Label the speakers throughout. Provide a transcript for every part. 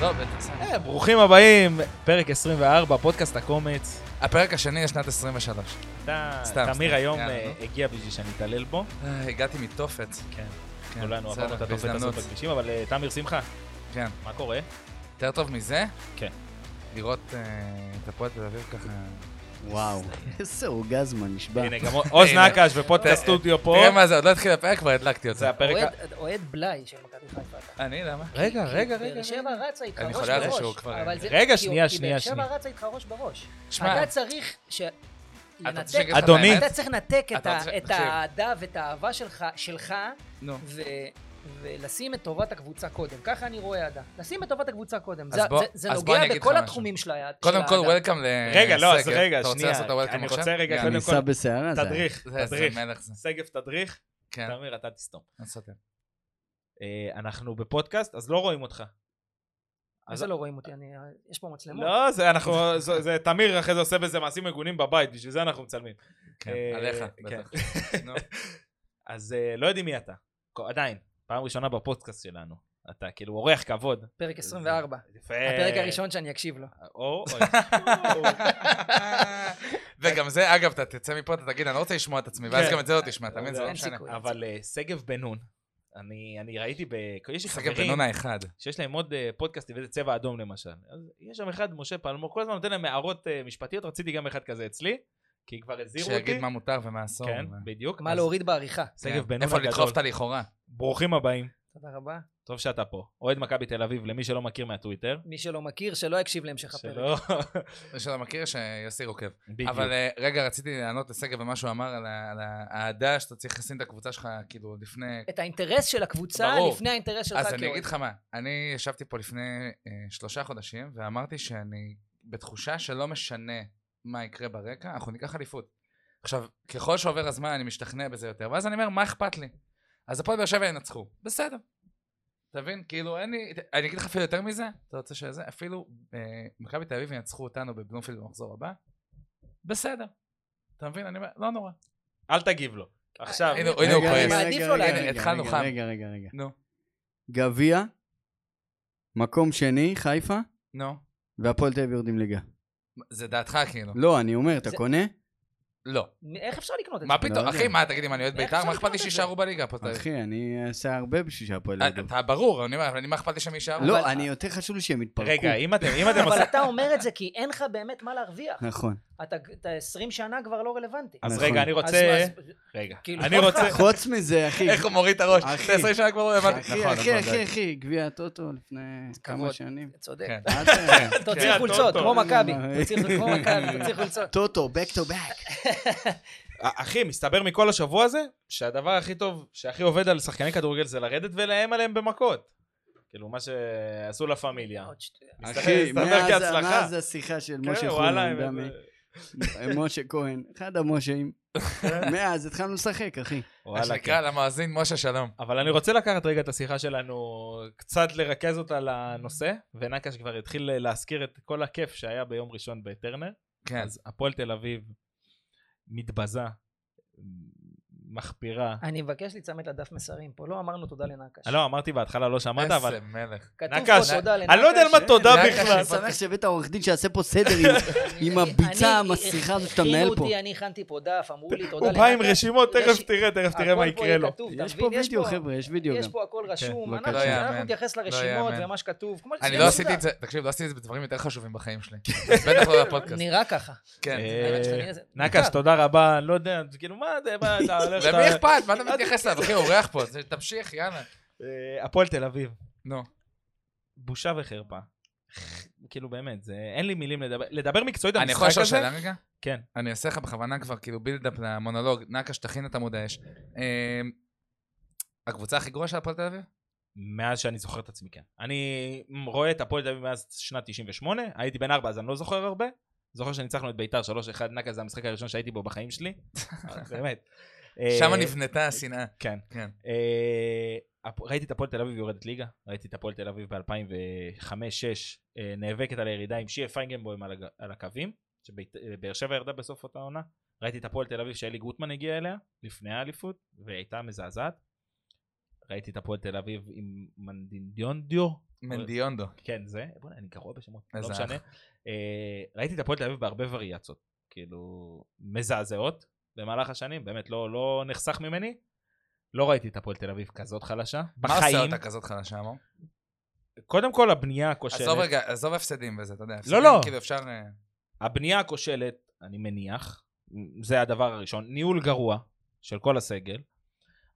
Speaker 1: לא,
Speaker 2: אה, ברוכים הבאים, פרק 24, פודקאסט הקומץ.
Speaker 1: הפרק השני לשנת 23.
Speaker 2: אתה,
Speaker 1: סתם,
Speaker 2: תמיר
Speaker 1: סתם,
Speaker 2: היום
Speaker 1: יאללה,
Speaker 2: אה, הגיע בשביל שאני אתעלל בו.
Speaker 1: אה, הגעתי מתופת.
Speaker 2: כן.
Speaker 1: כן,
Speaker 2: כולנו
Speaker 1: בסדר,
Speaker 2: עברנו את התופת הזאת
Speaker 1: בהזדמנות.
Speaker 2: בכבישים, אבל אה, תמיר, שמחה,
Speaker 1: כן.
Speaker 2: מה קורה?
Speaker 1: יותר טוב מזה?
Speaker 2: כן.
Speaker 1: לראות אה, את הפועל תל אביב ככה...
Speaker 3: וואו, איזה אורגזמה נשבע.
Speaker 2: הנה, גם עוז
Speaker 1: הנה. אה,
Speaker 2: נקש ופודקאסט סטודיו פה.
Speaker 1: תראה מה זה, עוד לא התחיל הפרק, כבר הדלקתי אותו.
Speaker 2: זה הפרק... ה-
Speaker 4: אוהד- אוהד בלאי של מכבי חיפה.
Speaker 2: אה,
Speaker 4: אתה.
Speaker 1: אני, למה? רגע, רגע,
Speaker 4: כי באר שבע רצה איתך
Speaker 1: אני
Speaker 4: ראש
Speaker 1: חולה על זה
Speaker 4: בראש.
Speaker 1: שהוא כבר-
Speaker 4: אבל זה-
Speaker 2: רגע,
Speaker 4: כי-
Speaker 2: שנייה,
Speaker 4: כי
Speaker 2: שנייה,
Speaker 4: באר
Speaker 2: שנייה.
Speaker 4: שבע רצה איתך ראש בראש.
Speaker 1: שמע,
Speaker 4: אתה צריך ש...
Speaker 1: רוצה
Speaker 4: לנתק-
Speaker 1: שאני אגיד לך
Speaker 2: אדוני.
Speaker 1: את האמת?
Speaker 4: אתה צריך לנתק את
Speaker 1: אתה
Speaker 4: ה-
Speaker 1: רוצה-
Speaker 4: את
Speaker 1: תקשיב.
Speaker 4: האהדה ואת האהבה שלך- שלך,
Speaker 1: נו.
Speaker 4: ו- ולשים את טובת הקבוצה קודם. ככה אני רואה אהדה. לשים את טובת הקבוצה קודם.
Speaker 1: אז
Speaker 4: זה-
Speaker 1: בוא-
Speaker 4: זה- זה
Speaker 1: אז בוא אני
Speaker 4: נוגע
Speaker 1: אגיד לך
Speaker 4: בכל
Speaker 1: משהו.
Speaker 4: התחומים של ההד- של
Speaker 1: קודם כל,
Speaker 4: האהדה.
Speaker 1: וולקאם לסגל.
Speaker 2: רגע, לא, אז רגע,
Speaker 1: אתה רוצה
Speaker 2: שנייה.
Speaker 1: לעשות את ה-welcome
Speaker 2: אני
Speaker 1: עכשיו?
Speaker 2: רוצה רגע,
Speaker 1: יאללה.
Speaker 2: קודם
Speaker 3: ניסה בסערה זה היה.
Speaker 2: תדריך,
Speaker 1: זה- זה
Speaker 2: תדריך.
Speaker 1: מלך זה.
Speaker 2: שגב תדריך,
Speaker 1: כן,
Speaker 2: תמיר, אתה תסתום.
Speaker 1: אני סותם.
Speaker 2: אה, אנחנו בפודקאסט, אז לא רואים אותך.
Speaker 4: מה זה לא רואים אותי? אני- יש פה מצלמות.
Speaker 2: לא, זה אנחנו... זה זה- תמיר אחרי זה עושה בזה מעשים מגונים בבית, בשביל זה אנחנו מצלמים.
Speaker 1: כן,
Speaker 2: אה,
Speaker 1: עליך,
Speaker 2: כן.
Speaker 1: בטח. נו.
Speaker 2: אז אה, לא יודעים מי אתה. כ- עדיין, פעם ראשונה בפודקאסט שלנו. אתה כאילו אורח כבוד.
Speaker 4: פרק 24.
Speaker 2: יפה.
Speaker 1: אה,
Speaker 4: הפרק הראשון שאני אקשיב לו.
Speaker 2: או, או.
Speaker 1: וגם זה, אגב, אתה תצא מפה, אתה תגיד, אני לא רוצה לשמוע את עצמי, ואז
Speaker 2: כן.
Speaker 1: גם את זה לא תשמע, אתה מבין? זה
Speaker 2: אין
Speaker 1: לא משנה.
Speaker 4: סיכוי.
Speaker 2: אבל אה, שגב בן נון, אני אני ראיתי ב... יש לי
Speaker 1: שגב בן
Speaker 2: חברים
Speaker 1: נון האחד.
Speaker 2: שיש להם עוד אה, פודקאסטים, וזה צבע אדום למשל. אז יש שם אחד, משה פלמור, כל הזמן נותן להם הערות אה, משפטיות, רציתי גם אחד כזה אצלי, כי כבר הזהירו אותי.
Speaker 1: שיגיד מה מותר ומה אסור.
Speaker 2: כן,
Speaker 1: ו- כן.
Speaker 2: בדיוק.
Speaker 4: מה
Speaker 2: אז
Speaker 4: להוריד בעריכה.
Speaker 2: שגב בן נון
Speaker 1: איפה
Speaker 2: הגדול.
Speaker 1: לדחוף את הלכאורה.
Speaker 2: ברוכים הבאים,
Speaker 4: תודה רבה.
Speaker 2: טוב שאתה פה. אוהד מכבי תל אביב, למי שלא מכיר מהטוויטר.
Speaker 4: מי שלא מכיר, שלא יקשיב להמשך הפרק.
Speaker 2: שלא...
Speaker 1: מי שלא מכיר, שיוסי עוקב.
Speaker 2: בדיוק.
Speaker 1: אבל אה, רגע, רציתי לענות לשגב במה שהוא אמר על ה- על האהדה שאתה צריך לשים את הקבוצה שלך, כאילו, לפני...
Speaker 4: את האינטרס של הקבוצה
Speaker 1: ברור.
Speaker 4: לפני האינטרס שלך
Speaker 1: אז
Speaker 4: כאוהד.
Speaker 1: אני אגיד לך מה, אני ישבתי פה לפני אה, שלושה חודשים, ואמרתי שאני בתחושה שלא משנה מה יקרה ברקע, אנחנו ניקח אליפות. עכשיו, ככל שעובר הזמן אני משתכנע בזה יותר, ואז אני אומר, מה אכפת לי? אז הפועל באר שבע ינצחו, בסדר. אתה מבין? כאילו, אין לי... אני אגיד לך אפילו יותר מזה, אתה רוצה שזה? אפילו אה, מכבי תל אביב ינצחו אותנו בבלומפילד במחזור הבא, בסדר. אתה מבין? אני אומר, לא נורא.
Speaker 2: אל תגיב לו. עכשיו,
Speaker 1: הנה, הנה הוא
Speaker 3: רגע,
Speaker 1: כועס.
Speaker 3: רגע,
Speaker 4: מעדיף
Speaker 3: רגע,
Speaker 4: לא
Speaker 3: רגע,
Speaker 1: להגיד.
Speaker 3: רגע,
Speaker 1: התחלנו
Speaker 3: רגע,
Speaker 1: חם.
Speaker 3: רגע, רגע, רגע.
Speaker 1: נו,
Speaker 3: גביע, מקום שני, חיפה,
Speaker 1: נו.
Speaker 3: והפועל תל אביב יורדים ליגה.
Speaker 1: זה דעתך כאילו.
Speaker 3: לא, אני אומר, אתה
Speaker 4: זה-
Speaker 3: קונה?
Speaker 1: לא.
Speaker 4: איך אפשר לקנות את
Speaker 1: מה
Speaker 4: זה? לא
Speaker 1: פתאום,
Speaker 3: יודע.
Speaker 1: אחי, מה, תגיד אם אני אוהד
Speaker 4: איך
Speaker 1: בית"ר,
Speaker 4: אפשר
Speaker 1: מה אכפת לי
Speaker 4: לקנות את
Speaker 1: שיישארו בליגה פה? אתה-
Speaker 3: אחי, אני אעשה הרבה בשביל שהפועל ירדו.
Speaker 1: אה, אתה ברור, אני אומר, אבל אני- מה אכפת לי שהם יישארו?
Speaker 3: לא,
Speaker 4: אבל-
Speaker 3: אני יותר חשוב לי שהם יתפרקו.
Speaker 2: רגע, אם אתם אם אתם
Speaker 4: אבל
Speaker 2: עושים...
Speaker 4: אתה אומר את זה כי אין לך באמת מה להרוויח.
Speaker 3: נכון.
Speaker 4: אתה אתה 20 שנה כבר לא רלוונטי.
Speaker 2: אז
Speaker 3: נכון.
Speaker 2: רגע, אני
Speaker 4: אז-
Speaker 2: רוצה...
Speaker 4: אז-
Speaker 2: רגע,
Speaker 4: כאילו,
Speaker 2: אני
Speaker 4: כל
Speaker 2: רוצה...
Speaker 4: כך-
Speaker 3: חוץ מזה, אחי,
Speaker 1: איך הוא מוריד את הראש?
Speaker 3: אחי.
Speaker 1: אחי, 20 שנה כבר לא הבנתי.
Speaker 3: אחי, אחי, אחי, אחי, גביע הטוטו לפני כמה
Speaker 4: כבוד.
Speaker 3: שנים.
Speaker 4: צודק.
Speaker 1: כן.
Speaker 3: מה אתה-
Speaker 4: תוציא
Speaker 2: כן,
Speaker 4: חולצות,
Speaker 2: טוב,
Speaker 4: כמו
Speaker 3: טוב.
Speaker 4: מכבי.
Speaker 3: אה,
Speaker 4: תוציא חולצות, כמו מכבי, תוציא חולצות.
Speaker 3: טוטו, back to back.
Speaker 2: אחי, מסתבר מכל השבוע הזה, שהדבר הכי טוב, שהכי עובד על שחקני כדורגל זה לרדת ולאיים עליהם במכות. כאילו, מה שעשו לה פמיליה.
Speaker 4: עוד שטויות.
Speaker 2: מסתבר-
Speaker 3: אחי,
Speaker 2: מסתבר
Speaker 3: מאז-
Speaker 2: כהצלחה.
Speaker 3: מאז השיחה של
Speaker 2: כן,
Speaker 3: משה
Speaker 2: וואלה,
Speaker 3: חולן,
Speaker 2: הם-
Speaker 3: דמי. משה כהן, אחד המושעים. מאז התחלנו לשחק, אחי.
Speaker 1: מה
Speaker 2: וואלה,
Speaker 1: שנקרא,
Speaker 2: כן.
Speaker 1: למאזין, משה שלום.
Speaker 2: אבל אני רוצה לקחת רגע את השיחה שלנו, קצת לרכז אותה לנושא, ונקש כבר התחיל להזכיר את כל הכיף שהיה ביום ראשון בטרנר.
Speaker 1: כן.
Speaker 2: אז הפועל תל אביב מתבזה, מחפירה.
Speaker 4: אני מבקש להיצמד לדף מסרים פה. לא אמרנו תודה לנקש.
Speaker 2: לא, אמרתי בהתחלה, לא שמעת, אבל...
Speaker 1: איזה מלך.
Speaker 4: כתוב פה
Speaker 2: נקש,
Speaker 4: תודה לנקש.
Speaker 2: אני לא יודע על מה תודה
Speaker 1: נקש,
Speaker 2: בכלל.
Speaker 3: אני שמח שהבאת עורך דין שיעשה פה סדר עם- עם הביצה המסריחה הזאת שאתה מנהל פה.
Speaker 4: הכינו אותי, אני הכנתי פה דף, אמרו לי תודה
Speaker 2: הוא
Speaker 4: לנקש.
Speaker 2: בא עם רשימות,
Speaker 4: יש-
Speaker 2: תכף תראה, תכף תראה מה
Speaker 4: הכל פה
Speaker 2: יקרה לו.
Speaker 4: כתוב, אתה
Speaker 3: יש פה
Speaker 4: מבין?
Speaker 3: וידאו, חבר'ה, יש וידאו
Speaker 4: יש
Speaker 3: גם.
Speaker 4: פה הכל רשום,
Speaker 3: לא
Speaker 4: אנחנו
Speaker 1: יאמן. לא
Speaker 4: אנחנו נתייחס לרשימות
Speaker 1: יאמן.
Speaker 4: ומה שכתוב. כמו שזה
Speaker 1: אני
Speaker 4: מסודר.
Speaker 1: לא עשיתי את זה, תקשיב, לא עשיתי את זה בדברים יותר חשובים בחיים שלי. אז בטח לא לפודקאסט.
Speaker 4: נראה ככה.
Speaker 1: כן.
Speaker 2: אה,
Speaker 4: האמת שאני- זה-
Speaker 2: נקש,
Speaker 4: מוכר.
Speaker 2: תודה רבה, לא יודע, כאילו, מה זה, מה אתה הולך...
Speaker 1: למי
Speaker 2: אתה-
Speaker 1: אכפת? מה אתה מתייחס אליו? אחי, אורח פה, זה- תמשיך, יאללה.
Speaker 2: אה, הפועל תל אביב,
Speaker 1: נו.
Speaker 2: בושה וחרפה. כאילו, באמת, זה- אין לי מילים לדבר, לדבר מקצועית על
Speaker 1: אני יכול
Speaker 2: המשחק
Speaker 1: לשאול
Speaker 2: הזה?
Speaker 1: שאלה רגע?
Speaker 2: כן.
Speaker 1: אני אעשה לך בכוונה כבר כאילו בילדאפ למונולוג, נקש, תכין את עמוד האש. אמ, הקבוצה הכי גרועה של הפועל תל אביב?
Speaker 2: מאז שאני זוכר את עצמי, כן. אני רואה את הפועל תל אביב מאז שנת 98, הייתי בן 4 אז אני לא זוכר הרבה. זוכר שניצחנו את ביתר 3-1, נקה זה המשחק הראשון שהייתי בו בחיים שלי. באמת.
Speaker 1: שם
Speaker 2: אה,
Speaker 1: נבנתה השנאה.
Speaker 2: כן.
Speaker 1: כן.
Speaker 2: אה, הפ- ראיתי את הפועל תל אביב יורדת ליגה, ראיתי את הפועל תל אביב ב-2005-2006 אה, נאבקת על הירידה עם שיה פיינגנבוים על הג- על הקווים, שבאר שבע ירדה בסוף אותה עונה, ראיתי את הפועל תל אביב שאלי גוטמן הגיע אליה, לפני האליפות, והיא הייתה מזעזעת. ראיתי את הפועל תל אביב עם מנדינדיונדיו.
Speaker 1: מנדיונדו.
Speaker 2: כן, זה. בוא'נה, אני גרוע בשמות, לא
Speaker 1: איזה
Speaker 2: משנה. אה, ראיתי את הפועל תל אביב בהרבה וריאציות, כאילו, מזעזעות במהלך השנים, באמת, לא לא נחסך ממני. לא ראיתי את הפועל תל אביב כזאת חלשה.
Speaker 1: מה עושה
Speaker 2: בחיים.
Speaker 1: אותה כזאת חלשה, אמור?
Speaker 2: קודם כל, הבנייה הכושלת.
Speaker 1: עזוב רגע, עזוב הפסדים וזה, אתה יודע.
Speaker 2: לא, לא.
Speaker 1: הפסדים, כאילו אפשר... אה,
Speaker 2: הבנייה הכושלת, אני מניח, זה הדבר הראשון. ניהול גרוע של כל הסגל,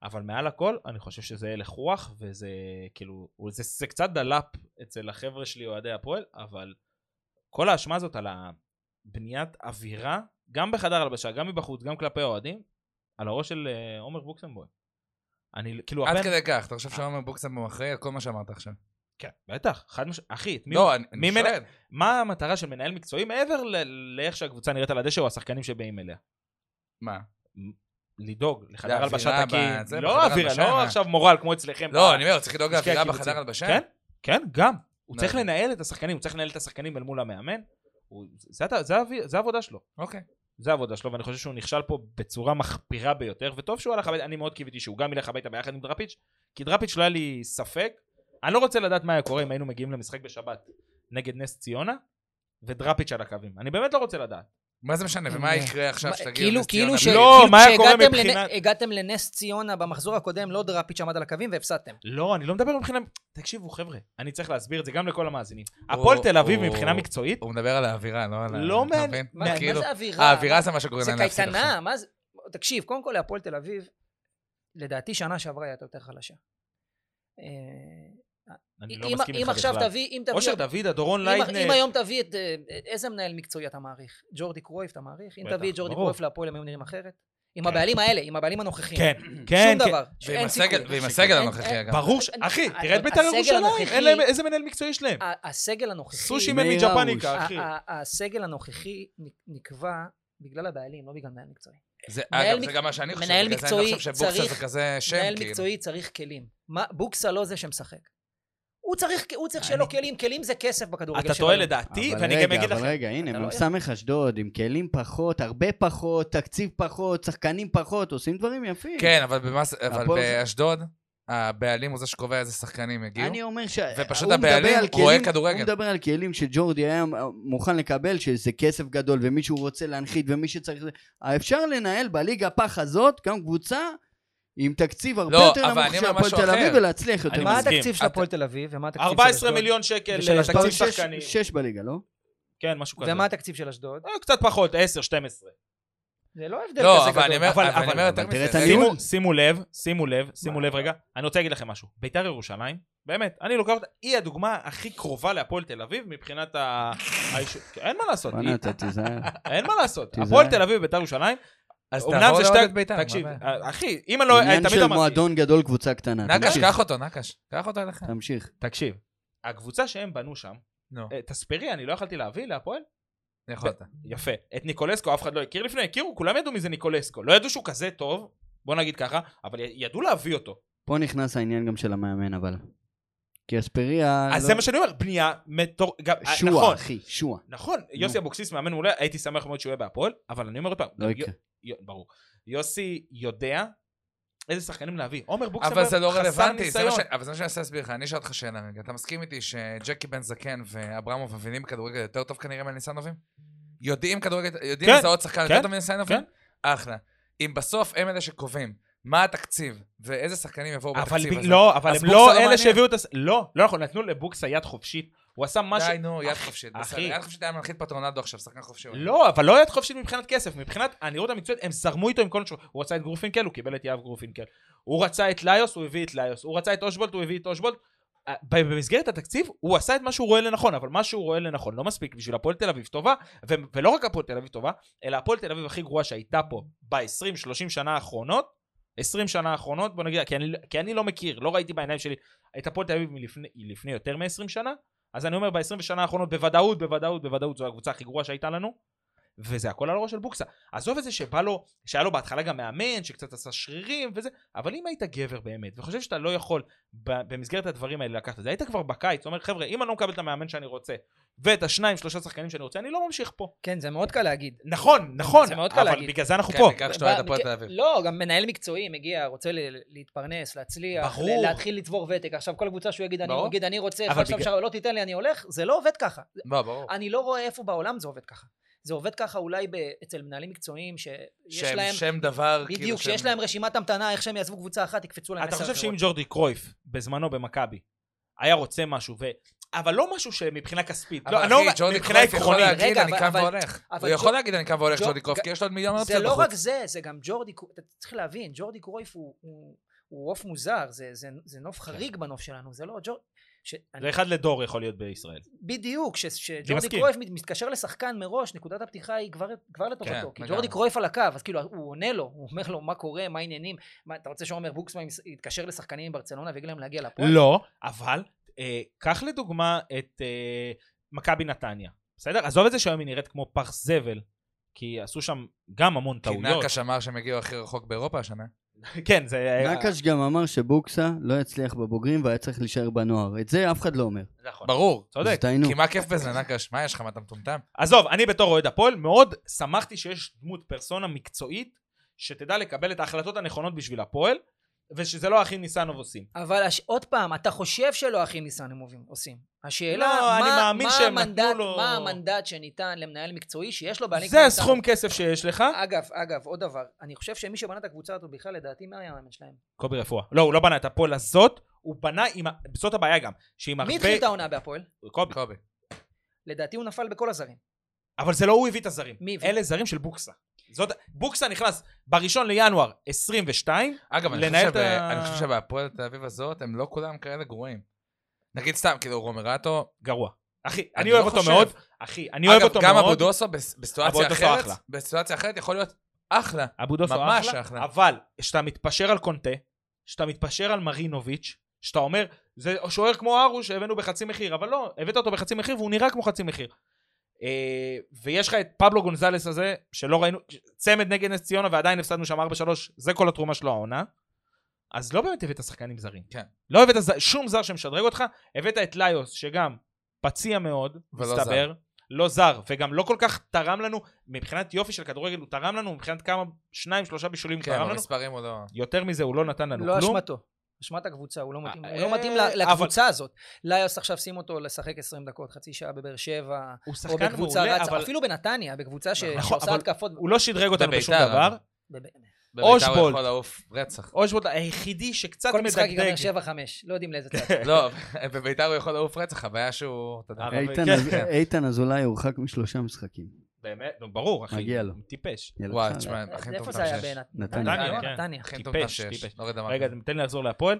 Speaker 2: אבל מעל הכל, אני חושב שזה הלך רוח, וזה כאילו, זה, זה קצת דלאפ אצל החבר'ה שלי, אוהדי הפועל, אבל כל האשמה הזאת על הבניית אווירה, גם בחדר הלבשה, גם מבחוץ, גם כלפי האוהדים, על הראש של אה, עומר בוקסנבוי. אני כאילו,
Speaker 1: עד
Speaker 2: הבן-
Speaker 1: כדי כך, אתה חושב שעומר בוקסם הוא אחראי על כל מה שאמרת עכשיו?
Speaker 2: כן, בטח, חד משמעית, אחי, את מי
Speaker 1: לא, אני-
Speaker 2: מי
Speaker 1: אני
Speaker 2: מנ-
Speaker 1: שואל.
Speaker 2: מה המטרה של מנהל מקצועי מעבר ל- לאיך שהקבוצה נראית על הדשא או השחקנים שבאים אליה?
Speaker 1: מה?
Speaker 4: אה,
Speaker 2: לדאוג לחדר
Speaker 1: לאווירה
Speaker 2: הלבשה
Speaker 1: ב-
Speaker 2: תקין.
Speaker 1: זה,
Speaker 2: לא
Speaker 1: בחדר
Speaker 2: אווירה,
Speaker 1: הלבשה,
Speaker 2: לא
Speaker 1: מה?
Speaker 2: עכשיו מורל כמו אצלכם. ב-
Speaker 1: לא, אני אומר, הוא צריך לדאוג
Speaker 2: משקי
Speaker 1: לאווירה
Speaker 2: הקיבוצים.
Speaker 1: בחדר הלבשה?
Speaker 2: כן, כן, גם. הוא
Speaker 1: לא
Speaker 2: צריך
Speaker 1: יודע.
Speaker 2: לנהל את השחקנים, הוא צריך לנהל את השחקנים אל מול המאמן. הוא- זה הת- זה האוויר- זה העבודה שלו.
Speaker 1: אוקיי.
Speaker 2: זה העבודה שלו, ואני חושב שהוא נכשל פה בצורה מחפירה ביותר, וטוב שהוא הלך הביתה, אני מאוד קיוויתי שהוא גם ילך הביתה ביחד עם דראפיץ', כי דראפיץ' לא היה לי ספק. אני לא רוצה לדעת מה היה קורה אם היינו מגיעים למשחק בשבת נגד נס ציונה, ודראפיץ' על הקווים. אני באמת לא רוצה לדעת.
Speaker 1: מה זה משנה? ומה יקרה עכשיו
Speaker 4: אה, מה,
Speaker 1: שתגיעו
Speaker 4: כאילו,
Speaker 1: לנס
Speaker 4: כאילו
Speaker 1: ציונה?
Speaker 4: ש...
Speaker 1: בלי-
Speaker 2: לא,
Speaker 4: כאילו
Speaker 2: מה היה קורה
Speaker 4: כשהגעתם
Speaker 2: מבחינת-
Speaker 4: לנ- הגעתם לנס ציונה במחזור הקודם, לא דראפיץ' עמד על הקווים והפסדתם.
Speaker 2: לא, אני לא מדבר מבחינה... תקשיבו, חבר'ה, אני צריך להסביר את זה גם לכל המאזינים.
Speaker 1: הוא-
Speaker 2: הפועל תל אביב
Speaker 1: הוא-
Speaker 2: מבחינה מקצועית,
Speaker 1: הוא מדבר על האווירה, לא על ה...
Speaker 2: לא
Speaker 1: אתה
Speaker 2: מעניין-
Speaker 1: מבין?
Speaker 4: מה מה
Speaker 1: כאילו,
Speaker 4: זה אווירה?
Speaker 1: האווירה זה מה שגורם
Speaker 4: זה
Speaker 1: להם להפסיד עכשיו.
Speaker 4: קייטנה, מה זה... תקשיב, קודם כל להפועל תל אביב, לדעתי שנה שעברה היא הייתה יותר חלשה. אה,
Speaker 2: אני לא
Speaker 4: אם-
Speaker 2: מסכים
Speaker 4: אם
Speaker 2: איתך
Speaker 4: עכשיו
Speaker 2: בכלל.
Speaker 4: תביא, אם תביא...
Speaker 2: אושר דוידה, דורון
Speaker 4: אם- אם
Speaker 2: ליידנר,
Speaker 4: היום תביא את... אה, איזה מנהל מקצועי אתה מעריך? ג'ורדי קרויף אתה מעריך? אם
Speaker 2: בטח,
Speaker 4: תביא את ג'ורדי
Speaker 2: ברור.
Speaker 4: קרויף להפועל הם היו נראים אחרת? עם
Speaker 2: כן.
Speaker 4: הבעלים האלה, עם הבעלים הנוכחים.
Speaker 2: כן, כן,
Speaker 4: שום
Speaker 2: כן.
Speaker 4: דבר.
Speaker 1: ועם
Speaker 4: אין סיכוי.
Speaker 1: הסגל- ועם הסגל
Speaker 4: אין-
Speaker 1: הנוכחי,
Speaker 4: אין-
Speaker 1: אגב.
Speaker 2: ברור ש...
Speaker 4: אני-
Speaker 2: אחי,
Speaker 4: אני-
Speaker 2: תראה את בית"ר
Speaker 4: הסגל
Speaker 2: ירושלים,
Speaker 4: הנוכחי-
Speaker 2: אין להם- איזה מנהל מקצועי יש להם?
Speaker 4: ה- הסגל הנוכחי...
Speaker 2: סושי
Speaker 3: מאיר
Speaker 2: מני
Speaker 3: הרוש.
Speaker 2: ג'פניקה, אחי.
Speaker 4: ה- ה- הסגל הנוכחי נקבע בגלל הבעלים, לא בגלל מנהל מקצועי.
Speaker 1: זה-
Speaker 4: מנהל
Speaker 1: אגב, זה
Speaker 4: מק-
Speaker 1: גם מה שאני חושב.
Speaker 4: מנהל
Speaker 1: בגלל זה
Speaker 4: מקצועי
Speaker 1: אני לא חושב שבוקסה זה
Speaker 4: צריך-
Speaker 1: כזה שם,
Speaker 4: מנהל
Speaker 1: כאילו.
Speaker 4: מקצועי צריך כלים. מה- בוקסה לא זה שמשחק. הוא צריך, הוא צריך שיהיה לו
Speaker 2: אני-
Speaker 4: כלים, כלים זה כסף בכדורגל
Speaker 2: אתה
Speaker 4: של
Speaker 2: טועה
Speaker 4: היום.
Speaker 2: לדעתי,
Speaker 3: אבל
Speaker 2: ואני
Speaker 3: רגע,
Speaker 2: גם אגיד
Speaker 3: אבל
Speaker 2: לכם...
Speaker 3: רגע,
Speaker 4: אתה
Speaker 3: הנה,
Speaker 4: לא-
Speaker 3: מ"ס אשדוד, עם כלים פחות, הרבה פחות, תקציב פחות, שחקנים פחות, עושים דברים יפים.
Speaker 1: כן, אבל במס- אבל
Speaker 3: הפועל-
Speaker 2: אוקיי.
Speaker 1: באשדוד, הבעלים הוא זה שקובע איזה שחקנים יגיעו.
Speaker 3: אני אומר ש...
Speaker 1: ופשוט
Speaker 3: הוא מדבר
Speaker 1: הבעלים
Speaker 3: על
Speaker 1: רואה
Speaker 3: כלים-
Speaker 1: כדורגל.
Speaker 3: הוא מדבר על כלים שג'ורדי היה מוכן לקבל, שזה כסף גדול, ומישהו רוצה להנחית, ומי שצריך... זה. אפשר לנהל בליגה הפח הזאת גם קבוצה עם תקציב הרבה
Speaker 1: לא,
Speaker 3: יותר
Speaker 1: אבל
Speaker 3: נמוך
Speaker 1: אני
Speaker 3: של
Speaker 1: אומר
Speaker 3: הפועל
Speaker 1: משהו
Speaker 3: תל
Speaker 1: אחר.
Speaker 3: אביב ולהצליח יותר.
Speaker 2: אני
Speaker 4: מה
Speaker 2: מסכים.
Speaker 4: התקציב של
Speaker 1: אתה-
Speaker 4: הפועל תל אביב ומה התקציב של אשדוד?
Speaker 2: 14 מיליון שקל
Speaker 4: ושל
Speaker 2: אה,
Speaker 4: אשדוד
Speaker 2: תקציב
Speaker 3: שש-
Speaker 2: שחקנים.
Speaker 3: שש בליגה, לא?
Speaker 2: כן, משהו כזה.
Speaker 4: ומה התקציב של אשדוד?
Speaker 2: אה, קצת פחות, 10, 12.
Speaker 4: זה לא הבדל
Speaker 1: לא, אבל
Speaker 4: כזה גדול.
Speaker 1: אני אומר
Speaker 2: אבל-
Speaker 1: אבל אני
Speaker 2: אבל-
Speaker 1: אומר יותר
Speaker 3: אבל
Speaker 1: מזה.
Speaker 3: תראה את
Speaker 1: זה-
Speaker 3: הניהול.
Speaker 2: שימו, שימו לב, שימו לב, שימו
Speaker 3: מה?
Speaker 2: לב רגע, אני רוצה להגיד לכם משהו. ביתר ירושלים, באמת, אני לוקח אותה, היא הדוגמה הכי קרובה להפועל תל אביב מבחינת ה... האיש- אין מה לעשות, היא-
Speaker 3: בוא'נה,
Speaker 1: אה,
Speaker 3: אתה תיזהר.
Speaker 2: אין מה לעשות.
Speaker 3: תיזהר.
Speaker 2: הפועל תל אביב וביתר ירושלים,
Speaker 1: אז
Speaker 2: אמנם
Speaker 1: תעבור
Speaker 2: זה
Speaker 1: לעוד את
Speaker 2: שתי...
Speaker 1: ביתר.
Speaker 2: תקשיב,
Speaker 1: מה הבעיה?
Speaker 2: אחי, אם
Speaker 1: אה,
Speaker 2: אני לא...
Speaker 3: עניין
Speaker 2: תמיד
Speaker 3: של
Speaker 2: אמרתי-
Speaker 3: מועדון גדול, קבוצה קטנה.
Speaker 1: נקש,
Speaker 3: תמשיך,
Speaker 1: קח אותו, נקש. קח אותו אליכם.
Speaker 3: תמשיך.
Speaker 2: תקשיב, הקבוצה שהם בנו שם,
Speaker 1: נו,
Speaker 2: אה, תספרי, אני לא יכלתי להביא להפועל?
Speaker 1: יכולת.
Speaker 2: יפה. את ניקולסקו אף אחד לא הכיר לפני, הכירו, כולם ידעו מי זה ניקולסקו. לא ידעו שהוא כזה טוב, בוא נגיד ככה, אבל י- ידעו להביא אותו.
Speaker 3: פה נכנס העניין גם של המאמן, אבל. כי אספריה...
Speaker 2: אז
Speaker 3: לא-
Speaker 2: זה מה שאני אומר, בנייה מטור... גם- אה,
Speaker 3: שועה,
Speaker 2: נכון,
Speaker 3: אחי, שועה.
Speaker 2: נכון, יוסי אבוקסיס מאמן מעולה, הייתי שמח מאוד שהוא יהיה בהפועל, אבל אני אומר עוד פעם,
Speaker 3: לא
Speaker 2: גם
Speaker 3: יקרה.
Speaker 2: יו- יו- ברור. יוסי יודע איזה שחקנים להביא. עומר בוקסנברג
Speaker 1: אבל זה לא
Speaker 2: חסר
Speaker 1: רלוונטי, זה מה
Speaker 2: ניסיון.
Speaker 1: ש- אבל זה מה שאני מנסה להסביר לך, אני אשאל אותך שאלה רגע. אתה מסכים איתי שג'קי בן זקן ואברמוב מבינים כדורגל יותר טוב כנראה מניסנובים? יודעים כדורגל, יודעים
Speaker 2: כן,
Speaker 1: לזהות שחקן
Speaker 2: כן,
Speaker 1: יותר טוב מניסנובים?
Speaker 2: כן.
Speaker 1: אחלה. אם בסוף הם אלה שקובעים מה התקציב ואיזה שחקנים יבואו
Speaker 2: אבל
Speaker 1: בתקציב
Speaker 2: ב-
Speaker 1: הזה.
Speaker 2: לא, אבל
Speaker 1: אז
Speaker 2: הם
Speaker 1: בוקסה לא
Speaker 2: לא אלה
Speaker 1: מעניין.
Speaker 2: שהביאו את הס... לא, לא נכון, נתנו לבוקסה יד חופשית. הוא עשה משהו...
Speaker 1: די, נו, יד
Speaker 2: אח-
Speaker 1: חופשית.
Speaker 2: אחי.
Speaker 1: בסדר, יד חופשית היה מנחית פטרונדו עכשיו, שחקן חופשי.
Speaker 2: לא, אבל לא יד חופשית מבחינת כסף, מבחינת הנראות המקצועית, הם זרמו איתו עם כל השוק. הוא רצה את גרופינקל, הוא קיבל את יהב גרופינקל. הוא רצה את ליוס, הוא הביא את ליוס. הוא רצה את אושבולט, הוא הביא את אושבולט. אה, במסגרת התקציב, הוא עשה את מה שהוא רואה לנכון, אבל מה שהוא רואה לנכון לא מספיק בשביל הפועל תל אביב טובה, ו- ולא רק הפועל תל אביב טובה, אלא הפועל תל אביב הכי גרועה שהייתה פה ב-20-30 שנה האחרונות, 20 שנה האחרונות, בוא נגיד, כי אני, כי אני לא מכיר, לא ראיתי בעיניים שלי את הפועל תל אביב מלפני, לפני יותר מ-20 שנה, אז אני אומר ב-20 שנה האחרונות בוודאות, בוודאות, בוודאות זו הקבוצה הכי גרועה שהייתה לנו, וזה הכל על הראש של בוקסה. עזוב את זה שבא לו, שהיה לו בהתחלה גם מאמן, שקצת עשה שרירים וזה, אבל אם היית גבר באמת, וחושב שאתה לא יכול ב- במסגרת הדברים האלה לקחת את זה, היית כבר בקיץ, אומר חבר'ה, אם אני לא מקבל את המאמן שאני רוצה, ואת השניים, שלושה שחקנים שאני רוצה, אני לא ממשיך פה.
Speaker 4: כן, זה מאוד קל להגיד.
Speaker 2: נכון, נכון,
Speaker 4: מאוד קל
Speaker 2: אבל
Speaker 4: להגיד.
Speaker 2: בגלל זה אנחנו
Speaker 1: כן,
Speaker 2: פה.
Speaker 1: בעיקר כשאתה אוהד
Speaker 4: בא-
Speaker 1: הפועל
Speaker 4: מכ-
Speaker 1: תל אביב.
Speaker 4: לא, גם מנהל מקצועי מגיע, רוצה ל- להתפרנס, להצליח,
Speaker 2: ברור.
Speaker 4: ל- להתחיל לצבור ותק. עכשיו כל קבוצה שהוא יגיד, אני-
Speaker 1: ברור.
Speaker 4: יגיד, אני רוצה,
Speaker 2: אבל
Speaker 4: עכשיו
Speaker 2: בגלל-
Speaker 4: לא תיתן לי, אני הולך, זה לא עובד ככה.
Speaker 1: לא, ברור.
Speaker 4: אני לא רואה איפה בעולם זה עובד ככה. זה עובד ככה אולי ב- אצל מנהלים מקצועיים שיש
Speaker 1: שם-
Speaker 4: להם,
Speaker 1: שם דבר, כאילו...
Speaker 4: בדיוק,
Speaker 1: שם-
Speaker 4: שיש להם רשימת המתנה, איך שהם יעזבו קבוצה אחת, יקפצו להם
Speaker 2: אתה
Speaker 4: עשר
Speaker 2: חושב שאם
Speaker 4: אחרות.
Speaker 2: ג'ורדי קרויף, בזמנו במכבי, היה רוצה משהו, ו... אבל לא משהו שמבחינה כספית,
Speaker 1: אבל
Speaker 2: לא, אני לא
Speaker 1: אחי,
Speaker 2: אומר-
Speaker 1: ג'ורדי
Speaker 2: מבחינה
Speaker 1: קרויף יכול
Speaker 2: עקרונית,
Speaker 1: להגיד
Speaker 4: רגע,
Speaker 1: אני
Speaker 4: אבל-
Speaker 1: קם
Speaker 4: אבל-
Speaker 1: והולך. הוא
Speaker 4: אבל
Speaker 1: יכול
Speaker 4: ג'ו-
Speaker 1: להגיד אני קם והולך,
Speaker 4: ג'ו-
Speaker 1: ג'ורדי קרויף,
Speaker 4: ג-
Speaker 1: כי יש לו עוד מיליון
Speaker 4: זה
Speaker 1: אופציות
Speaker 4: לא רק
Speaker 1: בחוץ.
Speaker 4: זה, זה גם ג'ורדי, קרו- אתה צריך להבין, ג'ורדי קרויף הוא- הוא הוא עוף מוזר, זה- זה- זה נוף חריג בנוף שלנו, זה לא ג'ורדי...
Speaker 2: זה אחד לדור יכול להיות בישראל.
Speaker 4: בדיוק, ש- שג'ורדי
Speaker 2: מסכים.
Speaker 4: קרויף מת- מתקשר לשחקן מראש, נקודת הפתיחה היא כבר, כבר
Speaker 1: כן,
Speaker 4: לטובתו. כי
Speaker 1: לגמרי.
Speaker 4: ג'ורדי קרויף על הקו, אז כאילו הוא עונה לו, הוא אומר לו מה קורה, מה העניינים, מה, אתה רוצה שעומר בוקסמן ימס- יתקשר לשחקנים מברצלונה ויגיד להם להגיע לפועל?
Speaker 2: לא, אבל אה, קח לדוגמה את אה, מכבי נתניה, בסדר? עזוב את זה שהיום היא נראית כמו פח זבל, כי עשו שם גם המון
Speaker 1: כי
Speaker 2: טעויות.
Speaker 1: נקש אמר שהם הגיעו הכי רחוק באירופה השנה.
Speaker 2: כן, זה היה...
Speaker 3: נקש גם אמר שבוקסה לא יצליח בבוגרים והיה צריך להישאר בנוער. את זה אף אחד לא אומר.
Speaker 2: נכון.
Speaker 1: ברור.
Speaker 2: צודק.
Speaker 3: אז תהיינו.
Speaker 1: כי מה כיף בזה, נקש? מה יש לך, מה אתה מטומטם?
Speaker 2: עזוב, אני בתור אוהד הפועל, מאוד שמחתי שיש דמות פרסונה מקצועית, שתדע לקבל את ההחלטות הנכונות בשביל הפועל, ושזה לא הכי ניסנוב עושים.
Speaker 4: אבל הש... עוד פעם, אתה חושב שלא אחים ניסנמובים עושים. השאלה,
Speaker 2: לא,
Speaker 4: מה,
Speaker 2: אני מאמין
Speaker 4: מה,
Speaker 2: שהם נתנו
Speaker 4: המנדט,
Speaker 2: לו-
Speaker 4: מה המנדט שניתן למנהל מקצועי שיש לו בעלים
Speaker 2: זה הסכום כסף שיש לך.
Speaker 4: אגב, אגב, עוד דבר, אני חושב שמי שבנה את הקבוצה הזאת בכלל, לדעתי, מה היה המאמן שלהם?
Speaker 2: קובי רפואה. לא, הוא לא בנה את הפועל הזאת, הוא בנה עם... ה- זאת הבעיה גם, שעם הרבה...
Speaker 4: מי התחיל את העונה בהפועל?
Speaker 2: קובי.
Speaker 1: קובי.
Speaker 4: לדעתי הוא נפל בכל הזרים.
Speaker 2: אבל זה לא הוא הביא את הזרים.
Speaker 4: מי הביא?
Speaker 2: אלה זרים של בוקסה. זאת... בוקסה נכנס בראשון לינואר 22,
Speaker 1: אגב, אני
Speaker 2: לנהל
Speaker 1: חושב
Speaker 2: את
Speaker 1: שב-
Speaker 2: ה-
Speaker 1: אני חושב שבהפועל תל אביב הזאת, הם לא כולם כאלה גרועים. נגיד סתם, כאילו רומרטו,
Speaker 2: גרוע. אחי, אני
Speaker 1: אני
Speaker 2: אוהב
Speaker 1: לא
Speaker 2: אותו
Speaker 1: חושב.
Speaker 2: מאוד. אחי, אני אוהב אותו
Speaker 1: אגב, גם
Speaker 2: מאוד.
Speaker 1: אבודוסו בס- בסיטואציה
Speaker 2: אבודוסו
Speaker 1: אחרת,
Speaker 2: אחלה.
Speaker 1: בסיטואציה אחרת יכול להיות אחלה.
Speaker 2: אבודוסו
Speaker 1: ממש
Speaker 2: אחלה,
Speaker 1: אחלה.
Speaker 2: אבל כשאתה מתפשר על קונטה, כשאתה מתפשר על מרינוביץ', כשאתה אומר, זה שוער כמו ארוש שהבאנו בחצי מחיר, אבל לא, הבאת אותו בחצי מחיר והוא נראה כמו חצי מחיר. אה, ויש לך את פבלו גונזלס הזה, שלא ראינו, צמד נגד נס ציונה ועדיין הפסדנו שם 4-3, זה כל התרומה שלו העונה. אז לא באמת הבאת שחקנים זרים.
Speaker 1: כן.
Speaker 2: לא הבאת ז... שום זר שמשדרג אותך, הבאת את ליוס, שגם פציע מאוד,
Speaker 1: ולא
Speaker 2: מסתבר. לא זר, וגם לא כל כך תרם לנו, מבחינת יופי של כדורגל הוא תרם לנו, מבחינת כמה, שניים, שלושה בישולים הוא
Speaker 1: כן,
Speaker 2: תרם לנו,
Speaker 1: במספרים הוא לא...
Speaker 2: יותר מזה הוא לא נתן לנו
Speaker 4: לא
Speaker 2: כלום.
Speaker 4: אשמתו. אשמת הקבוצה, הוא לא מתאים,
Speaker 2: אה,
Speaker 4: הוא לא
Speaker 2: אה,
Speaker 4: מתאים
Speaker 2: אבל-
Speaker 4: ל- לקבוצה הזאת. ליוס עכשיו שים אותו לשחק 20 דקות, חצי שעה בבאר שבע,
Speaker 2: הוא
Speaker 4: או
Speaker 2: שחקן
Speaker 4: בקבוצה
Speaker 2: מעולה,
Speaker 4: רצה,
Speaker 2: אבל
Speaker 4: אפילו בנתניה, בקבוצה ש-
Speaker 2: נכון,
Speaker 4: שעושה
Speaker 2: אבל-
Speaker 4: התקפות.
Speaker 2: הוא לא שדרג אותנו
Speaker 1: בביתר,
Speaker 2: בשום
Speaker 1: אבל.
Speaker 2: דבר.
Speaker 4: בב-
Speaker 1: בביתר הוא
Speaker 2: אושבולט.
Speaker 1: יכול לעוף רצח.
Speaker 2: אושבולט היחידי שקצת
Speaker 4: כל משחק
Speaker 2: מדגדג.
Speaker 4: ייגמר 7-5, לא יודעים לאיזה צד.
Speaker 1: לא, בביתר הוא יכול לעוף רצח, הבעיה שהוא... אתה יודע,
Speaker 2: אבל-
Speaker 3: איתן
Speaker 2: כן.
Speaker 3: אז- איתן אזולאי הורחק משלושה משחקים.
Speaker 2: באמת, נו, ברור, אחי.
Speaker 3: מגיע לו.
Speaker 2: טיפש.
Speaker 3: ילד
Speaker 1: וואי,
Speaker 3: חרא.
Speaker 1: תשמע, הכי טוב
Speaker 4: איפה
Speaker 1: טעם
Speaker 4: זה היה
Speaker 1: שיש.
Speaker 4: בעינת?
Speaker 3: נתניה,
Speaker 2: נתניה, כן.
Speaker 4: נתניה.
Speaker 1: הכי טוב טעם
Speaker 2: טיפש,
Speaker 1: שיש.
Speaker 2: טיפש.
Speaker 1: לא יודע מה.
Speaker 2: רגע,
Speaker 4: כן?
Speaker 2: תן לי לחזור להפועל.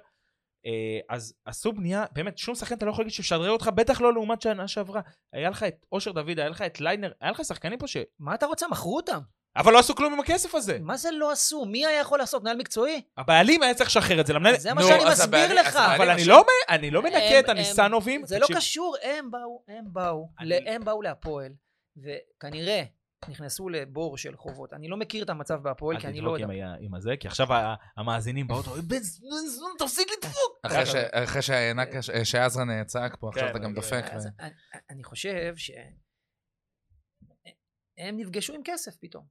Speaker 2: אה, אז עשו בנייה, באמת, שום שחקן אתה לא יכול להגיד שמשדרג אותך, בטח לא לעומת שנה שעברה. היה לך את אושר דוד, היה לך את ליידנר, היה לך שחקנים פה ש...
Speaker 4: מה אתה רוצה? מכרו אותם.
Speaker 2: אבל לא עשו כלום עם הכסף הזה.
Speaker 4: מה זה לא עשו? מי היה יכול לעשות? מנהל מקצועי?
Speaker 2: הבעלים היה צריך לשחרר את זה למנהל...
Speaker 4: זה מה
Speaker 1: נו,
Speaker 4: שאני
Speaker 1: אז
Speaker 4: מסביר
Speaker 1: הבעלים-
Speaker 4: לך.
Speaker 1: אז הבעלים-
Speaker 2: אבל אני
Speaker 1: עכשיו-
Speaker 2: לא, מ- אני לא מנקה
Speaker 4: הם-
Speaker 2: את
Speaker 4: הם-
Speaker 2: הניסנובים.
Speaker 4: זה לא
Speaker 2: תקשיב,
Speaker 4: קשור, הם באו, הם באו,
Speaker 2: אני-
Speaker 4: ל- הם באו להפועל, וכנראה נכנסו לבור של חובות. אני לא מכיר את המצב בהפועל, כי
Speaker 2: אל
Speaker 4: אני לא
Speaker 2: תדבוק
Speaker 4: יודע.
Speaker 2: עם ה- עם הזה, כי עכשיו ה- המאזינים באוטו, "אוי, בן זמן, תפסיק לדפוק!
Speaker 1: אחרי ש- אחרי שהענק- שעזרן צעק פה, עכשיו
Speaker 2: כן,
Speaker 1: אתה גם
Speaker 2: אז-
Speaker 1: דופק.
Speaker 4: אז אני- אני חושב שהם נפגשו עם כסף פתאום.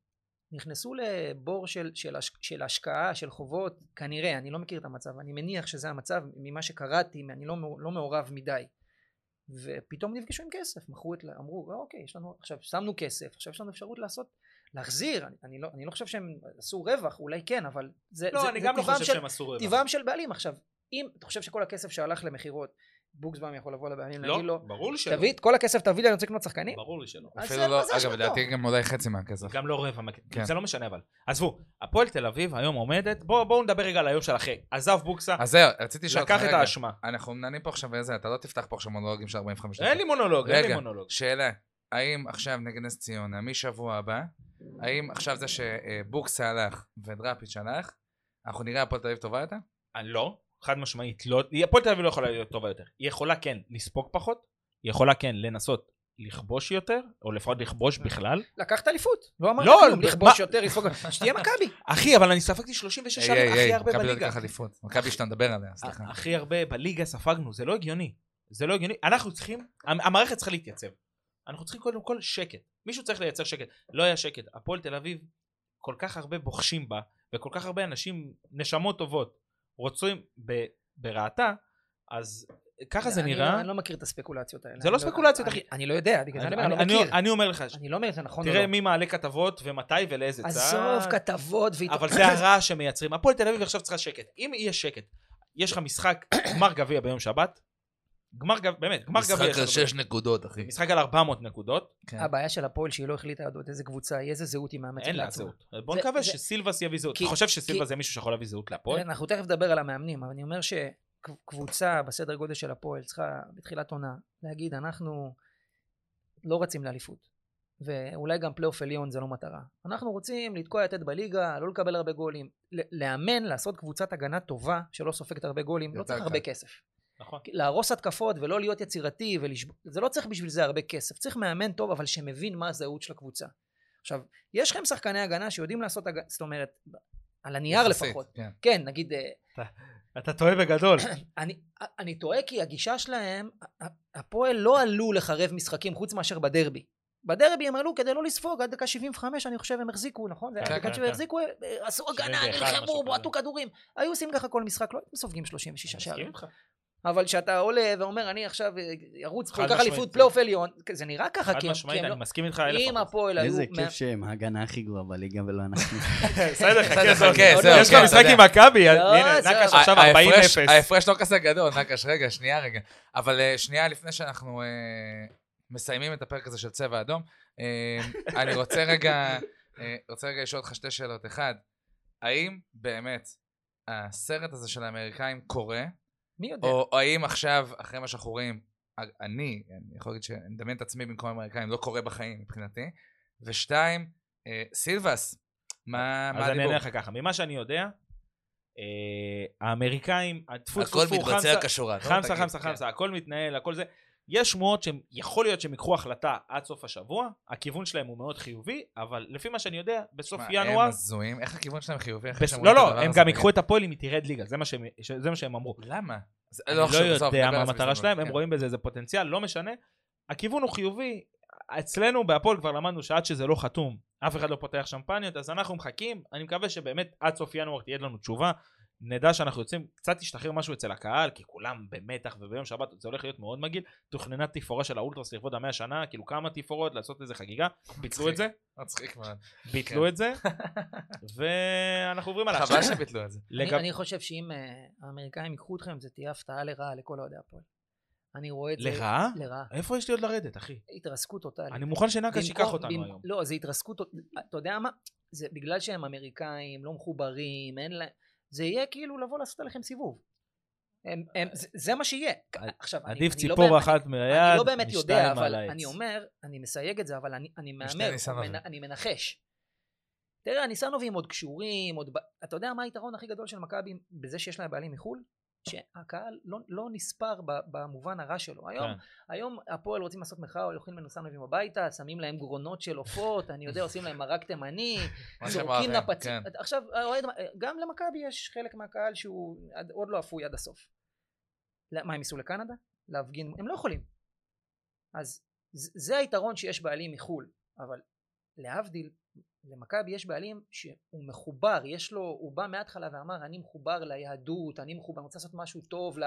Speaker 4: נכנסו לבור של, של, הש, של השקעה, של חובות, כנראה, אני לא מכיר את המצב, אני מניח שזה המצב ממה שקראתי, אני לא, מעו- לא מעורב מדי. ופתאום נפגשו עם כסף, מכרו את, ל- אמרו, "אה, אוקיי, יש לנו, עכשיו שמנו כסף, עכשיו יש לנו אפשרות לעשות, להחזיר, אני, אני, לא, אני לא חושב שהם עשו רווח, אולי כן, אבל זה, זה,
Speaker 2: לא, אני
Speaker 4: זה
Speaker 2: גם לא
Speaker 4: טבעם
Speaker 2: חושב
Speaker 4: של-
Speaker 2: שהם עשו רווח.
Speaker 4: טבעם של בעלים. עכשיו, אם אתה חושב שכל הכסף שהלך למכירות, בוקסבאום יכול לבוא לבעלים,
Speaker 2: לא,
Speaker 4: להגיד לו,
Speaker 2: ברור לי שלא.
Speaker 4: תביא את כל הכסף, תביא לי, אני אה, רוצה לקנות שחקנים.
Speaker 2: ברור לי שלא.
Speaker 4: אז
Speaker 1: אפילו
Speaker 4: זה-
Speaker 1: לא,
Speaker 4: מה זה
Speaker 1: אגב,
Speaker 4: אשמתו?
Speaker 1: לדעתי גם אולי חצי מהכסף.
Speaker 2: גם לא רבע,
Speaker 1: כן.
Speaker 2: זה לא משנה אבל. עזבו, הפועל תל אביב היום עומדת, בואו בואו נדבר רגע על היום של אחרי. עזב
Speaker 4: אה,
Speaker 2: בוקסה,
Speaker 1: אז זהו, רציתי לשאול אותך,
Speaker 2: לקח את
Speaker 1: רגע,
Speaker 2: האשמה.
Speaker 1: אנחנו מנהלים פה עכשיו איזה, אתה לא תפתח פה עכשיו מונולוגים של 45 דקות.
Speaker 2: אין לי מונולוג, אין לי
Speaker 1: רגע,
Speaker 2: מונולוג.
Speaker 1: שאלה, האם עכשיו נגד נס ציונה, משבוע הבא, האם עכשיו זה שבוקסה הלך ודראפיץ' הלך, אנחנו נראה הפועל תל אביב טובה יותר?
Speaker 2: אה, לא, חד משמעית, לא, היא- הפועל תל אביב לא יכולה להיות טובה יותר. היא יכולה כן לספוג פחות, היא יכולה כן לנסות לכבוש יותר, או לפחות לכבוש
Speaker 4: אה.
Speaker 2: בכלל.
Speaker 4: לקחת אליפות, לא אמרת
Speaker 2: לא,
Speaker 4: כלום,
Speaker 2: מה-
Speaker 4: לכבוש יותר, לספוג, שתהיה מכבי.
Speaker 2: אחי, אבל אני ספגתי 36
Speaker 1: היי,
Speaker 2: שערים
Speaker 1: היי,
Speaker 2: הכי
Speaker 1: היי,
Speaker 2: הרבה
Speaker 1: מכבי לא
Speaker 2: בליגה.
Speaker 1: תיקח אליפות. מכבי שאתה מדבר עליה, סליחה.
Speaker 2: ה- הכי הרבה בליגה ספגנו, זה לא הגיוני. זה לא הגיוני. אנחנו צריכים, המ- המערכת צריכה להתייצב. אנחנו צריכים קודם כל שקט. מישהו צריך לייצר שקט. לא היה שקט. הפועל תל אביב, כל כך הרבה בוחשים בה, וכל כך הרבה אנשים, נשמות טובות, רוצים ב- ברעתה, אז ככה זה
Speaker 4: אני לא-
Speaker 2: נראה.
Speaker 4: אני לא מכיר את הספקולציות האלה.
Speaker 2: זה לא
Speaker 4: אני
Speaker 2: ספקולציות,
Speaker 4: אני-
Speaker 2: אחי.
Speaker 4: אני לא יודע, בגלל זה אני
Speaker 2: אני-
Speaker 4: אומר, אני לא
Speaker 2: אני-
Speaker 4: מכיר.
Speaker 2: אני אומר לך,
Speaker 4: אני לא אומר אם זה נכון או לא.
Speaker 2: תראה מי מעלה כתבות ומתי ולאיזה צד.
Speaker 4: עזוב כתבות ועיתון-
Speaker 2: אבל זה הרעש שמייצרים. הפועל תל אביב עכשיו צריכה שקט. אם יהיה שקט, יש לך משחק, גמר גביע ביום שבת, גמר גביע, באמת, גמר גביע. יש
Speaker 1: משחק
Speaker 2: לך
Speaker 1: על שש נקודות, אחי.
Speaker 2: משחק על 400 נקודות,
Speaker 1: כן.
Speaker 4: הבעיה של הפועל שהיא לא החליטה עוד איזה קבוצה היא, איזה זהות היא מאמצת
Speaker 2: אין לה
Speaker 4: לעצמה.
Speaker 2: זהות. בוא
Speaker 4: זה-
Speaker 2: נקווה
Speaker 4: זה-
Speaker 2: שסילבס יביא זהות.
Speaker 4: כי-
Speaker 2: אתה חושב שסילבס
Speaker 4: כי-
Speaker 2: זה מישהו שיכול להביא זהות
Speaker 4: תראה,
Speaker 2: להפועל?
Speaker 4: כן, אנחנו תכף נדבר על המאמנים, אבל אני אומר שקבוצה בסדר גודל של הפועל צריכה בתחילת עונה להגיד, אנחנו לא רצים לאליפות, ואולי גם פלייאוף עליון זה לא מטרה. אנחנו רוצים לתקוע יתד בליגה, לא לקבל הרבה גולים, ל- לאמן, לעשות קבוצת הגנה טובה שלא סופגת הרבה גולים, לא
Speaker 1: יותר
Speaker 4: צריך
Speaker 1: קל.
Speaker 4: הרבה כסף.
Speaker 2: נכון.
Speaker 4: להרוס התקפות ולא להיות יצירתי ולשבור, זה לא צריך בשביל זה הרבה כסף, צריך מאמן טוב אבל שמבין מה הזהות של הקבוצה. עכשיו, יש לכם שחקני הגנה שיודעים לעשות, הג... זאת אומרת, על הנייר
Speaker 1: יחסית,
Speaker 4: לפחות,
Speaker 1: כן.
Speaker 4: כן, נגיד, אה,
Speaker 2: אתה טועה בגדול.
Speaker 4: אני, אני טועה כי הגישה שלהם, ה- ה- הפועל לא עלו לחרב משחקים חוץ מאשר בדרבי. בדרבי הם עלו כדי לא לספוג, עד דקה 75 אני חושב הם החזיקו, נכון? זה היה
Speaker 2: כן,
Speaker 4: דקה
Speaker 2: כן,
Speaker 4: שהם
Speaker 2: כן.
Speaker 4: החזיקו, אה, עשו הגנה,
Speaker 2: 71, משהו
Speaker 4: נלחמו,
Speaker 2: כזה.
Speaker 4: בועטו כדורים. היו עושים ככה כל משחק, לא הייתם סופגים 36
Speaker 2: מסכים
Speaker 4: שערים.
Speaker 2: איתך.
Speaker 4: אבל כשאתה עולה ואומר אני עכשיו אה, ארוץ
Speaker 2: חד
Speaker 4: כל כך
Speaker 2: משמעית,
Speaker 4: אליפות
Speaker 2: כן.
Speaker 4: פלייאוף עליון, זה נראה ככה,
Speaker 2: חד
Speaker 4: כי הם-
Speaker 2: משמעית,
Speaker 4: כי הם
Speaker 2: אני
Speaker 4: לא-
Speaker 2: מסכים איתך אלף
Speaker 4: אם
Speaker 2: אחוז.
Speaker 4: הפועל היו...
Speaker 3: איזה
Speaker 4: מה-
Speaker 3: כיף שהם ההגנה הכי גרועה בליגה ולא אנחנו.
Speaker 2: בסדר, חכה,
Speaker 1: בסדר,
Speaker 2: זהו.
Speaker 1: חכה, זהו,
Speaker 2: יש לך
Speaker 1: כן, אתה
Speaker 2: משחק
Speaker 1: יודע.
Speaker 2: עם מכבי, אז
Speaker 4: לא,
Speaker 2: הנה,
Speaker 4: זהו.
Speaker 2: נקש עכשיו
Speaker 1: ה-
Speaker 2: 40
Speaker 1: ההפרש-
Speaker 2: אפס.
Speaker 1: ההפרש לא כזה גדול, נקש, רגע, שנייה, רגע. אבל אה, שנייה לפני שאנחנו אה, מסיימים את הפרק הזה של צבע אדום, אה, אני רוצה רגע אה, רוצה רגע לשאול אותך שתי שאלות. אחד, האם באמת הסרט הזה של האמריקאים קורה,
Speaker 4: מי יודע?
Speaker 1: או או האם עכשיו, אחרי מה שאנחנו רואים, אני, אני יכול להגיד שאני מדמיין את עצמי במקום האמריקאים, לא קורה בחיים מבחינתי. ושתיים, אה, סילבס, מה מה
Speaker 2: אז אני
Speaker 1: הדיבור?
Speaker 2: אענה לך ככה, ממה שאני יודע, אה, האמריקאים, הטפו
Speaker 1: הכל
Speaker 2: טפו טפו,
Speaker 1: מתבצע
Speaker 2: חמסה,
Speaker 1: כשורה. לא?
Speaker 2: חמסה,
Speaker 1: תגיד,
Speaker 2: חמסה,
Speaker 1: כן.
Speaker 2: חמסה, הכל מתנהל, הכל זה. יש שמועות שהם, יכול להיות שהם ייקחו החלטה עד סוף השבוע, הכיוון שלהם הוא מאוד חיובי, אבל לפי מה שאני יודע, בסוף
Speaker 1: מה, הם
Speaker 2: ינואר...
Speaker 1: הזויים, איך הכיוון שלהם חיובי? איך
Speaker 2: בס...
Speaker 1: שהם
Speaker 2: לא,
Speaker 1: רואים את
Speaker 2: לא,
Speaker 1: הדבר
Speaker 2: הם
Speaker 1: הזה?
Speaker 2: גם ייקחו את הפועל אם היא תרד ליגה, זה מה שהם, ש- זה מה שהם אמרו.
Speaker 1: למה? זה-
Speaker 2: אני לא
Speaker 1: עכשיו, עזוב,
Speaker 2: יודע
Speaker 1: נדבר
Speaker 2: מה
Speaker 1: על זה
Speaker 2: המטרה
Speaker 1: בהזדמנות,
Speaker 2: שלהם, הם
Speaker 1: כן.
Speaker 2: רואים בזה איזה פוטנציאל, לא משנה. הכיוון הוא חיובי, אצלנו בהפועל כבר למדנו שעד שזה לא חתום, אף אחד לא פותח שמפניות, אז אנחנו מחכים, אני מקווה שבאמת עד סוף ינואר תהיה לנו תשובה, נדע שאנחנו יוצאים, קצת ישתחרר משהו אצל הקהל, כי כולם במתח, וביום שבת זה הולך להיות מאוד מגעיל, תוכננה תפאורה של האולטרס לכבוד המאה שנה, כאילו כמה תפאורות, לעשות איזה חגיגה,
Speaker 4: כן.
Speaker 2: ביטלו את זה,
Speaker 1: מצחיק מאוד.
Speaker 2: ביטלו את זה, ואנחנו עוברים על
Speaker 1: חבל שביטלו את זה.
Speaker 4: אני- אני חושב שאם אה, האמריקאים ייקחו אתכם זה תהיה הפתעה לרעה לכל אוהדי הפועל. אני רואה את זה...
Speaker 2: לרעה?
Speaker 4: לרעה.
Speaker 2: איפה יש לי עוד לרדת, אחי?
Speaker 4: התרסקות טוטאלית.
Speaker 2: אני מוכן שנקש
Speaker 4: במקום-
Speaker 2: ייקח אותנו
Speaker 4: במק-
Speaker 2: היום.
Speaker 4: לא, זה התרסקות, אתה יודע מה? זה בגלל שהם אמריקאים, לא מחוברים, אין להם... זה יהיה כאילו לבוא לעשות עליכם סיבוב. הם- הם- זה- זה מה שיהיה. עכשיו, אני-
Speaker 2: עדיף
Speaker 4: אני לא
Speaker 2: ציפור
Speaker 4: באמת-
Speaker 2: אחת מהיד,
Speaker 4: אני לא באמת
Speaker 2: משתיים
Speaker 4: יודע, אבל
Speaker 2: על העץ.
Speaker 4: אני אומר, אני מסייג את זה, אבל אני, אני
Speaker 1: משתי
Speaker 4: מהמר,
Speaker 1: ניסנובים.
Speaker 4: מנ- אני מנחש. תראה, הניסנובים עוד קשורים, עוד... ב- אתה יודע מה היתרון הכי גדול של מכבי בזה שיש להם בעלים מחו"ל? שהקהל לא, לא נספר ב- במובן הרע שלו. היום,
Speaker 2: כן.
Speaker 4: היום הפועל רוצים לעשות מחאה, הולכים לניסנובים הביתה, שמים להם גרונות של עופות, אני יודע, עושים להם מרק תימני,
Speaker 1: מה שהם אוהבים,
Speaker 4: זורקים לפצים.
Speaker 1: כן.
Speaker 4: עכשיו, האוהד- גם למכבי יש חלק מהקהל שהוא עד- עוד לא אפוי עד הסוף. לא- מה, הם ייסעו לקנדה? להפגין? הם לא יכולים. אז ז- זה היתרון שיש בעלים מחו"ל, אבל להבדיל, למכבי יש בעלים שהוא מחובר, יש לו, הוא בא מההתחלה ואמר אני מחובר ליהדות, אני מחובר, אני רוצה לעשות משהו טוב, ל,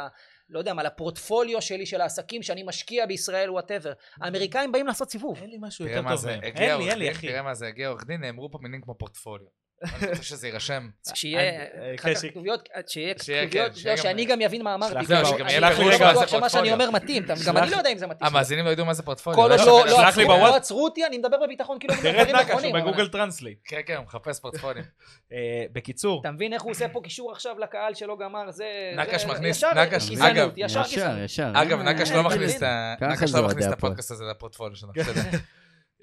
Speaker 4: לא יודע מה, לפורטפוליו שלי של העסקים שאני משקיע בישראל,
Speaker 1: אוקיי.
Speaker 4: וואטאבר. האמריקאים באים לעשות סיבוב.
Speaker 2: אין לי משהו
Speaker 1: תראה
Speaker 2: יותר
Speaker 1: מה
Speaker 2: טוב
Speaker 1: זה,
Speaker 2: מהם.
Speaker 1: הגיע
Speaker 2: אין לי,
Speaker 1: עורך
Speaker 2: אין לי,
Speaker 1: דין,
Speaker 2: אחי.
Speaker 1: תראה מה זה, הגיע עורך דין, נאמרו פה מילים כמו פורטפוליו. אני רוצה שזה יירשם.
Speaker 4: אז שיהיה
Speaker 2: אה,
Speaker 4: אחר כך
Speaker 2: קשיק.
Speaker 4: כתוביות, שיהיה
Speaker 1: שיהיה, כן,
Speaker 4: כתוביות,
Speaker 1: שיהיה
Speaker 4: לא,
Speaker 1: גם-
Speaker 4: שאני גם אבין מה אמרתי.
Speaker 2: שלח
Speaker 1: לי
Speaker 4: כי
Speaker 1: ב- שגם
Speaker 4: אני- אני
Speaker 1: יהיה לך
Speaker 4: לא
Speaker 2: רגע
Speaker 4: בטוח
Speaker 2: מה
Speaker 1: זה
Speaker 4: שמה שאני
Speaker 1: פורטפוליו.
Speaker 4: אומר מתאים, אתה- גם
Speaker 2: שלח-
Speaker 4: אני לא יודע אם זה מתאים.
Speaker 1: המאזינים לא ידעו מה זה פורטפוליו.
Speaker 4: כל עוד
Speaker 1: לא
Speaker 4: לא-
Speaker 1: שווה
Speaker 4: לא
Speaker 2: שלח
Speaker 1: לעשות
Speaker 2: לי
Speaker 4: עצרו-
Speaker 2: בוואטס.
Speaker 4: לא עצרו אותי, אני מדבר בביטחון, כאילו אני אומר
Speaker 2: תראה את
Speaker 4: דברים
Speaker 2: נקש,
Speaker 4: נכונים.
Speaker 2: הוא
Speaker 4: אבל
Speaker 2: בגוגל טרנסלייט.
Speaker 1: כן, כן, הוא מחפש פורטפוליו.
Speaker 2: אה, בקיצור,
Speaker 4: אתה מבין איך הוא עושה פה קישור עכשיו לקהל שלא גמר, זה...
Speaker 1: נקש
Speaker 4: זה-
Speaker 1: מכניס,
Speaker 4: ישר
Speaker 1: נקש,
Speaker 4: גזענות,
Speaker 1: אגב,
Speaker 4: ישר
Speaker 3: ישר,
Speaker 4: גזענות.
Speaker 3: ישר.
Speaker 1: אגב,
Speaker 3: אה,
Speaker 1: נקש
Speaker 4: אה,
Speaker 1: לא מכניס את ה-
Speaker 3: ככה
Speaker 1: נקש
Speaker 3: זה
Speaker 1: לא מכניס
Speaker 3: אוהדי
Speaker 1: את
Speaker 3: הפועל.
Speaker 1: הפודקאסט הזה לפורטפוליו שלו. בסדר.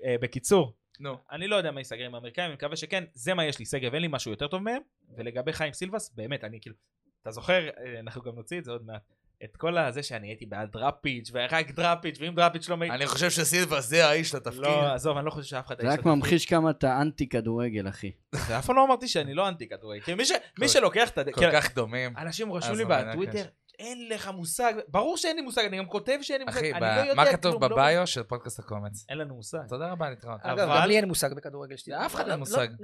Speaker 2: אה, בקיצור,
Speaker 1: נו.
Speaker 2: אני לא יודע מה ייסגר עם האמריקאים, אני מקווה שכן, זה מה יש לי, שגב, אין לי משהו יותר טוב מהם, ולגבי חיים סילבס, באמת, אני כאילו, אתה זוכר, אה, אנחנו גם נוציא את זה עוד מעט, אה, את כל הזה שאני הייתי בעד דראפיץ', ורק דראפיץ', ואם דראפיץ' לא מ...
Speaker 1: אני חושב שסילבה זה האיש לתפקיד.
Speaker 2: לא, עזוב, אני לא חושב שאף אחד...
Speaker 3: זה רק ממחיש כמה אתה אנטי כדורגל, אחי.
Speaker 2: זה אף פעם לא אמרתי שאני לא אנטי כדורגל. כי מי ש- מי
Speaker 1: כל-
Speaker 2: שלוקח את... הד-
Speaker 1: כל
Speaker 2: כן,
Speaker 1: כך דומים.
Speaker 2: אנשים רשום
Speaker 1: אז
Speaker 2: לי
Speaker 1: הוא מנקש.
Speaker 2: בטוויטר, אין לך מושג, ברור שאין לי מושג, אני גם כותב שאין לי מושג,
Speaker 1: אחי,
Speaker 2: אני
Speaker 1: ב-
Speaker 2: לא יודע
Speaker 1: מה כתוב
Speaker 2: כלום, לא-
Speaker 1: בביו של פודקאסט הקומץ?
Speaker 2: אין לנו מושג.
Speaker 1: תודה רבה, להתראות.
Speaker 4: אגב,
Speaker 2: אבל-
Speaker 4: גם לי אין מושג בכדורגל לא, שלי.
Speaker 1: לאף אחד אין מושג. עזוב אותך.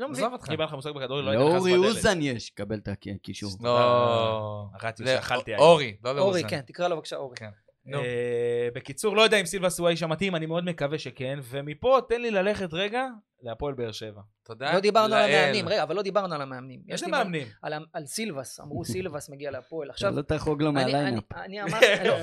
Speaker 2: אם אין לך מושג בכדורגל, לא היית
Speaker 3: לאורי
Speaker 2: נכנס בדלת.
Speaker 3: אוזן יש, קבל את הקישור.
Speaker 1: לא.
Speaker 2: אכלתי,
Speaker 1: זה-
Speaker 2: אכלתי אה, היום.
Speaker 1: אורי, לא לאוזן.
Speaker 4: אורי, כן, תקרא לו בבקשה אורי.
Speaker 1: כן. נו.
Speaker 2: אה, בקיצור, לא יודע אם סילבס הוא האיש המתאים, אני מאוד מקווה שכן, ומפה תן לי ללכת רגע להפועל באר שבע.
Speaker 1: תודה.
Speaker 4: לא דיברנו על
Speaker 1: לאל.
Speaker 4: המאמנים, רגע, אבל לא דיברנו על המאמנים. יש
Speaker 2: איזה
Speaker 4: לי
Speaker 2: מאמנים?
Speaker 4: על, ה- על סילבס, אמרו סילבס מגיע להפועל.
Speaker 3: עכשיו...
Speaker 4: עכשיו,
Speaker 3: לא תחרוג לו
Speaker 4: אני, אני,
Speaker 3: מהליינאפ.
Speaker 4: אני אמרתי, לא,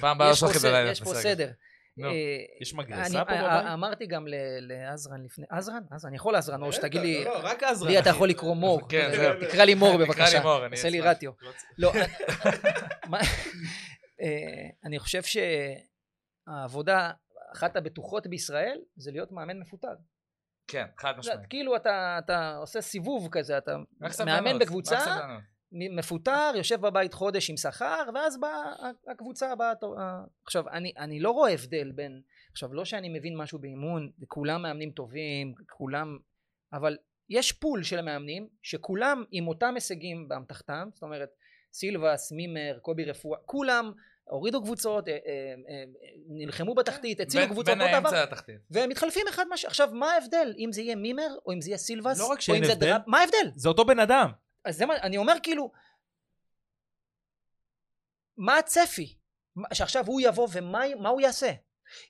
Speaker 1: פעם הבאה לא
Speaker 4: יש פה
Speaker 1: שלחתי
Speaker 4: סדר,
Speaker 1: בלילה.
Speaker 4: יש פה
Speaker 1: בסדר.
Speaker 4: סדר.
Speaker 1: נו.
Speaker 4: אה,
Speaker 2: יש
Speaker 4: אני
Speaker 2: מגרסה פה
Speaker 4: אה,
Speaker 2: בבית?
Speaker 4: אמרתי גם ל- לעזרן לפני, עזרן? אז אני יכול לעזרן, או שתגיד לי,
Speaker 2: לא, לא, רק עזרן.
Speaker 4: לי אתה יכול לקרוא מור,
Speaker 1: כן, זהו.
Speaker 4: תקרא לי מור
Speaker 1: תקרא לי
Speaker 4: בבקשה,
Speaker 1: מור, אני
Speaker 4: עושה לי
Speaker 1: אשמח.
Speaker 4: רטיו. לא, מה- אה, אני חושב שהעבודה, אחת הבטוחות בישראל, זה להיות מאמן מפוטר.
Speaker 1: כן, חד
Speaker 4: אתה יודע,
Speaker 1: משמעית.
Speaker 4: כאילו אתה, אתה עושה סיבוב כזה, אתה
Speaker 1: רק סבלנות,
Speaker 4: מאמן
Speaker 1: רק
Speaker 4: בקבוצה,
Speaker 1: סבלנות.
Speaker 4: מ- מפוטר, יושב בבית חודש עם שכר, ואז באה ה- הקבוצה הבאה. טוב, אה, עכשיו, אני, אני לא רואה הבדל בין... עכשיו, לא שאני מבין משהו באימון, כולם מאמנים טובים, כולם... אבל יש פול של המאמנים, שכולם עם אותם הישגים באמתחתם, זאת אומרת, סילבס, מימר, קובי רפואה, כולם הורידו קבוצות, אה, אה, אה, נלחמו בתחתית, הצילו
Speaker 1: בין-
Speaker 4: קבוצות,
Speaker 1: בין
Speaker 4: אותו דבר.
Speaker 1: האמצע לתחתית.
Speaker 4: והם מתחלפים אחד מה ש... עכשיו, מה ההבדל? אם זה יהיה מימר, או אם זה יהיה סילבס,
Speaker 2: לא רק
Speaker 4: או
Speaker 2: שאין
Speaker 4: אם זה
Speaker 2: הבדל.
Speaker 4: דראפ... מה ההבדל?
Speaker 2: זה אותו בן אדם.
Speaker 4: אז זה מה, אני אומר כאילו, מה הצפי? מה- שעכשיו הוא יבוא ומה מה הוא יעשה?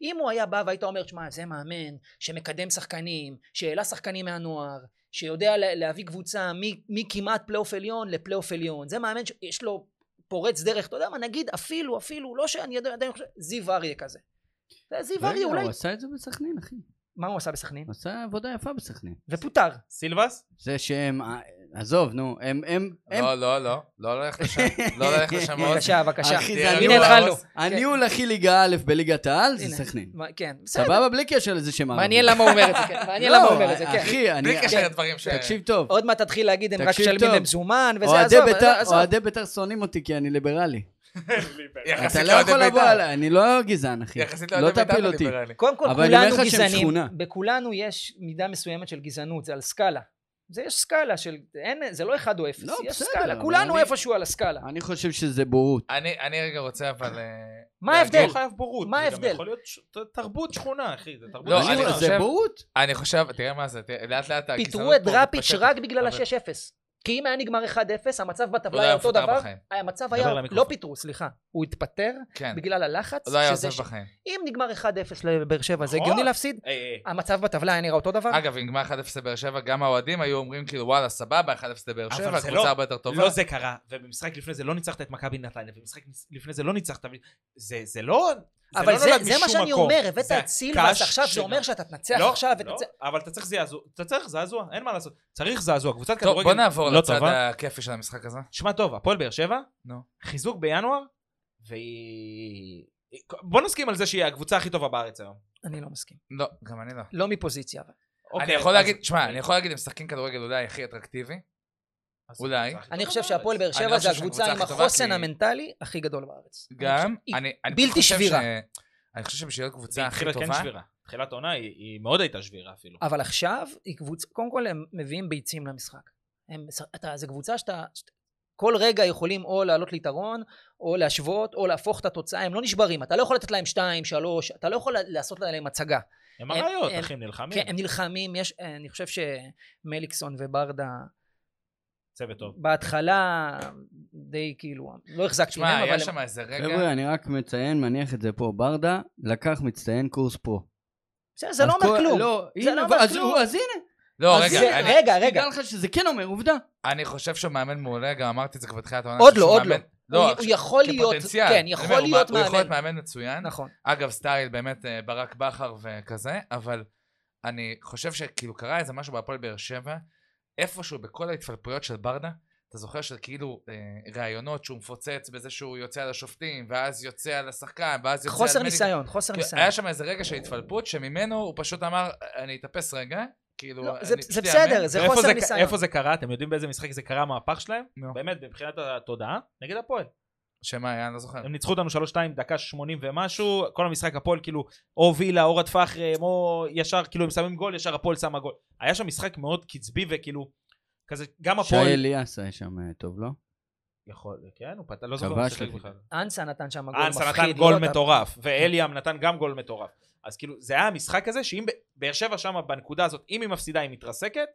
Speaker 4: אם הוא היה בא והיית אומר, שמע, זה מאמן שמקדם שחקנים, שהעלה שחקנים מהנוער, שיודע לה- להביא קבוצה מ- מכמעט פלייאוף עליון לפלייאוף עליון, זה מאמן שיש לו פורץ דרך, אתה יודע מה, נגיד אפילו, אפילו, לא שאני יודע- עדיין חושב, זיו אריה כזה. זה זיו אריה
Speaker 3: רגע,
Speaker 4: אולי,
Speaker 3: הוא עשה את זה בסכנין, אחי.
Speaker 4: מה הוא עשה בסכנין?
Speaker 3: הוא עשה עבודה יפה בסכנין.
Speaker 4: ופוטר.
Speaker 2: סילבס?
Speaker 3: זה שהם... אה, עזוב, נו, הם... הם... הם-
Speaker 1: לא, לא, לא. לא הולך לשם. לא הולך לשם עוד.
Speaker 4: בבקשה, בבקשה.
Speaker 3: אחי,
Speaker 1: תהיה
Speaker 3: זה
Speaker 1: לנו
Speaker 3: הניהול.
Speaker 4: הנה התחלנו.
Speaker 1: בראש.
Speaker 3: הניהול הכי ליגה א' בליגת העל
Speaker 4: כן. הנה.
Speaker 3: זה סכנין.
Speaker 4: מה- כן, בסדר.
Speaker 3: סבבה? בלי קשר לזה שהם ערבים.
Speaker 4: מעניין למה הוא אומר את זה, כן. מעניין למה הוא אומר את זה,
Speaker 3: לא,
Speaker 4: כן.
Speaker 3: אחי, אני...
Speaker 1: בלי קשר לדברים ש...
Speaker 3: תקשיב טוב.
Speaker 4: עוד מעט תתחיל להגיד הם רק
Speaker 3: תקשיב
Speaker 4: משלמים
Speaker 3: טוב.
Speaker 4: במזומן וזה
Speaker 3: אוהדי
Speaker 4: עזוב,
Speaker 3: בית"ר-
Speaker 4: עזוב.
Speaker 3: אוהדי בית"ר שונאים אותי כי אני ליברלי.
Speaker 1: יחסית
Speaker 3: אתה לא
Speaker 1: לאוהדי
Speaker 3: יכול לבוא
Speaker 1: בית"ר.
Speaker 3: עליי, אני לא גזען, אחי.
Speaker 1: יחסית
Speaker 3: לא
Speaker 1: לאוהדי בית"ר
Speaker 3: תפיל
Speaker 1: אתה
Speaker 3: אותי.
Speaker 1: ליברלי.
Speaker 4: קודם כל
Speaker 3: אבל אני אומר
Speaker 4: כולנו
Speaker 3: לך שהם
Speaker 4: גזענים,
Speaker 3: שכונה.
Speaker 4: בכולנו יש מידה מסוימת של גזענות, זה על סקאלה. זה יש סקאלה של, אין, זה לא אחד או אפס,
Speaker 3: לא,
Speaker 4: יש
Speaker 3: בסדר, אבל
Speaker 4: סקאלה, כולנו
Speaker 3: אני-
Speaker 4: איפשהו על הסקאלה.
Speaker 3: אני חושב שזה בורות.
Speaker 1: אני אני רגע רוצה אבל... אה,
Speaker 4: מה
Speaker 1: להגיד-
Speaker 4: ההבדל?
Speaker 2: לא חייב בורות.
Speaker 4: מה
Speaker 2: זה גם
Speaker 4: ההבדל?
Speaker 2: יכול להיות ש- ת- תרבות שכונה, אחי. זה תרבות
Speaker 1: לא,
Speaker 3: אני-
Speaker 1: אני
Speaker 2: שכונה. אה,
Speaker 1: חושב-
Speaker 3: זה בורות?
Speaker 1: אני חושב, תראה מה זה, תראה, לאט לאט הגזענות
Speaker 4: פיטרו את
Speaker 1: פה
Speaker 4: דראפיץ'
Speaker 1: מתפשטת.
Speaker 4: רק בגלל
Speaker 1: אבל-
Speaker 4: ה-6-0. כי אם היה נגמר 1-0, המצב בטבלה
Speaker 1: הוא לא
Speaker 4: היה
Speaker 1: היה
Speaker 4: אותו
Speaker 1: מפוטר
Speaker 4: דבר.
Speaker 1: בחיים.
Speaker 4: המצב
Speaker 2: דבר
Speaker 4: היה, לא
Speaker 2: למיקרופון.
Speaker 4: פיטרו, סליחה. הוא התפטר
Speaker 1: כן,
Speaker 4: בגלל הלחץ.
Speaker 1: הוא לא היה
Speaker 4: שזה
Speaker 1: עוזב
Speaker 4: ש-
Speaker 1: בחיים.
Speaker 4: אם נגמר 1-0 לבאר שבע, זה
Speaker 2: נכון.
Speaker 4: הגיוני להפסיד?
Speaker 2: היי, היי,
Speaker 4: המצב בטבלה היה נראה אותו דבר?
Speaker 1: אגב, אם נגמר 1-0 לבאר שבע, גם האוהדים היו אומרים כאילו, וואלה, סבבה, 1-0 לבאר
Speaker 2: אבל
Speaker 1: שבע,
Speaker 2: זה
Speaker 1: הקבוצה
Speaker 2: לא-
Speaker 1: הרבה יותר טובה.
Speaker 2: לא זה קרה, ובמשחק לפני זה לא ניצחת את מכבי נתניה, ובמשחק לפני זה לא ניצחת, זה, זה לא... זה
Speaker 4: אבל
Speaker 2: לא
Speaker 4: זה,
Speaker 2: נולד
Speaker 4: זה מה
Speaker 2: משום
Speaker 4: שאני
Speaker 2: מקום.
Speaker 4: אומר, הבאת
Speaker 2: זה
Speaker 4: את סילבס,
Speaker 2: הקש
Speaker 4: עכשיו זה
Speaker 2: שלו.
Speaker 4: אומר שאתה תנצח
Speaker 2: לא,
Speaker 4: עכשיו,
Speaker 2: לא,
Speaker 4: ותצא...
Speaker 2: אבל אתה צריך זעזוע, אתה צריך זעזוע, אין מה לעשות. צריך זעזוע, קבוצת
Speaker 1: טוב,
Speaker 2: כדורגל
Speaker 1: בוא נעבור
Speaker 2: לא
Speaker 1: לצד
Speaker 2: טובה.
Speaker 1: הכיפי של המשחק הזה.
Speaker 2: שמע טוב, הפועל באר שבע,
Speaker 1: נו.
Speaker 2: חיזוק בינואר, והיא... בוא נסכים על זה שהיא הקבוצה הכי טובה בארץ היום.
Speaker 4: אני לא מסכים.
Speaker 1: לא, גם אני לא.
Speaker 4: לא מפוזיציה. אבל.
Speaker 1: אני
Speaker 2: אוקיי,
Speaker 1: יכול
Speaker 2: אז-
Speaker 1: להגיד, שמע, אני יכול להגיד, הם משחקים כדורגל אולי הכי אטרקטיבי.
Speaker 2: אז
Speaker 1: אולי.
Speaker 2: הקבוצה הכי
Speaker 4: אני
Speaker 2: טובה
Speaker 4: חושב
Speaker 2: בארץ.
Speaker 4: שהפועל באר
Speaker 1: אני
Speaker 4: שבע
Speaker 1: לא
Speaker 4: זה
Speaker 1: חושב שהקבוצה
Speaker 4: הקבוצה עם
Speaker 1: הכי טובה,
Speaker 4: החוסן
Speaker 1: כי-
Speaker 4: המנטלי הכי גדול בארץ.
Speaker 1: גם,
Speaker 4: אני חושב-
Speaker 1: אני... אני
Speaker 4: בלתי
Speaker 1: חושב
Speaker 4: שבירה.
Speaker 1: ש- אני חושב שבשביל להיות
Speaker 2: זה
Speaker 1: הקבוצה הכי
Speaker 2: התחילה כן
Speaker 1: טובה,
Speaker 2: שבירה. תחילת עונה היא- היא מאוד הייתה שבירה אפילו.
Speaker 4: אבל עכשיו, היא קבוצה... קודם כל הם מביאים ביצים למשחק. הם... אתה... זו קבוצה שאתה... שאתה- כל רגע יכולים או לעלות ליתרון, או להשוות, או להפוך את התוצאה, הם לא נשברים. אתה לא יכול לתת להם שתיים, שלוש, אתה לא יכול לעשות להם הצגה.
Speaker 2: הם אריות,
Speaker 4: הם-
Speaker 2: אחי, הם נלחמים.
Speaker 4: כן, הם נלחמים, יש... אני חושב שמליקסון וברדה...
Speaker 2: צוות טוב.
Speaker 4: בהתחלה די כאילו, לא החזקתי
Speaker 1: שמע,
Speaker 4: מהם, אבל
Speaker 1: היה
Speaker 4: הם-
Speaker 1: שם איזה רגע...
Speaker 3: חבר'ה, אני רק מציין, מניח את זה פה. ברדה לקח מצטיין קורס פרו.
Speaker 4: בסדר, זה לא
Speaker 3: אז
Speaker 4: אומר
Speaker 3: כל-
Speaker 4: כלום.
Speaker 3: לא,
Speaker 4: זה
Speaker 3: הנה,
Speaker 4: לא אומר
Speaker 3: אז
Speaker 4: כלום.
Speaker 3: הוא- אז הנה.
Speaker 1: לא,
Speaker 4: אז
Speaker 1: רגע,
Speaker 4: זה-
Speaker 1: אני-
Speaker 4: רגע, רגע.
Speaker 3: תדע לך שזה כן אומר, עובדה.
Speaker 1: אני חושב שהוא מאמן מעולה, גם אמרתי את זה כבר בתחילת העונה.
Speaker 4: עוד
Speaker 1: אני
Speaker 4: לא,
Speaker 1: חושב
Speaker 4: עוד
Speaker 1: שהוא מאמן-
Speaker 4: הוא
Speaker 1: לא,
Speaker 4: הוא יכול להיות,
Speaker 1: כפוטנציאל.
Speaker 4: כן,
Speaker 1: אני אומר,
Speaker 4: יכול
Speaker 1: הוא
Speaker 4: להיות
Speaker 1: מא- הוא יכול להיות
Speaker 4: מאמן.
Speaker 1: מאמן מצוין.
Speaker 4: נכון.
Speaker 1: אגב, סטייל באמת אה, ברק בכר וכזה, אבל אני חושב שכאילו קרה איזה משהו בהפועל באר שבע, איפשהו בכל ההתפלפויות של ברדה, אתה זוכר שכאילו אה, ראיונות שהוא מפוצץ בזה שהוא יוצא על השופטים, ואז יוצא על השחקן, ואז יוצא
Speaker 4: חוסר
Speaker 1: על מליקסון.
Speaker 4: ניסיון, חוסר
Speaker 1: כאילו,
Speaker 4: ניסיון.
Speaker 1: היה שם איזה רגע של התפלפות, שממנו הוא פשוט אמר, אני אתאפס רגע, כאילו,
Speaker 4: לא,
Speaker 1: אני
Speaker 4: זה-
Speaker 1: פשוט
Speaker 4: זה
Speaker 1: אאמן."
Speaker 4: בסדר, זה
Speaker 2: ואיפה
Speaker 4: חוסר
Speaker 2: זה-
Speaker 4: ניסיון.
Speaker 2: איפה זה קרה? אתם יודעים באיזה משחק זה קרה המהפך שלהם?
Speaker 1: נו.
Speaker 4: כן.
Speaker 2: באמת, מבחינת התודעה, נגד הפועל.
Speaker 1: שמה היה? אני לא זוכר.
Speaker 2: הם ניצחו אותנו 3-2 דקה 80 ומשהו, כל המשחק הפועל כאילו, או וילה, או רד פחרי, או ישר, כאילו הם שמים גול, ישר הפועל שמה גול. היה שם משחק מאוד קצבי וכאילו, כזה, גם
Speaker 3: שי
Speaker 2: הפועל...
Speaker 3: אליאס היה שם אה, טוב, לא?
Speaker 2: יכול, כן, הוא פתח, לא זוכר
Speaker 3: כבש
Speaker 2: מה שיחק
Speaker 3: לפי-
Speaker 2: בכלל.
Speaker 4: אנסה נתן שם גול מפחיד.
Speaker 2: אנסה נתן
Speaker 4: לא
Speaker 2: גול
Speaker 4: אתה-
Speaker 2: מטורף, ואליאם נתן גם גול מטורף. אז כאילו, זה היה המשחק הזה, שאם ב- באר שבע שמה בנקודה הזאת, אם היא מפסידה, היא מתרסקת.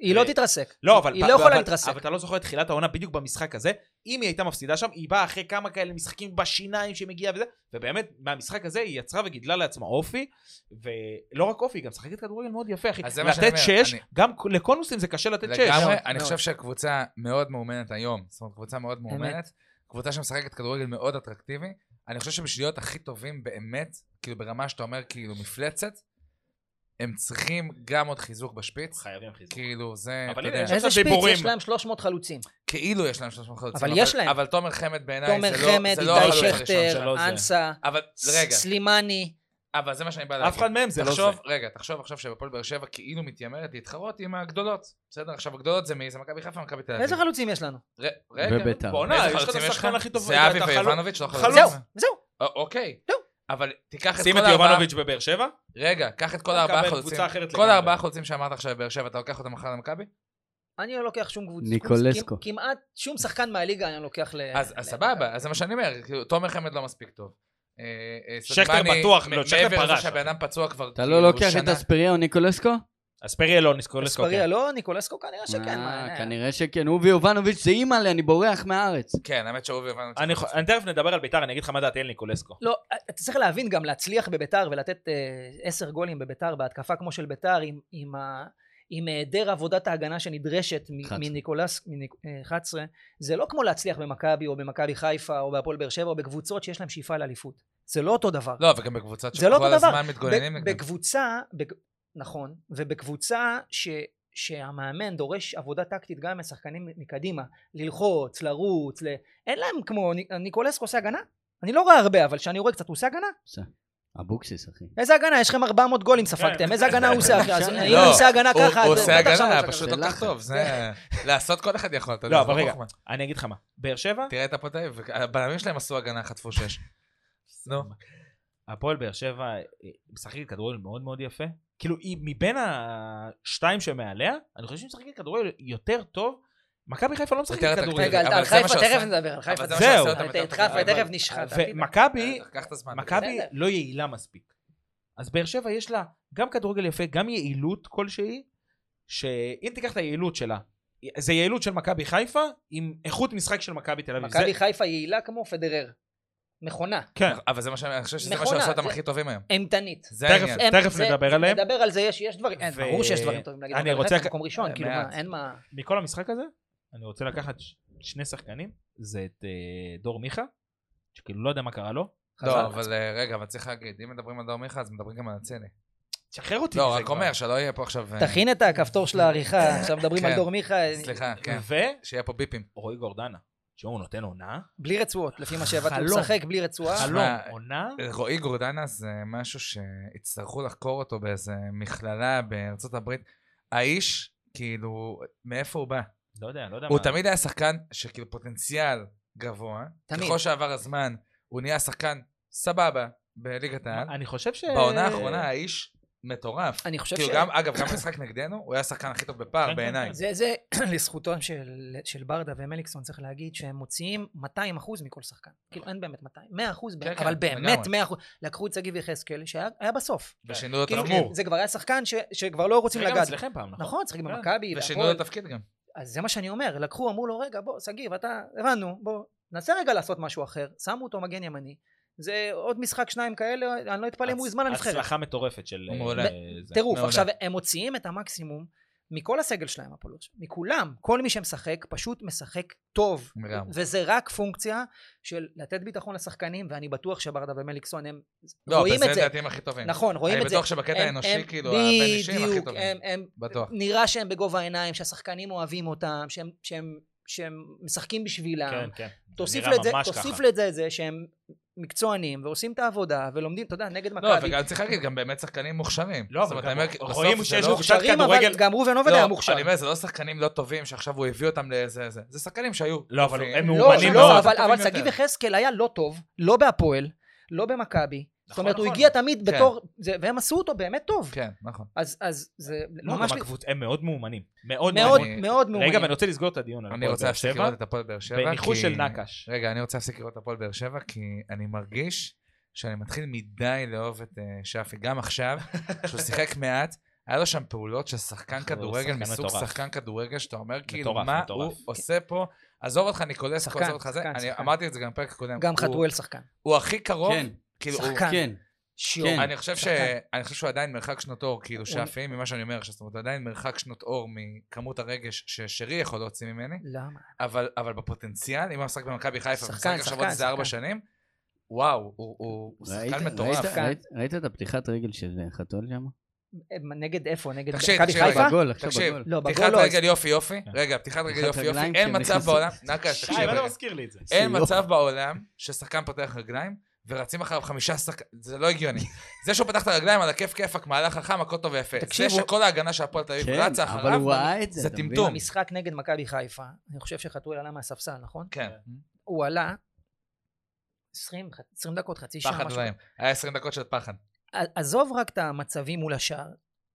Speaker 4: היא לא תתרסק.
Speaker 2: לא, אבל...
Speaker 4: היא
Speaker 2: פ-
Speaker 4: לא יכולה
Speaker 2: אבל-
Speaker 4: להתרסק.
Speaker 2: אבל אתה לא זוכר את תחילת העונה בדיוק במשחק הזה. אם היא הייתה מפסידה שם, היא באה אחרי כמה כאלה משחקים בשיניים שמגיעה וזה, ובאמת, מהמשחק הזה היא יצרה וגידלה לעצמה אופי, ולא רק אופי, היא גם משחקת כדורגל מאוד יפה, אחי.
Speaker 1: אז זה מה שאני
Speaker 2: לתת
Speaker 1: אומר,
Speaker 2: שש,
Speaker 1: אני-
Speaker 2: גם ק- לקונוסים זה קשה לתת שש. לא,
Speaker 1: לגמרי,
Speaker 4: מאוד,
Speaker 1: אני
Speaker 4: מאוד.
Speaker 1: חושב שהקבוצה מאוד מאומנת היום. זאת אומרת, קבוצה מאוד מאומנת. קבוצה שמשחקת כדורגל מאוד אטרקטיבי. אני חושב שבשביל להיות הכי טובים באמת, כאילו ברמה שאתה אומר כאילו מפלצת, הם צריכים גם עוד חיזוק בשפיץ.
Speaker 2: חייבים חיזוק.
Speaker 1: כאילו זה,
Speaker 2: אבל
Speaker 1: אתה
Speaker 2: הנה,
Speaker 1: יודע,
Speaker 2: יש
Speaker 4: איזה שפיץ?
Speaker 2: דיבורים.
Speaker 4: יש להם 300 חלוצים.
Speaker 1: כאילו יש להם 300 חלוצים.
Speaker 4: אבל יש להם.
Speaker 1: אבל תומר חמד בעיניי
Speaker 4: תומר
Speaker 1: זה לא,
Speaker 4: חמד,
Speaker 1: זה לא
Speaker 4: איתי
Speaker 1: החלוץ הראשון שלו.
Speaker 4: שכטר,
Speaker 2: שלא זה.
Speaker 4: אנסה,
Speaker 1: אבל רגע,
Speaker 4: סלימני.
Speaker 1: אבל זה מה שאני בא להגיד.
Speaker 2: אף אחד מהם זה לא זה.
Speaker 1: תחשוב, רגע, תחשוב עכשיו שהפועל באר שבע כאילו מתיימרת להתחרות עם הגדולות. בסדר, עכשיו הגדולות זה מי? זה מכבי חיפה ומכבי תל אביב.
Speaker 4: איזה חלוצים יש לנו?
Speaker 1: ר- רגע,
Speaker 3: וביתר.
Speaker 1: איזה
Speaker 2: בעונה, יש לך את
Speaker 1: חלוצים
Speaker 2: השחקן הכי טוב
Speaker 1: זה אבי
Speaker 2: בליגה, אתה חלוץ.
Speaker 1: ויובנוביץ', לא חלוץ.
Speaker 2: חלוץ.
Speaker 4: זהו, זהו.
Speaker 1: א- אוקיי.
Speaker 4: זהו.
Speaker 1: אבל תיקח את
Speaker 2: לא. שים
Speaker 1: כל
Speaker 2: את
Speaker 1: הארבעה,
Speaker 2: יובנוביץ' בבאר שבע,
Speaker 1: רגע, קח את כל
Speaker 2: אתה
Speaker 1: הארבעה
Speaker 2: מקבל
Speaker 1: חלוצים,
Speaker 2: קבוצה
Speaker 1: כל
Speaker 2: אחרת לגמרי. אה,
Speaker 1: הארבעה חלוצים שאמרת עכשיו בבאר שבע, אתה לוקח אותם מחר למכבי?
Speaker 4: אני לא לוקח שום קבוצה.
Speaker 3: ניקולסקו.
Speaker 4: כמעט- כמעט שום שחקן מהליגה אני לא לוקח ל...
Speaker 1: אז
Speaker 4: ל-
Speaker 1: אז סבבה, אז זה מה שאני אומר, כאילו, תומר חמד לא מספיק טוב. אה, אה,
Speaker 2: שכטר
Speaker 1: סולימני,
Speaker 2: בטוח,
Speaker 1: מ-
Speaker 2: לא, שכטר
Speaker 1: מעבר
Speaker 2: פרש,
Speaker 1: לזה שהבן אדם פצוע כבר
Speaker 3: אתה
Speaker 1: כאילו
Speaker 3: לא לוקח את
Speaker 1: שנה.
Speaker 3: אספריה או ניקולסקו?
Speaker 2: אז פרי אלון, נזכור
Speaker 4: אספריה לא, ניקולסקו כנראה שכן. מה,
Speaker 3: אוקיי. אה,
Speaker 4: אה,
Speaker 3: כנראה שכן, הוא ויובנוביץ' זה אימא לי, אני בורח מהארץ.
Speaker 1: כן, האמת שאורי הבנו את
Speaker 2: אני חו- אני תכף נדבר על ביתר, אני אגיד לך מה דעתי על ניקולסקו.
Speaker 4: לא, אתה צריך להבין גם להצליח בביתר ולתת אה, עשר גולים בביתר בהתקפה כמו של ביתר עם, עם, ה- עם אה, היעדר עבודת ההגנה שנדרשת מ-
Speaker 3: 11.
Speaker 4: מניקולס, מניק- אה, 11, זה לא כמו להצליח במכבי או במכבי חיפה או בהפועל באר שבע או בקבוצות שיש להם שאיפה לאליפות. זה לא אותו דבר.
Speaker 1: לא, וגם בקבוצות
Speaker 4: זה לא
Speaker 1: שכל
Speaker 4: אותו דבר.
Speaker 1: הזמן מתגוננים
Speaker 4: ב-
Speaker 1: נגדם.
Speaker 4: בקבוצה, בק... נכון, ובקבוצה ש... שהמאמן דורש עבודה טקטית גם מהשחקנים מקדימה, ללחוץ, לרוץ, ל... אין להם כמו, ני- ניקולסקו עושה הגנה? אני לא רואה הרבה, אבל כשאני רואה קצת, הוא עושה הגנה?
Speaker 3: אבוקסיס, אחי.
Speaker 4: איזה הגנה? יש לכם 400 גולים ספגתם,
Speaker 2: כן.
Speaker 4: איזה הגנה הוא עושה? אחי? אז
Speaker 3: לא,
Speaker 4: אם הוא עושה הגנה
Speaker 1: הוא-
Speaker 4: ככה,
Speaker 1: הוא
Speaker 4: אז
Speaker 1: עושה
Speaker 4: בטח שם
Speaker 1: הגנה,
Speaker 4: הוא עושה
Speaker 1: פשוט
Speaker 4: הגנה.
Speaker 1: לא כל כך טוב. זה...
Speaker 4: כן.
Speaker 1: לעשות כל אחד יכול, אתה יודע.
Speaker 2: לא,
Speaker 1: זה
Speaker 2: אבל רגע.
Speaker 1: חוכמה.
Speaker 2: אני אגיד לך מה, באר שבע,
Speaker 1: תראה את הפועל תל אביב, הבלמים שלהם עשו הגנה, חטפו שש. נו.
Speaker 2: הפועל באר שבע אה, משחקת כדורגל מאוד מאוד יפה. כאילו, היא מבין השתיים שמעליה, אני חושב שהיא משחקת כדורגל יותר טוב. מכבי חיפה לא משחקת
Speaker 1: יותר
Speaker 2: כדורגל.
Speaker 4: רגע,
Speaker 1: אבל
Speaker 4: על
Speaker 1: זה מה
Speaker 4: חיפה
Speaker 1: שעושה-
Speaker 4: תכף נדבר, על חיפה
Speaker 1: אבל זה
Speaker 2: מה שעושה
Speaker 4: זהו.
Speaker 1: אותם יותר
Speaker 4: את
Speaker 1: טובים,
Speaker 4: חיפה תכף
Speaker 1: אבל-
Speaker 4: נשחט.
Speaker 2: ומכבי,
Speaker 1: קח את הזמן.
Speaker 2: מכבי
Speaker 4: בסדר.
Speaker 2: לא יעילה מספיק. אז באר שבע יש לה גם כדורגל יפה, גם יעילות כלשהי, שאם תיקח את היעילות שלה, זה יעילות של מכבי חיפה עם איכות משחק של מכבי תל אביב.
Speaker 4: מכבי
Speaker 2: זה-
Speaker 4: חיפה יעילה כמו פדרר. מכונה,
Speaker 2: כן,
Speaker 1: אבל זה מה שאני אני חושב שזה מה
Speaker 4: מכונה,
Speaker 1: שעושה אותם
Speaker 4: זה-
Speaker 1: הכי טובים היום.
Speaker 4: אימתנית.
Speaker 1: זה
Speaker 2: תכף-
Speaker 1: העניין.
Speaker 4: הם-
Speaker 2: תכף
Speaker 4: זה-
Speaker 2: נדבר עליהם.
Speaker 4: נדבר על זה, יש, יש דברים, אין,
Speaker 2: ו-
Speaker 4: ברור שיש דברים טובים להגיד,
Speaker 2: אני
Speaker 4: אבל
Speaker 2: רוצה-
Speaker 4: חיפה במקום ראשון,
Speaker 1: אה,
Speaker 4: כאילו
Speaker 1: מעט.
Speaker 4: מה, אין מה,
Speaker 2: מכל המשחק הזה, אני רוצה לקחת ש- שני שחקנים, זה את אה, דור מיכה, שכאילו לא יודע מה קרה לו.
Speaker 1: לא,
Speaker 4: חזר.
Speaker 1: אבל אה, רגע, אבל צריך להגיד, אם מדברים על דור מיכה, אז מדברים גם על אצילי.
Speaker 2: תשחרר אותי.
Speaker 1: לא,
Speaker 2: מזה
Speaker 1: רק
Speaker 2: כבר.
Speaker 1: אומר שלא יהיה פה עכשיו... אה,
Speaker 4: תכין את הכפתור של העריכה, עכשיו מדברים על
Speaker 1: כן.
Speaker 4: דור מיכה,
Speaker 1: סליחה, כן. שיהיה פה ביפים.
Speaker 2: ורועי גורדנה, שהוא נותן עונה,
Speaker 4: בלי רצועות, לפי מה שהבנתי, הוא
Speaker 2: חלום.
Speaker 4: משחק בלי רצועה,
Speaker 2: חלום,
Speaker 1: שמע,
Speaker 2: עונה,
Speaker 1: רועי גורדנה זה משהו שהצטרכו לחקור אותו באיזה מכללה בארצות הברית. האיש, כאילו, מאיפה הוא בא?
Speaker 2: לא יודע, לא יודע מה.
Speaker 1: הוא תמיד היה שחקן שכאילו פוטנציאל גבוה.
Speaker 4: תמיד.
Speaker 1: ככל שעבר הזמן, הוא נהיה שחקן סבבה בליגת העל.
Speaker 2: אני חושב ש...
Speaker 1: בעונה האחרונה האיש מטורף.
Speaker 4: אה, אני חושב
Speaker 1: כאילו
Speaker 4: ש...
Speaker 1: גם, אגב, גם במשחק נגדנו, הוא היה השחקן הכי טוב בפער
Speaker 2: כן,
Speaker 1: בעיניי.
Speaker 2: כן,
Speaker 4: זה, זה לזכותם של, של ברדה ומליקסון צריך להגיד שהם מוציאים 200 אחוז מכל שחקן. כאילו אין באמת 200, 100 אחוז,
Speaker 1: כן,
Speaker 4: אבל
Speaker 1: כן,
Speaker 4: באמת
Speaker 1: לגמרי.
Speaker 4: 100 אחוז. לקחו את שגיב יחזקאל שהיה היה בסוף.
Speaker 1: ושינו לו
Speaker 4: כאילו
Speaker 1: תפקיד.
Speaker 4: זה כבר היה שחקן ש, שכבר לא רוצים
Speaker 2: שיחק גם
Speaker 4: לגעת.
Speaker 2: אצלכם פעם, נכון?
Speaker 4: נכון, צריך
Speaker 2: כן.
Speaker 4: במכבי,
Speaker 1: ושינו
Speaker 4: והפועל.
Speaker 1: לו תפקיד גם.
Speaker 4: אז זה מה שאני אומר, לקחו, אמרו לו, רגע, בוא, שגיב, אתה, הבנו, בוא, ננסה רגע לעשות משהו אחר. שמו אותו מגן ימני. זה עוד משחק שניים כאלה, אני לא אתפלא אם הוא יזמן לנבחרת.
Speaker 2: הצלחה מטורפת של... אה,
Speaker 1: מעולה.
Speaker 2: זה.
Speaker 4: טירוף.
Speaker 1: מעולה.
Speaker 4: עכשיו, הם מוציאים את המקסימום מכל הסגל שלהם, הפועל באר שבע. מכולם. כל מי שמשחק, פשוט משחק טוב.
Speaker 1: לגמרי.
Speaker 4: וזה רק פונקציה של לתת ביטחון לשחקנים, ואני בטוח שברדה ומליקסון הם
Speaker 1: לא,
Speaker 4: רואים
Speaker 1: בזה
Speaker 4: את זה.
Speaker 1: לדעתי הם הכי טובים.
Speaker 4: נכון, רואים
Speaker 1: אני
Speaker 4: את זה.
Speaker 1: בטוח שבקטע
Speaker 4: הם-
Speaker 1: האנושי,
Speaker 4: הם-
Speaker 1: כאילו, הבין אישי הם הכי
Speaker 4: בדיוק,
Speaker 1: טובים.
Speaker 4: הם- הם-
Speaker 1: בטוח.
Speaker 4: נראה שהם בגובה העיניים, שהשחקנים אוהבים אותם, שהם- שהם- שהם משחקים בשבילם.
Speaker 2: כן, כן.
Speaker 4: תוסיף
Speaker 2: נראה
Speaker 4: לזה,
Speaker 2: ממש
Speaker 4: תוסיף
Speaker 2: ככה.
Speaker 4: לזה את זה שהם מקצוענים ועושים את העבודה ולומדים, אתה יודע, נגד
Speaker 1: לא,
Speaker 4: מכבי.
Speaker 1: וגם צריך להגיד, גם באמת שחקנים מוכשרים.
Speaker 2: לא,
Speaker 1: זאת
Speaker 2: אבל
Speaker 1: אומרת,
Speaker 2: גם
Speaker 1: אני אומר,
Speaker 2: רואים
Speaker 1: בסוף זה
Speaker 2: שיש
Speaker 1: לא-
Speaker 2: קבוצת
Speaker 4: מוכשרים, אבל
Speaker 2: כדורגל-
Speaker 4: גם ראובן עובד היה
Speaker 1: לא,
Speaker 4: מוכשר.
Speaker 1: אני אומר, זה לא שחקנים לא טובים שעכשיו הוא הביא אותם לאיזה... זה. זה שחקנים שהיו...
Speaker 2: לא, אבל
Speaker 1: טובים.
Speaker 2: הם
Speaker 4: לא,
Speaker 2: מאומנים
Speaker 4: לא,
Speaker 2: מאוד.
Speaker 4: אבל-
Speaker 1: טובים
Speaker 4: אבל
Speaker 1: יותר.
Speaker 4: שגיב יחזקאל היה לא טוב, לא בהפועל, לא במכבי. זאת
Speaker 2: נכון,
Speaker 4: אומרת, הוא
Speaker 2: נכון.
Speaker 4: הגיע תמיד
Speaker 1: כן.
Speaker 4: בתור, זה- והם עשו אותו באמת טוב.
Speaker 1: כן, נכון.
Speaker 4: אז- אז זה
Speaker 2: לא,
Speaker 4: ממש...
Speaker 2: גם
Speaker 4: לי-
Speaker 2: הקבוצ- הם מאוד מאומנים. מאוד
Speaker 4: מאוד
Speaker 2: מאומנים.
Speaker 1: אני-
Speaker 4: מאוד מאומנים.
Speaker 2: רגע, ואני רוצה לסגור את הדיון על
Speaker 1: אני
Speaker 2: הפועל
Speaker 1: רוצה
Speaker 2: באר
Speaker 1: להפסיק
Speaker 2: שבע.
Speaker 1: לראות את הפועל באר שבע.
Speaker 2: בניחוש
Speaker 1: כי- אה,
Speaker 2: של נקש.
Speaker 1: רגע, אני רוצה להפסיק לראות את הפועל באר שבע, כי אני מרגיש שאני מתחיל מדי לאהוב את אה, שפי, גם עכשיו, שהוא שיחק מעט, היה לו שם פעולות של שחקן
Speaker 2: חבר'ה, הוא
Speaker 1: כדורגל,
Speaker 2: שחקן
Speaker 1: מסוג
Speaker 2: מטורף.
Speaker 1: שחקן כדורגל, שאתה אומר כאילו,
Speaker 2: מטורף,
Speaker 1: מה
Speaker 2: מטורף.
Speaker 1: הוא עושה פה? עזוב אותך ניקולסקו,
Speaker 4: שחקן,
Speaker 1: עזוב אותך זה,
Speaker 4: שחקן,
Speaker 1: אני
Speaker 4: שחקן.
Speaker 1: אמרתי את זה גם בפרק הקודם.
Speaker 4: גם
Speaker 1: הוא-
Speaker 4: חתואל שחקן.
Speaker 1: הוא הכי קרוב,
Speaker 3: כן,
Speaker 1: כאילו, הוא-
Speaker 4: שחקן.
Speaker 3: כן.
Speaker 4: שיור.
Speaker 3: כן.
Speaker 1: אני חושב ש-
Speaker 4: שחקן.
Speaker 1: אני חושב שהוא עדיין מרחק שנות אור, כאילו
Speaker 4: הוא-
Speaker 1: שפי, ממה שאני אומר עכשיו, זאת אומרת, הוא עדיין מרחק שנות אור מכמות הרגש ששרי יכול להוציא ממני.
Speaker 4: למה?
Speaker 1: אבל, אבל בפוטנציאל, אם הוא משחק במכבי חיפה,
Speaker 4: שחקן,
Speaker 1: שחקן, שחקן,
Speaker 4: שחקן,
Speaker 1: עוד איזה ארבע
Speaker 4: שחקן.
Speaker 1: שנים, וואו, הוא, הוא, הוא
Speaker 3: ראית-
Speaker 1: שחקן
Speaker 3: ראית-
Speaker 1: מטורף.
Speaker 4: שחקן.
Speaker 3: ראית- ראית את הפתיחת רגל של אה, חתול שם?
Speaker 4: הם נגד איפה? נגד
Speaker 1: תקשיב,
Speaker 4: מכבי
Speaker 1: תקשיב,
Speaker 4: חיפה?
Speaker 1: רגע.
Speaker 3: בגול, עכשיו
Speaker 1: תקשיב.
Speaker 3: בגול.
Speaker 4: לא, בגול
Speaker 1: פתיחת
Speaker 4: לא.
Speaker 1: רגל יופי יופי,
Speaker 2: כן.
Speaker 1: רגע, פתיחת רגל
Speaker 3: פתיחת
Speaker 1: יופי יופי,
Speaker 3: רגליים
Speaker 1: אין
Speaker 3: כשהם
Speaker 1: מצב
Speaker 3: נכנסו.
Speaker 1: בעולם, נקש,
Speaker 2: שי, לא
Speaker 1: תקשיב, אה.
Speaker 2: מה
Speaker 1: רגע.
Speaker 2: אתה מזכיר לי את זה?
Speaker 1: אין
Speaker 3: יופי.
Speaker 1: מצב בעולם ששחקן פותח רגליים ורצים אחריו חמישה שחקנים, זה לא הגיוני. זה שהוא פתח את הרגליים על הכיף כיפק, מהלך חכם, הכל טוב ויפה. זה
Speaker 4: תקשיבו-
Speaker 1: שכל ההגנה של הפועל תל אביב
Speaker 3: כן,
Speaker 1: רצה
Speaker 3: אבל
Speaker 1: אחריו,
Speaker 3: הוא ראה את זה.
Speaker 1: זה
Speaker 3: אתה מבין?
Speaker 1: טמטום.
Speaker 4: המשחק נגד מכבי חיפה, אני חושב שחתואל עלה מהספסל, נכון?
Speaker 1: כן,
Speaker 4: הוא עלה 20, 20 דקות, חצי שעה,
Speaker 1: פחד
Speaker 4: משהו.
Speaker 1: דברים. היה 20 דקות של פחד.
Speaker 4: עזוב רק את המצבים מול השער.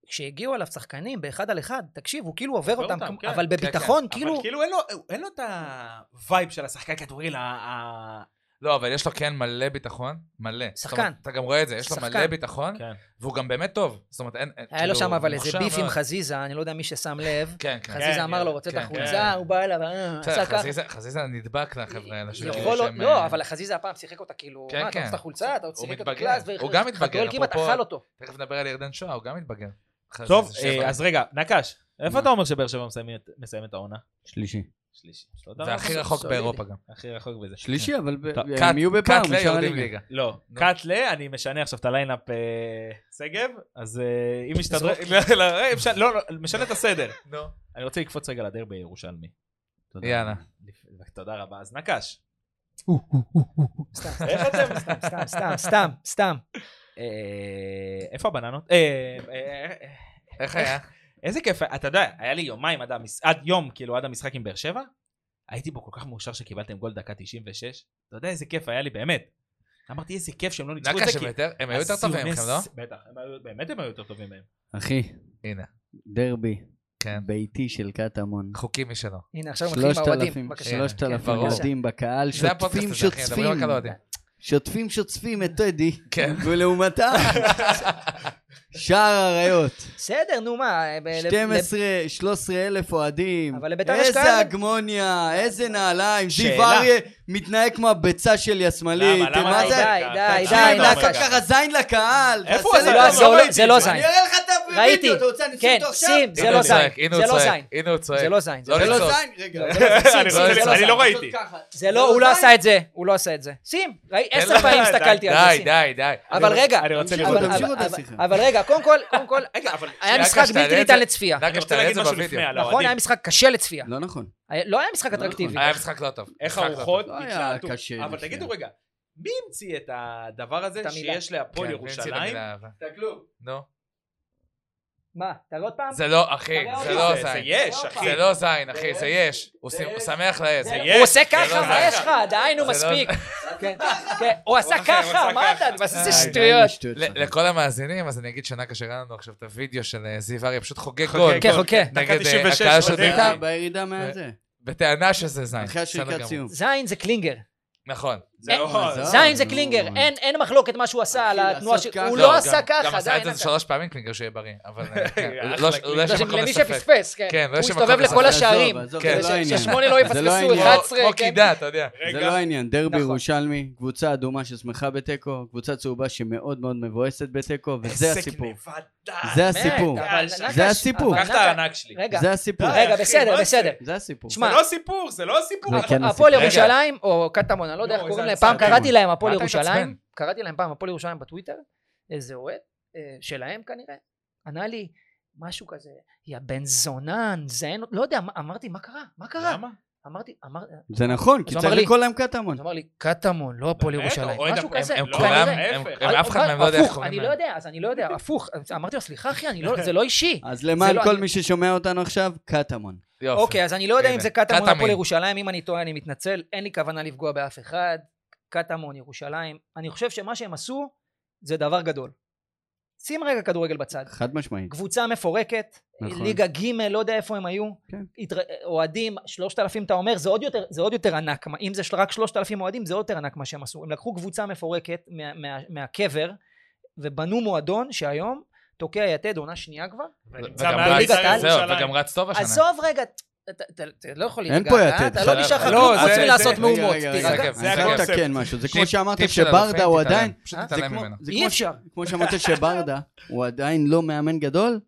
Speaker 4: כשהגיעו עליו שחקנים באחד על אחד, תקשיב, הוא כאילו עובר
Speaker 2: עובר
Speaker 4: אותם,
Speaker 2: אותם,
Speaker 4: כמו-
Speaker 2: כן.
Speaker 4: אבל
Speaker 1: כן,
Speaker 4: בביטחון,
Speaker 2: כאילו...
Speaker 4: כאילו...
Speaker 2: אבל כאילו אין לו- אין לו את הווייב של השחקן כדורגל ה- ה...
Speaker 1: לא, אבל יש לו כן מלא ביטחון, מלא. זאת
Speaker 4: שחקן.
Speaker 1: אומרת, אתה גם רואה את זה, יש לו מלא
Speaker 4: שחקן.
Speaker 1: ביטחון,
Speaker 2: כן.
Speaker 1: והוא גם באמת טוב. זאת אומרת, אין... אין-
Speaker 4: היה לו
Speaker 1: כאילו,
Speaker 4: שם אבל
Speaker 1: הוא
Speaker 4: איזה
Speaker 1: מוכשר
Speaker 4: ביף עם
Speaker 1: מאוד.
Speaker 4: חזיזה, אני לא יודע מי ששם לב.
Speaker 1: כן, כן.
Speaker 2: כן,
Speaker 4: חזיזה אמר לו,
Speaker 2: כן,
Speaker 4: רוצה את
Speaker 1: כן,
Speaker 4: החולצה,
Speaker 2: כן.
Speaker 4: הוא בא אליו, אה,
Speaker 1: בסדר,
Speaker 4: עשה ככה.
Speaker 1: חזיזה- חזיזה נדבק לחבר'ה האלה. שהוא
Speaker 4: יכול
Speaker 1: כאילו
Speaker 4: להיות,
Speaker 1: שהם,
Speaker 4: לא,
Speaker 1: אה,
Speaker 4: אבל החזיזה הפעם שיחק אותה כאילו,
Speaker 1: כן,
Speaker 4: מה, אתה
Speaker 1: כן.
Speaker 4: רוצה את החולצה, אתה רוצה
Speaker 1: הוא
Speaker 4: שיחק אותה
Speaker 1: מתבגר.
Speaker 4: קלאס,
Speaker 1: הוא גם מתבגר,
Speaker 4: חתואל כמעט
Speaker 1: אפרופו-
Speaker 4: אכל אותו.
Speaker 1: תכף נדבר על ירדן שואה, הוא גם מתבגר.
Speaker 2: טוב,
Speaker 1: חזיזה, שבע.
Speaker 2: אה, אז רגע, נקש, איפה
Speaker 3: מה?
Speaker 2: אתה אומר שבאר שבע מסיים את- מסיים את העונה?
Speaker 3: שלישי.
Speaker 2: שלישי. לא יודע
Speaker 1: זה
Speaker 2: מה
Speaker 1: הכי
Speaker 2: זה.
Speaker 1: רחוק
Speaker 4: סולידי.
Speaker 1: באירופה גם.
Speaker 2: הכי רחוק בזה.
Speaker 4: כן.
Speaker 3: שלישי, אבל ב-
Speaker 2: טוב,
Speaker 3: הם יהיו בפער,
Speaker 1: קאטלה
Speaker 3: נשאר
Speaker 1: יורדים
Speaker 3: הליגה.
Speaker 1: ליגה.
Speaker 2: לא,
Speaker 1: נו.
Speaker 2: קאטלה, אני משנה עכשיו את הליינאפ אה, שגב, אז אה, אם משתדרג...
Speaker 1: תזרוק.
Speaker 2: לא, לא, אה, אפשר- לא, לא, משנה את הסדר.
Speaker 1: נו.
Speaker 2: אני רוצה לקפוץ רגע לדרבי הירושלמי.
Speaker 3: תודה.
Speaker 1: יאללה.
Speaker 2: תודה רבה. אז נקש,
Speaker 4: סתם,
Speaker 2: איך אתם?
Speaker 4: סתם, סתם, סתם, סתם, סתם.
Speaker 2: אה, איפה הבננות? אה, אה, אה,
Speaker 1: איך היה?
Speaker 2: איזה כיף, אתה יודע, היה לי יומיים עד, המש... עד יום, כאילו, עד המשחק עם באר שבע, הייתי בו כל כך מאושר שקיבלתם גול דקה 96, אתה יודע איזה כיף היה לי, באמת. אמרתי, איזה כיף שהם לא ניצחו את
Speaker 1: נקש
Speaker 2: זה,
Speaker 1: הם יותר- הם היו יותר טובים
Speaker 2: הסיוני
Speaker 1: מכם, לא?
Speaker 2: ס- בטח, הם היו- באמת הם היו יותר טובים מהם.
Speaker 3: אחי,
Speaker 1: הנה,
Speaker 3: דרבי,
Speaker 1: כן.
Speaker 3: ביתי של קטמון.
Speaker 1: חוקים משלו.
Speaker 4: הנה, עכשיו מתחילים
Speaker 3: שלושת
Speaker 4: האוהדים,
Speaker 3: אלפים,
Speaker 4: בבקשה.
Speaker 3: שלושת
Speaker 4: כן,
Speaker 3: אלפים
Speaker 4: ברור.
Speaker 3: ילדים בקהל,
Speaker 1: זה הפודקאסט
Speaker 3: שוטפים,
Speaker 1: הזה, אחי, מדברים רק על
Speaker 3: שוטפים,
Speaker 1: אוהדים.
Speaker 3: שוטפים, שוטפים את טדי,
Speaker 1: כן.
Speaker 3: ולעומתם, שער הריות,
Speaker 4: בסדר, נו מה. ב- ל-
Speaker 3: 12, 13 אלף אוהדים,
Speaker 4: אבל לביתר יש
Speaker 3: איזה
Speaker 4: קהל.
Speaker 3: הגמוניה, איזה נעליים, זיו
Speaker 2: שאלה.
Speaker 3: אריה מתנהג כמו הביצה שלי השמאלית,
Speaker 2: למה, למה
Speaker 3: מה
Speaker 2: אתה
Speaker 3: זה?
Speaker 2: אומר
Speaker 4: די,
Speaker 2: ככה? למה אתה
Speaker 3: די,
Speaker 4: די,
Speaker 2: אומר
Speaker 3: נעשה
Speaker 2: ככה?
Speaker 3: ככה זין לקהל,
Speaker 2: איפה
Speaker 3: תעשה
Speaker 2: הוא
Speaker 3: לי
Speaker 2: עשה?
Speaker 3: טובה.
Speaker 2: לא
Speaker 4: לא,
Speaker 2: ראיתי
Speaker 4: זה לא
Speaker 2: את זה.
Speaker 4: זין.
Speaker 3: אני אראה לך את
Speaker 4: ראיתי.
Speaker 3: הווידאו, אתה רוצה אני אשים
Speaker 4: כן,
Speaker 3: אותו עכשיו?
Speaker 4: שים, זה
Speaker 1: הנה
Speaker 4: לא
Speaker 1: הוא צועק,
Speaker 4: זין.
Speaker 1: הנה
Speaker 4: זה
Speaker 1: הוא
Speaker 4: לא
Speaker 1: צועק,
Speaker 4: זין.
Speaker 1: הנה הוא צועק.
Speaker 4: זה לא זין. זה
Speaker 1: לא
Speaker 3: זה
Speaker 4: לא
Speaker 3: לא
Speaker 1: לצעוק.
Speaker 3: זין, רגע.
Speaker 4: לא, זה לא זין,
Speaker 2: אני
Speaker 4: שים,
Speaker 2: רוצה
Speaker 4: זה
Speaker 2: לצעוק,
Speaker 4: לא
Speaker 2: אני
Speaker 4: זין.
Speaker 2: לא ראיתי.
Speaker 4: זה לא, הוא לא עשה את זה, הוא לא עשה את זה. שים, ראי, עשר
Speaker 1: לו-
Speaker 4: פעמים
Speaker 2: די,
Speaker 4: הסתכלתי על זה,
Speaker 1: די,
Speaker 4: שים.
Speaker 1: די, די.
Speaker 4: אבל רגע,
Speaker 2: אני רוצה
Speaker 3: תמשיכו,
Speaker 2: לראות
Speaker 4: אבל-
Speaker 2: את זה.
Speaker 3: תמשיכו את
Speaker 4: אבל-
Speaker 3: השיחה.
Speaker 4: אבל רגע, קודם כל, קודם כל,
Speaker 2: רגע, אבל
Speaker 4: היה
Speaker 1: רק
Speaker 4: משחק
Speaker 1: שתעלה
Speaker 4: בלתי
Speaker 1: את
Speaker 4: ניתן
Speaker 1: זה.
Speaker 4: לצפייה.
Speaker 2: אני
Speaker 1: נקש,
Speaker 2: רוצה
Speaker 1: תעלה את
Speaker 2: להגיד
Speaker 1: זה
Speaker 2: משהו
Speaker 1: בווידאו.
Speaker 2: לפני על
Speaker 4: נכון,
Speaker 2: האוהדים.
Speaker 4: היה משחק קשה לצפייה.
Speaker 3: לא נכון.
Speaker 4: היה- לא היה משחק
Speaker 3: נכון.
Speaker 4: אטרקטיבי.
Speaker 1: היה משחק לא טוב.
Speaker 2: איך
Speaker 1: משחק לא טוב.
Speaker 2: הרוחות
Speaker 3: לא היה
Speaker 2: התלהטו.
Speaker 3: קשה
Speaker 2: אבל
Speaker 3: לפני.
Speaker 2: תגידו רגע, מי המציא את הדבר הזה
Speaker 4: את המילה.
Speaker 2: שיש להפועל
Speaker 1: כן, בנצי
Speaker 2: ירושלים?
Speaker 1: למילה אהבה.
Speaker 2: תסתכלו.
Speaker 1: נו.
Speaker 4: מה, תראה עוד פעם?
Speaker 1: זה לא, אחי,
Speaker 4: זה
Speaker 1: זה לא
Speaker 2: זה
Speaker 1: זין.
Speaker 2: יש, אחי.
Speaker 1: זה לא זין, אחי, זה יש. הוא
Speaker 2: זה
Speaker 1: שים-
Speaker 2: יש.
Speaker 1: הוא שמח לאיד.
Speaker 2: זה יש.
Speaker 4: הוא עושה
Speaker 2: זה לא
Speaker 4: ככה, מה
Speaker 2: זין.
Speaker 4: יש לך? דהיינו
Speaker 1: זה לא
Speaker 4: מספיק.
Speaker 1: זין.
Speaker 4: כן, כן, הוא עשה
Speaker 2: הוא עשה
Speaker 4: ככה, מה
Speaker 2: ככה.
Speaker 4: אתה? אז
Speaker 1: די,
Speaker 4: איזה
Speaker 1: די,
Speaker 4: שטויות.
Speaker 3: שטויות שלך.
Speaker 1: ל- לכל המאזינים, אז אני אגיד שנקש הראה לנו עכשיו את הוידאו של אה, זיו אריה, פשוט חוגג
Speaker 2: חוגג
Speaker 1: גול.
Speaker 4: כן, חוקר.
Speaker 2: דקה
Speaker 1: נגד, אה,
Speaker 2: 96,
Speaker 1: הקהל של
Speaker 2: עוד
Speaker 1: בית"ר.
Speaker 2: דקה.
Speaker 3: בירידה- בירידה מהזה.
Speaker 1: בטענה שזה
Speaker 2: אה,
Speaker 1: זין.
Speaker 3: אחרי
Speaker 1: בסדר
Speaker 3: השריקת
Speaker 1: גמור.
Speaker 3: סיום.
Speaker 4: זין זה קלינגר.
Speaker 1: נכון.
Speaker 2: זה לא...
Speaker 3: אה, זה-
Speaker 4: זין זה
Speaker 3: נו.
Speaker 4: קלינגר. אין- אין מחלוקת מה שהוא עשה על
Speaker 3: התחיל
Speaker 4: התנועה
Speaker 3: לעשות
Speaker 4: של...
Speaker 3: ככה.
Speaker 4: הוא
Speaker 3: לא,
Speaker 4: לא עשה
Speaker 1: גם- גם
Speaker 4: ככה,
Speaker 1: עשה את
Speaker 4: זין.
Speaker 1: זה
Speaker 4: אתה-
Speaker 1: שלוש פעמים, קלינגר, שיהיה בריא. אבל אה, כן,
Speaker 2: אחלה
Speaker 1: לא-
Speaker 2: קלינגר.
Speaker 1: לא יש
Speaker 4: אתה
Speaker 1: שם
Speaker 4: יודע,
Speaker 1: מקום
Speaker 4: למי
Speaker 1: לספק.
Speaker 4: שפספס, כן.
Speaker 1: כן, לא יש
Speaker 4: הוא
Speaker 1: שם
Speaker 4: הסתובב
Speaker 1: מקום
Speaker 4: לכל
Speaker 1: לספק.
Speaker 4: השערים.
Speaker 3: עזוב, עזוב,
Speaker 1: כן.
Speaker 3: זה לא
Speaker 4: ש-
Speaker 3: העניין.
Speaker 4: ששמונה לא
Speaker 3: זה
Speaker 4: יפספסו,
Speaker 3: העניין.
Speaker 1: כמו-
Speaker 4: אחד. 11,
Speaker 1: כמו
Speaker 4: כן.
Speaker 1: קידה, אתה יודע.
Speaker 3: זה
Speaker 2: רגע,
Speaker 3: לא העניין, דרבי
Speaker 4: נכון.
Speaker 3: ירושלמי, קבוצה אדומה ששמחה בתיקו, קבוצה צהובה שמאוד מאוד מבואסת בתיקו, וזה הסיפור.
Speaker 2: איזה גניבת
Speaker 3: זה
Speaker 4: באמת,
Speaker 3: הסיפור.
Speaker 4: אה, אבל
Speaker 2: זה
Speaker 4: נקש-
Speaker 3: הסיפור.
Speaker 4: אבל
Speaker 2: קח את
Speaker 4: נקש-
Speaker 2: הארנק שלי.
Speaker 4: רגע,
Speaker 3: זה הסיפור.
Speaker 2: די,
Speaker 4: רגע,
Speaker 2: אחי,
Speaker 4: בסדר,
Speaker 2: מה זה?
Speaker 4: בסדר.
Speaker 3: זה הסיפור.
Speaker 2: זה
Speaker 4: שמע,
Speaker 2: לא סיפור, זה לא הסיפור.
Speaker 3: זה
Speaker 2: אבל-
Speaker 3: כן הסיפור.
Speaker 4: הפועל
Speaker 1: רגע.
Speaker 4: ירושלים, או קטמון, אני לא יודע
Speaker 2: נו,
Speaker 4: איך קוראים
Speaker 2: איזה
Speaker 4: להם, פעם
Speaker 2: הצעה.
Speaker 4: קראתי להם הפועל
Speaker 1: מה אתה
Speaker 4: ירושלים,
Speaker 1: מתעצבן?
Speaker 4: קראתי להם פעם הפועל ירושלים בטוויטר, איזה אוהד אה, שלהם כנראה, ענה לי משהו כזה, יא בן זונן, זיין, לא יודע, מה- אמרתי, מה קרה? מה קרה?
Speaker 2: למה?
Speaker 4: אמרתי, אמר,
Speaker 3: זה נכון, כי
Speaker 4: אז הוא
Speaker 3: צריך
Speaker 4: אמר לי-
Speaker 3: לקרוא להם קטמון.
Speaker 4: אז הוא אמר לי, קטמון, לא הפועל
Speaker 2: באמת?
Speaker 4: ירושלים.
Speaker 2: אוהד
Speaker 4: משהו
Speaker 2: הפועל-
Speaker 4: כזה.
Speaker 1: הם
Speaker 2: לא,
Speaker 1: כולם,
Speaker 4: כנראה.
Speaker 1: הם-
Speaker 2: ההפך.
Speaker 1: הם- אף אחד מהם לא יודע איך
Speaker 4: הפוך,
Speaker 1: קוראים
Speaker 4: אני
Speaker 1: להם.
Speaker 4: לא יודע, אז אני לא יודע, הפוך. אז אמרתי לו, סליחה אחי, אני לא- זה לא אישי.
Speaker 3: אז למען
Speaker 4: זה לא-
Speaker 3: כל
Speaker 4: אני-
Speaker 3: מי ששומע אותנו עכשיו, קטמון.
Speaker 1: יופי.
Speaker 4: אוקיי, אז אני לא יודע אם
Speaker 1: הנה,
Speaker 4: זה קטמון
Speaker 1: קטמין.
Speaker 4: הפועל ירושלים, אם אני טועה אני מתנצל, אין לי כוונה לפגוע באף אחד, קטמון, ירושלים. אני חושב שמה שהם עשו זה דבר גדול. שים רגע כדורגל בצד.
Speaker 3: חד משמעית.
Speaker 4: קבוצה מפורקת,
Speaker 3: נכון.
Speaker 4: ליגה ג' לא יודע איפה הם היו,
Speaker 3: כן.
Speaker 4: התר- אוהדים, 3,000 אתה אומר, זה עוד יותר, זה עוד יותר ענק, מה- אם זה של- רק 3,000 אוהדים זה עוד יותר ענק מה שהם עשו, הם לקחו קבוצה מפורקת מה, מה, מהקבר ובנו מועדון שהיום תוקע יתד עונה שנייה
Speaker 3: לא
Speaker 4: כבר,
Speaker 2: ונמצא
Speaker 1: וגם
Speaker 2: מעל
Speaker 1: רץ-
Speaker 2: בית"ר
Speaker 4: זהו,
Speaker 1: זהו,
Speaker 2: ירושלים.
Speaker 1: וגם רץ טוב השנה.
Speaker 4: עזוב רגע, אתה- אתה אתה לא יכול
Speaker 3: אין
Speaker 4: להירגע,
Speaker 3: פה
Speaker 4: אה?
Speaker 3: יתד,
Speaker 4: אתה
Speaker 1: בסדר.
Speaker 4: לא נשאר לך
Speaker 2: לא,
Speaker 4: כלום
Speaker 2: זה-
Speaker 4: חוץ
Speaker 2: זה-
Speaker 4: מלעשות
Speaker 2: רגע,
Speaker 4: מהומות,
Speaker 3: רגע, רגע,
Speaker 4: תירגע.
Speaker 1: סגב,
Speaker 2: זה
Speaker 3: אני חייב
Speaker 2: הקונספט.
Speaker 3: לתקן משהו, זה כמו
Speaker 1: טיפ-
Speaker 3: שאמרת
Speaker 1: טיפ של
Speaker 3: שברדה
Speaker 1: אלופים,
Speaker 3: הוא
Speaker 1: תתעלם.
Speaker 3: עדיין...
Speaker 1: פשוט
Speaker 3: זה
Speaker 1: תתעלם
Speaker 3: כמו-
Speaker 1: ממנו.
Speaker 3: זה
Speaker 4: אי
Speaker 3: כמו
Speaker 4: אפשר.
Speaker 3: ש- כמו שאמרת שברדה הוא עדיין לא מאמן גדול,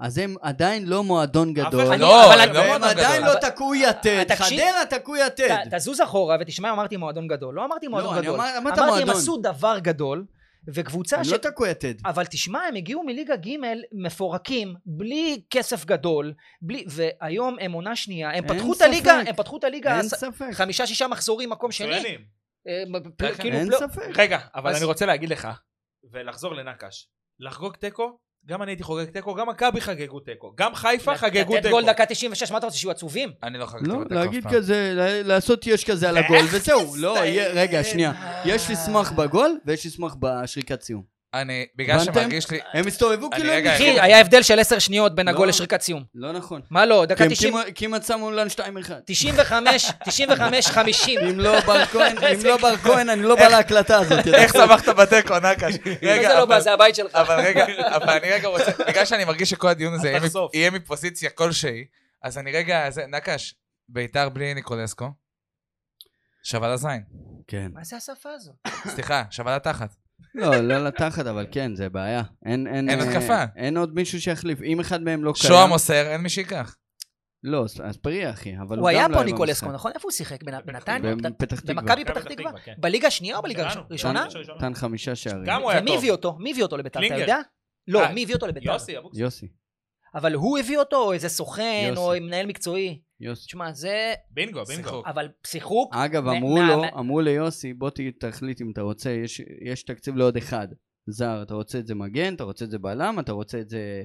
Speaker 3: אז הם עדיין לא מועדון
Speaker 2: אף אחד
Speaker 3: גדול.
Speaker 2: לא-
Speaker 1: לא,
Speaker 4: אבל
Speaker 1: הם
Speaker 4: אני-
Speaker 1: לא
Speaker 3: והם
Speaker 1: מועדון
Speaker 3: עדיין
Speaker 1: גדול.
Speaker 3: לא תקעו יתד.
Speaker 4: אה, תקשיב-
Speaker 3: חדרה תקעו יתד.
Speaker 4: ת- תזוז אחורה ותשמע, אמרתי מועדון גדול. לא אמרתי מועדון
Speaker 3: אני
Speaker 4: גדול.
Speaker 3: אמר- אמרת
Speaker 4: אמרתי, הם
Speaker 3: מועדון.
Speaker 4: עשו דבר גדול, וקבוצה
Speaker 3: הם
Speaker 4: ש...
Speaker 3: לא תקעו יתד.
Speaker 4: אבל תשמע, הם הגיעו מליגה ג' מפורקים, בלי כסף גדול, בלי... והיום הם עונה שנייה, הם
Speaker 3: אין
Speaker 4: פתחו את
Speaker 3: ספק.
Speaker 4: הליגה, הם פתחו את הליגה,
Speaker 3: אין
Speaker 4: הס-
Speaker 3: ספק.
Speaker 4: חמישה-שישה מחזורים, מקום שני.
Speaker 2: מצוינים.
Speaker 4: אה, מ- פל-
Speaker 1: אין
Speaker 4: כאילו,
Speaker 3: אין
Speaker 4: לא-
Speaker 3: ספק.
Speaker 2: רגע, אבל
Speaker 4: אז-
Speaker 2: אני רוצה להגיד לך, ולחזור לנקש, לחגוג תיקו, גם אני הייתי חוגג תיקו, גם מכבי חגגו תיקו, גם חיפה חגגו
Speaker 4: לתת
Speaker 2: תיקו.
Speaker 4: גול דקה 96, מה אתה רוצה, שיהיו עצובים?
Speaker 1: אני לא חגגתי
Speaker 3: לא, אה,
Speaker 1: בתיקו אף
Speaker 3: להגיד
Speaker 1: פעם.
Speaker 3: כזה, ל- לעשות יש כזה על הגול, וזהו. לא, יהיה- רגע, שנייה. יש לשמוח בגול ויש לשמוח בשריקת סיום.
Speaker 1: אני, בגלל
Speaker 3: הבנתם?
Speaker 1: שמרגיש לי...
Speaker 3: הם הסתובבו
Speaker 1: אני
Speaker 3: כאילו הם
Speaker 1: רגע-
Speaker 4: אחי,
Speaker 3: ניצחו.
Speaker 4: היה הבדל של עשר שניות בין
Speaker 3: לא.
Speaker 4: הגול לשריקת סיום.
Speaker 3: לא נכון.
Speaker 4: מה לא, דקה
Speaker 3: כי הם
Speaker 4: 90,
Speaker 3: כמעט- כמעט שמו לנו 2-1.
Speaker 4: 95, 95, 50.
Speaker 3: אם לא בר כהן, אם לא בר כהן, אני לא בא להקלטה הזאת.
Speaker 1: איך שמחת בתיקו, נקש?
Speaker 4: רגע, זה לא בא, זה הבית שלך.
Speaker 1: אבל רגע, אבל אני רגע רוצה, בגלל שאני מרגיש שכל הדיון הזה יהיה מפ-
Speaker 2: תחשוף.
Speaker 1: יהיה מפוזיציה כלשהי, אז אני רגע, זה- נקש, ביתר בלי ניקולסקו, שווה לזין.
Speaker 3: כן.
Speaker 4: מה זה השפה הזו?
Speaker 1: סליחה, שווה לתחת.
Speaker 3: לא, לא לתחת, אבל כן, זה בעיה. אין, אין,
Speaker 1: אין
Speaker 3: אה,
Speaker 1: התקפה.
Speaker 3: אין עוד מישהו שיחליף. אם אחד מהם לא קיים...
Speaker 1: שוהם מוסר, אין מי שייקח.
Speaker 3: לא, אז- אז פרי, אחי, אבל
Speaker 4: הוא
Speaker 3: גם
Speaker 4: היה
Speaker 3: לא
Speaker 4: פה
Speaker 3: היה
Speaker 4: ניקולסקו,
Speaker 3: במשחק.
Speaker 4: נכון? איפה הוא שיחק? בנ- בנתניה? בת-
Speaker 3: בפתח תקווה.
Speaker 4: במכבי פתח
Speaker 2: מכבי פתח
Speaker 4: תקווה?
Speaker 2: תקווה, כן.
Speaker 4: בליגה שנייה או בליגה
Speaker 2: שלנו,
Speaker 4: ראשונה?
Speaker 2: שלנו, שלנו.
Speaker 3: נתן חמישה שערים.
Speaker 2: גם הוא היה
Speaker 4: ומי
Speaker 2: טוב.
Speaker 4: הביא אותו? מי הביא אותו לביתר? אתה
Speaker 2: קלינגר.
Speaker 4: יודע? לא,
Speaker 2: אה,
Speaker 4: מי הביא אותו לביתר?
Speaker 2: יוסי, אבוקסיס.
Speaker 3: יוסי,
Speaker 4: אבל הוא הביא אותו, או איזה סוכן,
Speaker 3: יוסי.
Speaker 4: או מנהל מקצועי.
Speaker 3: יוסי.
Speaker 4: תשמע, זה...
Speaker 2: בינגו, בינגו.
Speaker 1: שיחוק.
Speaker 4: אבל שיחוק,
Speaker 3: אגב,
Speaker 4: מה-
Speaker 3: אמרו
Speaker 4: מה-
Speaker 3: לו,
Speaker 4: מה-
Speaker 3: אמרו ליוסי, בוא ת- תחליט אם אתה רוצה, יש- יש תקציב לעוד אחד. זר, אתה רוצה את זה מגן, אתה רוצה את זה בלם, אתה רוצה את זה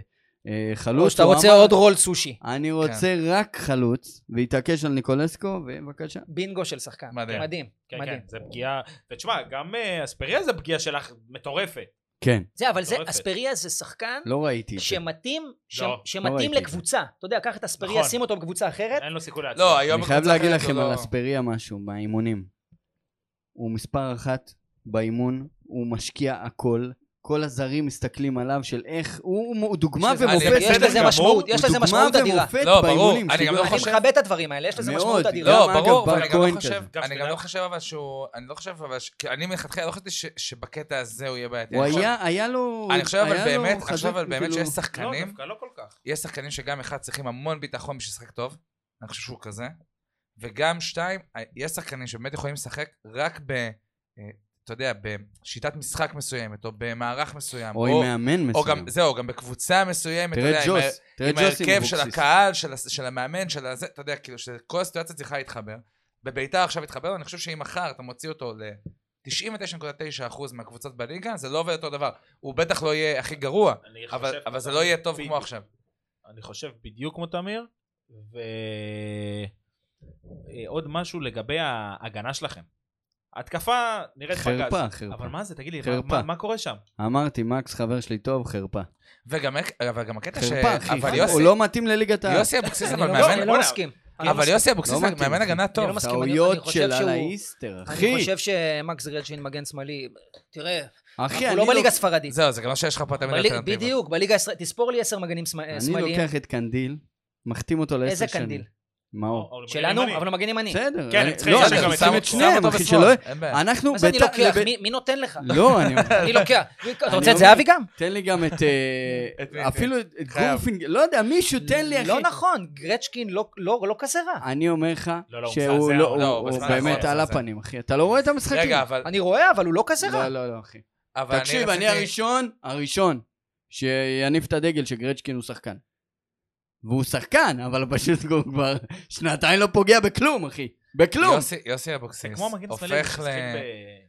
Speaker 3: אה, חלוץ.
Speaker 4: או שאתה
Speaker 3: הוא
Speaker 4: רוצה
Speaker 3: אמר,
Speaker 4: עוד רול סושי.
Speaker 3: אני רוצה רק חלוץ, והתעקש על ניקולסקו, ובבקשה.
Speaker 4: בינגו של שחקן.
Speaker 1: מדהים.
Speaker 4: מדהים.
Speaker 2: כן,
Speaker 4: מדהים.
Speaker 2: כן, זה פגיעה. ותשמע, גם אה, אספריה זה פגיעה שלך מטורפת.
Speaker 3: כן,
Speaker 4: זה, אבל זה,
Speaker 2: מטורפת.
Speaker 4: אספריה זה שחקן
Speaker 3: לא ראיתי את זה.
Speaker 4: שמתאים, ש-
Speaker 2: לא,
Speaker 3: לא
Speaker 4: שמתאים
Speaker 3: ראיתי את
Speaker 4: לקבוצה. אתה יודע, קח את אספריה,
Speaker 2: נכון.
Speaker 4: שים אותו בקבוצה אחרת.
Speaker 2: אין לו סיכוי להצליח.
Speaker 1: לא, היום...
Speaker 3: אני חייב
Speaker 1: בקבוצה
Speaker 3: להגיד
Speaker 1: אחרת
Speaker 3: לכם
Speaker 1: הוא
Speaker 3: על
Speaker 1: לא-
Speaker 3: אספריה משהו, מהאימונים. הוא מספר אחת באימון, הוא משקיע הכל. כל הזרים מסתכלים עליו של איך, הוא הוא דוגמה
Speaker 4: שזה-
Speaker 3: ומופת.
Speaker 1: אני-
Speaker 4: יש
Speaker 1: בסדר
Speaker 4: לזה
Speaker 2: גמור,
Speaker 4: משמעות,
Speaker 3: הוא
Speaker 4: יש לזה
Speaker 3: דוגמה
Speaker 4: משמעות אדירה.
Speaker 3: ומופת
Speaker 1: לא, ברור,
Speaker 3: באימונים,
Speaker 1: אני
Speaker 3: שקיבלו
Speaker 1: גם לא
Speaker 4: אני
Speaker 3: אחת.
Speaker 1: חושב-
Speaker 4: מכבד את הדברים האלה, יש לזה
Speaker 3: מאוד.
Speaker 4: משמעות אדירה.
Speaker 1: לא,
Speaker 3: גם, אגב,
Speaker 1: ברור,
Speaker 3: בר
Speaker 1: אבל אני גם לא
Speaker 3: כהן
Speaker 1: חושב,
Speaker 3: כזה.
Speaker 2: גם
Speaker 1: אני
Speaker 2: שתדע
Speaker 1: גם לא
Speaker 2: לך.
Speaker 1: חושב אבל שהוא, אני לא חושב אבל, ש- כי אני מלכתחילה לא חשבתי ש- שבקטע הזה הוא יהיה בעייתי.
Speaker 3: הוא
Speaker 1: אני חושב-
Speaker 3: היה, היה לו...
Speaker 1: אני חושב אבל
Speaker 3: היה לו
Speaker 1: באמת, אני
Speaker 3: חזק,
Speaker 1: חושב אבל באמת
Speaker 3: כאילו-
Speaker 1: שיש
Speaker 2: לא,
Speaker 1: שחקנים,
Speaker 2: דווקא לא כל כך.
Speaker 1: יש שחקנים שגם אחד צריכים המון ביטחון בשביל לשחק טוב, אני חושב שהוא כזה, וגם שתיים, אה, יש שחקנים שבאמת יכולים לשחק רק ב... אה, אתה יודע, בשיטת משחק מסוימת, או במערך מסוים,
Speaker 3: או עם מאמן
Speaker 1: או גם,
Speaker 3: מסוים.
Speaker 1: זהו, גם בקבוצה מסוימת, אתה
Speaker 3: תראה
Speaker 1: יודע,
Speaker 3: את
Speaker 1: עם ה-
Speaker 3: ג'וס, תראה את
Speaker 1: עם
Speaker 3: ג'וס
Speaker 1: ההרכב של
Speaker 3: אבוקסיס.
Speaker 1: הקהל, של, הס- של המאמן, של הזה, אתה יודע, כאילו, שכל הסיטואציה צריכה להתחבר. בביתר עכשיו התחבר, אני חושב שאם מחר אתה מוציא אותו ל-99.9% מהקבוצות בליגה, זה לא עובד אותו דבר. הוא בטח לא יהיה הכי גרוע,
Speaker 2: אני
Speaker 1: אבל,
Speaker 2: חושב-
Speaker 1: אבל זה לא יהיה טוב
Speaker 2: בדיוק.
Speaker 1: כמו עכשיו.
Speaker 2: אני חושב בדיוק כמו תמיר, ועוד משהו לגבי ההגנה שלכם. התקפה נראית
Speaker 3: חרפה,
Speaker 2: פגז.
Speaker 3: חרפה.
Speaker 2: אבל מה זה, תגיד לי, מה-
Speaker 3: חרפה.
Speaker 2: מה- מה קורה שם?
Speaker 3: אמרתי, מקס חבר שלי טוב, חרפה.
Speaker 1: וגם, אבל גם הקטע ש...
Speaker 3: חרפה, אחי.
Speaker 1: אבל יוסי,
Speaker 3: הוא לא מתאים לליגת העל.
Speaker 1: יוסי אבוקסיס
Speaker 4: אני
Speaker 1: אבל
Speaker 4: לא-
Speaker 2: מאמן-
Speaker 4: אני
Speaker 1: מאמן...
Speaker 4: לא
Speaker 2: בוא'נה,
Speaker 4: מסכים. אני לא
Speaker 1: אבל
Speaker 4: מסכים.
Speaker 1: יוסי אבוקסיס
Speaker 3: לא מתאים.
Speaker 1: מאמן הגנה טוב.
Speaker 4: לא מסכים, אני- אני
Speaker 3: טעויות
Speaker 4: חושב
Speaker 3: של
Speaker 4: שהוא-
Speaker 3: על האיסטר, אחי.
Speaker 4: אני חושב שמקס גרדשין מגן שמאלי, תראה,
Speaker 3: אחי,
Speaker 4: אנחנו
Speaker 3: אני
Speaker 4: לא בליגה
Speaker 3: לוק-
Speaker 4: הספרדית.
Speaker 1: זהו, זה גם מה שיש לך פה תמיד
Speaker 4: בלי-
Speaker 1: אלטרנטיבות.
Speaker 4: בדיוק, בליגה הישראלית, תספור לי עשר מגנים שמ-
Speaker 3: אני
Speaker 4: שמאליים.
Speaker 3: לוקח את קנדיל, מחתים אותו לעשר
Speaker 4: איזה
Speaker 3: שנים.
Speaker 4: קנדיל?
Speaker 3: מאור.
Speaker 2: או- או
Speaker 4: שלנו,
Speaker 2: למגן
Speaker 4: אבל לא הוא מגן ימני.
Speaker 3: בסדר.
Speaker 2: כן,
Speaker 3: אני-
Speaker 2: הם צריכים
Speaker 3: לא,
Speaker 2: לשחק
Speaker 3: אנחנו
Speaker 2: גם את
Speaker 3: עושים
Speaker 2: זה.
Speaker 3: את שניהם, אחי, שלא...
Speaker 1: כן.
Speaker 3: אנחנו...
Speaker 4: אז אני
Speaker 3: ביתר-
Speaker 4: לוקח,
Speaker 3: לב-
Speaker 4: מי- מי נותן לך?
Speaker 3: לא, אני...
Speaker 4: אני לוקח. אתה רוצה את
Speaker 3: אומר-
Speaker 4: זהבי גם?
Speaker 3: תן לי גם את... אה,
Speaker 1: את מי, את
Speaker 3: אפילו את
Speaker 1: חייב.
Speaker 3: גורפינג, לא יודע, מישהו, תן לי, אחי. אה.
Speaker 4: לא נכון, גרצ'קין לא- לא לא כזה רע.
Speaker 3: אני אומר לך
Speaker 2: לא, לא, הוא
Speaker 3: שהוא
Speaker 2: מזעזע,
Speaker 3: לא,
Speaker 2: הוא-
Speaker 3: הוא-
Speaker 1: לא, הוא
Speaker 3: הוא
Speaker 1: מזעזע,
Speaker 3: באמת
Speaker 1: הוא
Speaker 3: על
Speaker 1: מזעזע.
Speaker 3: הפנים, אחי. אתה לא רואה את המשחקים.
Speaker 1: רגע, אבל...
Speaker 4: אני רואה, אבל הוא לא כזה רע.
Speaker 3: לא, לא, לא, אחי.
Speaker 1: אבל אני
Speaker 3: תקשיב, אני
Speaker 1: רציתי-
Speaker 3: הראשון, הראשון, שיניף את הדגל שגרצ'קין הוא שחקן. והוא שחקן, אבל פשוט הוא כבר שנתיים לא פוגע בכלום, אחי. בכלום!
Speaker 1: יוסי- יוסי
Speaker 2: זה
Speaker 1: אבוקסיס
Speaker 2: כמו המגן שמאלי,
Speaker 1: הופך ל...
Speaker 2: ששיחק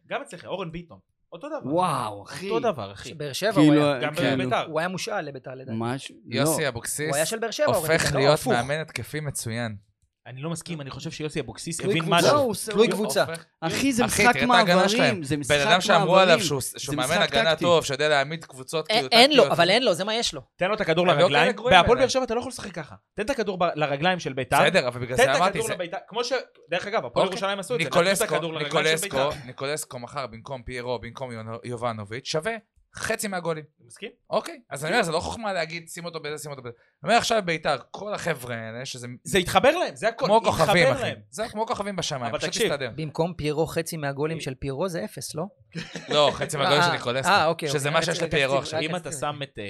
Speaker 2: ב- גם אצלך, אורן ביטון. אותו דבר.
Speaker 3: וואו, אחי.
Speaker 2: אותו דבר, אחי.
Speaker 4: שבאר שבע הוא
Speaker 3: כאילו,
Speaker 4: היה-
Speaker 2: גם
Speaker 3: כאילו,
Speaker 2: בביתר.
Speaker 1: כן.
Speaker 4: הוא היה מושאל לביתר לדעתי.
Speaker 3: משהו, לא.
Speaker 1: יוסי אבוקסיס
Speaker 4: הוא היה של באר שבע. אורן
Speaker 1: הופך
Speaker 4: ביטון.
Speaker 1: להיות
Speaker 4: הפוך.
Speaker 1: מאמן התקפי מצוין.
Speaker 2: אני לא מסכים, אני חושב שיוסי אבוקסיס
Speaker 3: תלוי
Speaker 2: הבין
Speaker 3: קבוצה,
Speaker 2: משהו.
Speaker 3: לא, הוא עושה-
Speaker 4: לא, תלוי
Speaker 3: הוא-
Speaker 4: קבוצה.
Speaker 1: הופך-
Speaker 3: אחי, זה
Speaker 1: אחי,
Speaker 3: משחק
Speaker 1: תראה את ההגנה
Speaker 3: מעברים,
Speaker 1: שלהם.
Speaker 3: זה משחק
Speaker 1: בן
Speaker 3: מעברים.
Speaker 1: אדם שאמרו עליו שהוא-
Speaker 3: זה
Speaker 1: שהוא מאמן
Speaker 3: משחק
Speaker 1: הגנה
Speaker 3: טקטי.
Speaker 1: טוב, שיודע להעמיד קבוצות
Speaker 4: אין-
Speaker 1: כאילו
Speaker 4: אה, אין לו,
Speaker 3: לא
Speaker 1: טקטיות.
Speaker 4: אבל אין לו, זה מה יש לו.
Speaker 2: תן לו את הכדור
Speaker 1: הם לא
Speaker 2: לרגליים.
Speaker 1: כאלה גרועים
Speaker 2: בהפועל
Speaker 1: בעיניי.
Speaker 2: באר שבע אתה לא יכול לשחק ככה. תן את הכדור ב- לרגליים של ביתר.
Speaker 1: בסדר, אבל בגלל
Speaker 2: תן
Speaker 1: זה
Speaker 2: את
Speaker 1: אמרתי,
Speaker 2: הכדור
Speaker 1: זה-
Speaker 2: לביתר. כמו ש... דרך אגב, הפועל
Speaker 1: אוקיי.
Speaker 2: ירושלים עשו את זה. נתנו את הכדור
Speaker 1: ניקולסקו,
Speaker 2: לרגליים של
Speaker 1: ניקולסקו,
Speaker 2: ביתר.
Speaker 1: ניקולסקו מחר במקום פיירו, במקום יונו- יובנוביץ', שווה חצי מהגולים.
Speaker 2: אתה מסכים?
Speaker 1: אוקיי, אז אני אומר, זה לא חוכמה להגיד, שים אותו בזה, שים אותו בזה. אני אומר עכשיו ביתר, כל החבר'ה האלה, שזה
Speaker 2: זה התחבר להם, זה הכל.
Speaker 1: כמו כוכבים,
Speaker 2: התחבר
Speaker 1: אחי.
Speaker 2: להם.
Speaker 1: זה כמו כוכבים בשמיים,
Speaker 2: אבל
Speaker 1: פשוט
Speaker 2: תקשיב.
Speaker 1: תסתדר.
Speaker 4: במקום פיירו חצי
Speaker 3: אה.
Speaker 4: מהגולים של פיירו זה אפס, לא?
Speaker 1: לא, חצי מהגולים של
Speaker 4: אה,
Speaker 1: ניקולסקו,
Speaker 4: אה, אוקיי,
Speaker 1: שזה
Speaker 4: אוקיי,
Speaker 1: מה
Speaker 4: רק
Speaker 1: שיש
Speaker 4: רציתי-
Speaker 1: לפיירו
Speaker 4: רק
Speaker 1: עכשיו.
Speaker 2: אם
Speaker 4: רציתי
Speaker 2: אתה
Speaker 4: להגיד.
Speaker 2: שם את... אה,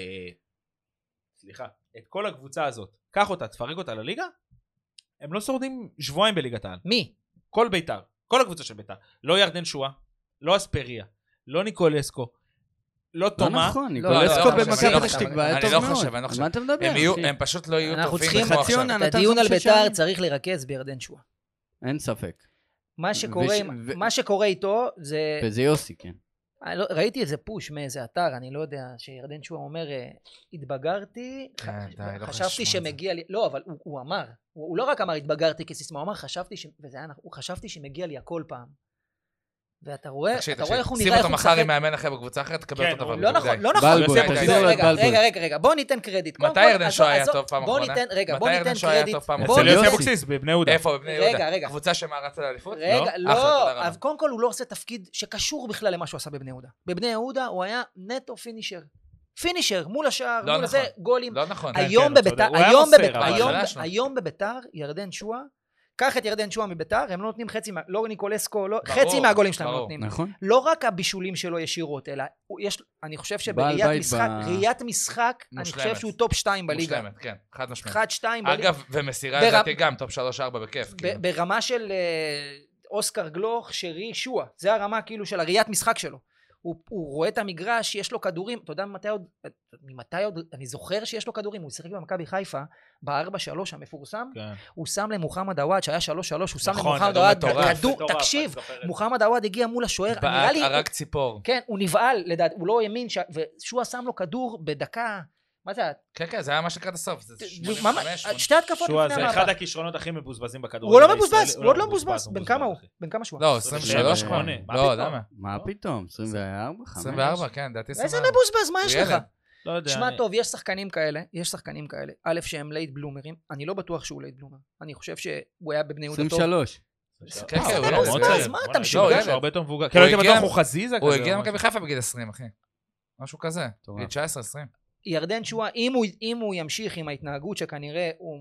Speaker 2: סליחה, את כל הקבוצה הזאת, קח אותה, תפרק אותה לליגה, הם לא שורדים שבועיים בליגת העל.
Speaker 4: מי?
Speaker 2: כל ביתר, כל הקבוצה של ביתר. לא ירדן שואה, לא אספריה, לא ניקולסקו, לא
Speaker 3: לא
Speaker 2: תומה.
Speaker 3: נכון,
Speaker 4: לא, לא,
Speaker 3: ניקולסקו
Speaker 4: לא, אני לא
Speaker 3: במכבי פתח
Speaker 4: חושב,
Speaker 3: תקווה היה
Speaker 1: אני
Speaker 3: טוב
Speaker 1: לא
Speaker 3: מאוד.
Speaker 1: חושב, אני לא
Speaker 3: על מה
Speaker 1: חושב.
Speaker 3: אתה מדבר?
Speaker 1: הם יהיו-
Speaker 3: אחי?
Speaker 1: הם פשוט לא יהיו
Speaker 4: אנחנו
Speaker 1: טובים
Speaker 4: צריכים-
Speaker 1: כמו
Speaker 3: חצי
Speaker 1: עכשיו.
Speaker 3: עונה
Speaker 4: את
Speaker 3: אה, נתן
Speaker 4: הדיון על
Speaker 3: חמישה שערים.
Speaker 4: ביתר צריך לרכז בירדן שואה.
Speaker 3: אין ספק.
Speaker 4: מה שקורה עם-
Speaker 3: וש- ו-
Speaker 4: מה שקורה איתו זה...
Speaker 3: וזה יוסי, כן.
Speaker 4: אני לא- ראיתי איזה פוש מאיזה אתר, אני לא יודע, שירדן שועה אומר, אה, התבגרתי, ח-
Speaker 1: כן, די, לא יכול
Speaker 4: חשבתי
Speaker 1: לשמוע את זה.
Speaker 4: שמגיע לי, לא, אבל הוא- הוא אמר, הוא הוא לא רק אמר התבגרתי כסיסמה, הוא אמר, חשבתי, ש- וזה היה, נכון, הוא חשבתי שמגיע לי הכל פעם. ואתה רואה,
Speaker 1: תקשיב,
Speaker 4: אתה רואה איך הוא
Speaker 1: תקשיב,
Speaker 4: נראה, איך
Speaker 1: שים
Speaker 4: הוא
Speaker 1: אותו מחר
Speaker 4: משחק.
Speaker 1: עם מאמן אחר בקבוצה אחרת, תקבל
Speaker 2: כן,
Speaker 1: אותו דבר.
Speaker 2: הוא-
Speaker 4: לא
Speaker 1: בדיוק,
Speaker 4: נכון,
Speaker 1: די.
Speaker 4: לא נכון.
Speaker 3: בלבול,
Speaker 4: רגע,
Speaker 1: תחזיר
Speaker 4: רגע,
Speaker 3: לו את
Speaker 4: רגע,
Speaker 3: בלבול.
Speaker 4: רגע, רגע, רגע, בוא ניתן קרדיט. קודם
Speaker 1: מתי
Speaker 4: כל,
Speaker 1: ירדן שועה
Speaker 4: עזוב,
Speaker 1: היה
Speaker 4: עזוב,
Speaker 1: טוב פעם
Speaker 4: בוא
Speaker 1: אחרונה?
Speaker 4: ניתן, רגע, בוא
Speaker 1: מתי ירדן
Speaker 4: ניתן
Speaker 1: שועה היה
Speaker 4: קרדיט.
Speaker 1: טוב פעם
Speaker 4: בוא
Speaker 2: אצל
Speaker 3: אחרונה?
Speaker 2: יוסי
Speaker 4: ניתן-
Speaker 2: אבוקסיס בבני יהודה.
Speaker 1: איפה, בבני
Speaker 4: רגע,
Speaker 1: יהודה?
Speaker 4: רגע.
Speaker 1: קבוצה שמערצה לאליפות?
Speaker 4: רגע,
Speaker 1: לא? אחלה, תודה
Speaker 4: לא,
Speaker 1: רבה.
Speaker 4: אבל קודם כל הוא לא עושה תפקיד שקשור בכלל למה שהוא עשה בבני יהודה. בבני יהודה הוא היה נטו פינישר. פינישר, מול השער,
Speaker 1: לא
Speaker 4: מול זה,
Speaker 1: נכון.
Speaker 4: גולים.
Speaker 1: לא נכון.
Speaker 2: כן,
Speaker 4: היום
Speaker 2: כן, הוא
Speaker 4: בביתר,
Speaker 2: צודק. הוא היה
Speaker 4: היום
Speaker 2: מוסר,
Speaker 4: בביתר,
Speaker 2: אבל
Speaker 4: היום-
Speaker 1: השאלה שלו.
Speaker 4: היום בביתר, ירדן שועה, קח את ירדן שועה מביתר, הם לא נותנים חצי, מה- לא ניקולסקו, לא-
Speaker 1: ברור,
Speaker 4: חצי מהגולים שלהם לא
Speaker 1: ברור.
Speaker 4: נותנים.
Speaker 3: נכון?
Speaker 4: לא רק הבישולים שלו ישירות, אלא הוא- יש, אני חושב שבראיית
Speaker 3: בית
Speaker 4: משחק,
Speaker 3: ב-
Speaker 4: ראיית משחק, אני
Speaker 1: מושלמת.
Speaker 4: חושב שהוא טופ 2 בליגה.
Speaker 1: מושלמת, כן, חד משמעית.
Speaker 4: 1-2 בליגה.
Speaker 1: אגב, ומסירה
Speaker 4: ברב-
Speaker 1: לדעתי גם, טופ 3-4 בכיף.
Speaker 4: ב-
Speaker 1: כאילו.
Speaker 4: ברמה של אה, אוסקר גלוך, שרי, שועה. זה הרמה כאילו של הראיית משחק שלו. הוא, הוא רואה את המגרש, יש לו כדורים, אתה יודע ממתי עוד, ממתי עוד, אני זוכר שיש לו כדורים, הוא שיחק במכבי חיפה, ב-4-3 המפורסם,
Speaker 2: כן.
Speaker 4: הוא שם למוחמד עוואד, שהיה 3-3, הוא שם
Speaker 2: נכון,
Speaker 4: למוחמד
Speaker 1: כדור
Speaker 4: עוואד,
Speaker 1: מטורף,
Speaker 4: כדור,
Speaker 2: מטורף,
Speaker 4: תקשיב,
Speaker 2: אני זוכר את זה.
Speaker 4: מוחמד עוואד הגיע מול השוער, נראה
Speaker 1: בעט,
Speaker 4: לי,
Speaker 1: הרג ציפור.
Speaker 4: כן, הוא נבהל, לדעת, הוא לא האמין, ש- ושועה שם לו כדור בדקה, מה זה,
Speaker 1: כן, כן, זה היה ממש לקראת הסוף. זה
Speaker 4: ממש, אה,
Speaker 1: 85, שמונה-
Speaker 4: שתי התקפות לפני
Speaker 2: שועה
Speaker 4: המאבק.
Speaker 2: זה אחד הכישרונות הכי מבוזבזים בכדורגל.
Speaker 4: הוא לא
Speaker 2: הישראלי.
Speaker 4: מבוזבז, הוא עוד לא מבוזבז.
Speaker 2: הוא
Speaker 4: בן כמה הוא?
Speaker 2: אחי.
Speaker 4: בן כמה שהוא?
Speaker 1: לא, 23 כבר.
Speaker 2: שמונה, מה
Speaker 1: לא,
Speaker 2: פתאום?
Speaker 1: למה?
Speaker 3: מה פתאום? 24?
Speaker 1: 24, כן, לדעתי
Speaker 4: איזה
Speaker 1: 24.
Speaker 4: מבוזבז, מה
Speaker 1: הוא
Speaker 4: יש
Speaker 1: ילד.
Speaker 4: לך?
Speaker 2: לא יודע.
Speaker 4: תשמע
Speaker 2: אני-
Speaker 4: טוב, יש שחקנים כאלה, יש שחקנים כאלה. א', שהם לייט בלומרים, אני לא בטוח שהוא לייט בלומר. אני חושב שהוא היה בבני יהודה טוב.
Speaker 3: 23.
Speaker 1: כן, כן, הוא
Speaker 2: אה,
Speaker 1: ילד,
Speaker 2: מאוד
Speaker 1: הוא
Speaker 2: צעיר.
Speaker 1: ילד.
Speaker 4: מה אתה
Speaker 2: בואנה,
Speaker 4: משוגע?
Speaker 2: הוא ילד,
Speaker 1: ילד.
Speaker 2: שהוא הרבה יותר מבוגר.
Speaker 1: הוא
Speaker 2: כאילו הייתי
Speaker 1: הגיע-
Speaker 2: בטוח הוא חזיזה כזה.
Speaker 1: הוא
Speaker 2: או
Speaker 1: הגיע
Speaker 2: משהו.
Speaker 1: למכבי חיפה בגיל 20, אחי. משהו כזה.
Speaker 3: טוב.
Speaker 1: בגיל 19, 20.
Speaker 4: ירדן שואה, אם הוא- אם הוא ימשיך עם ההתנהגות שכנראה הוא,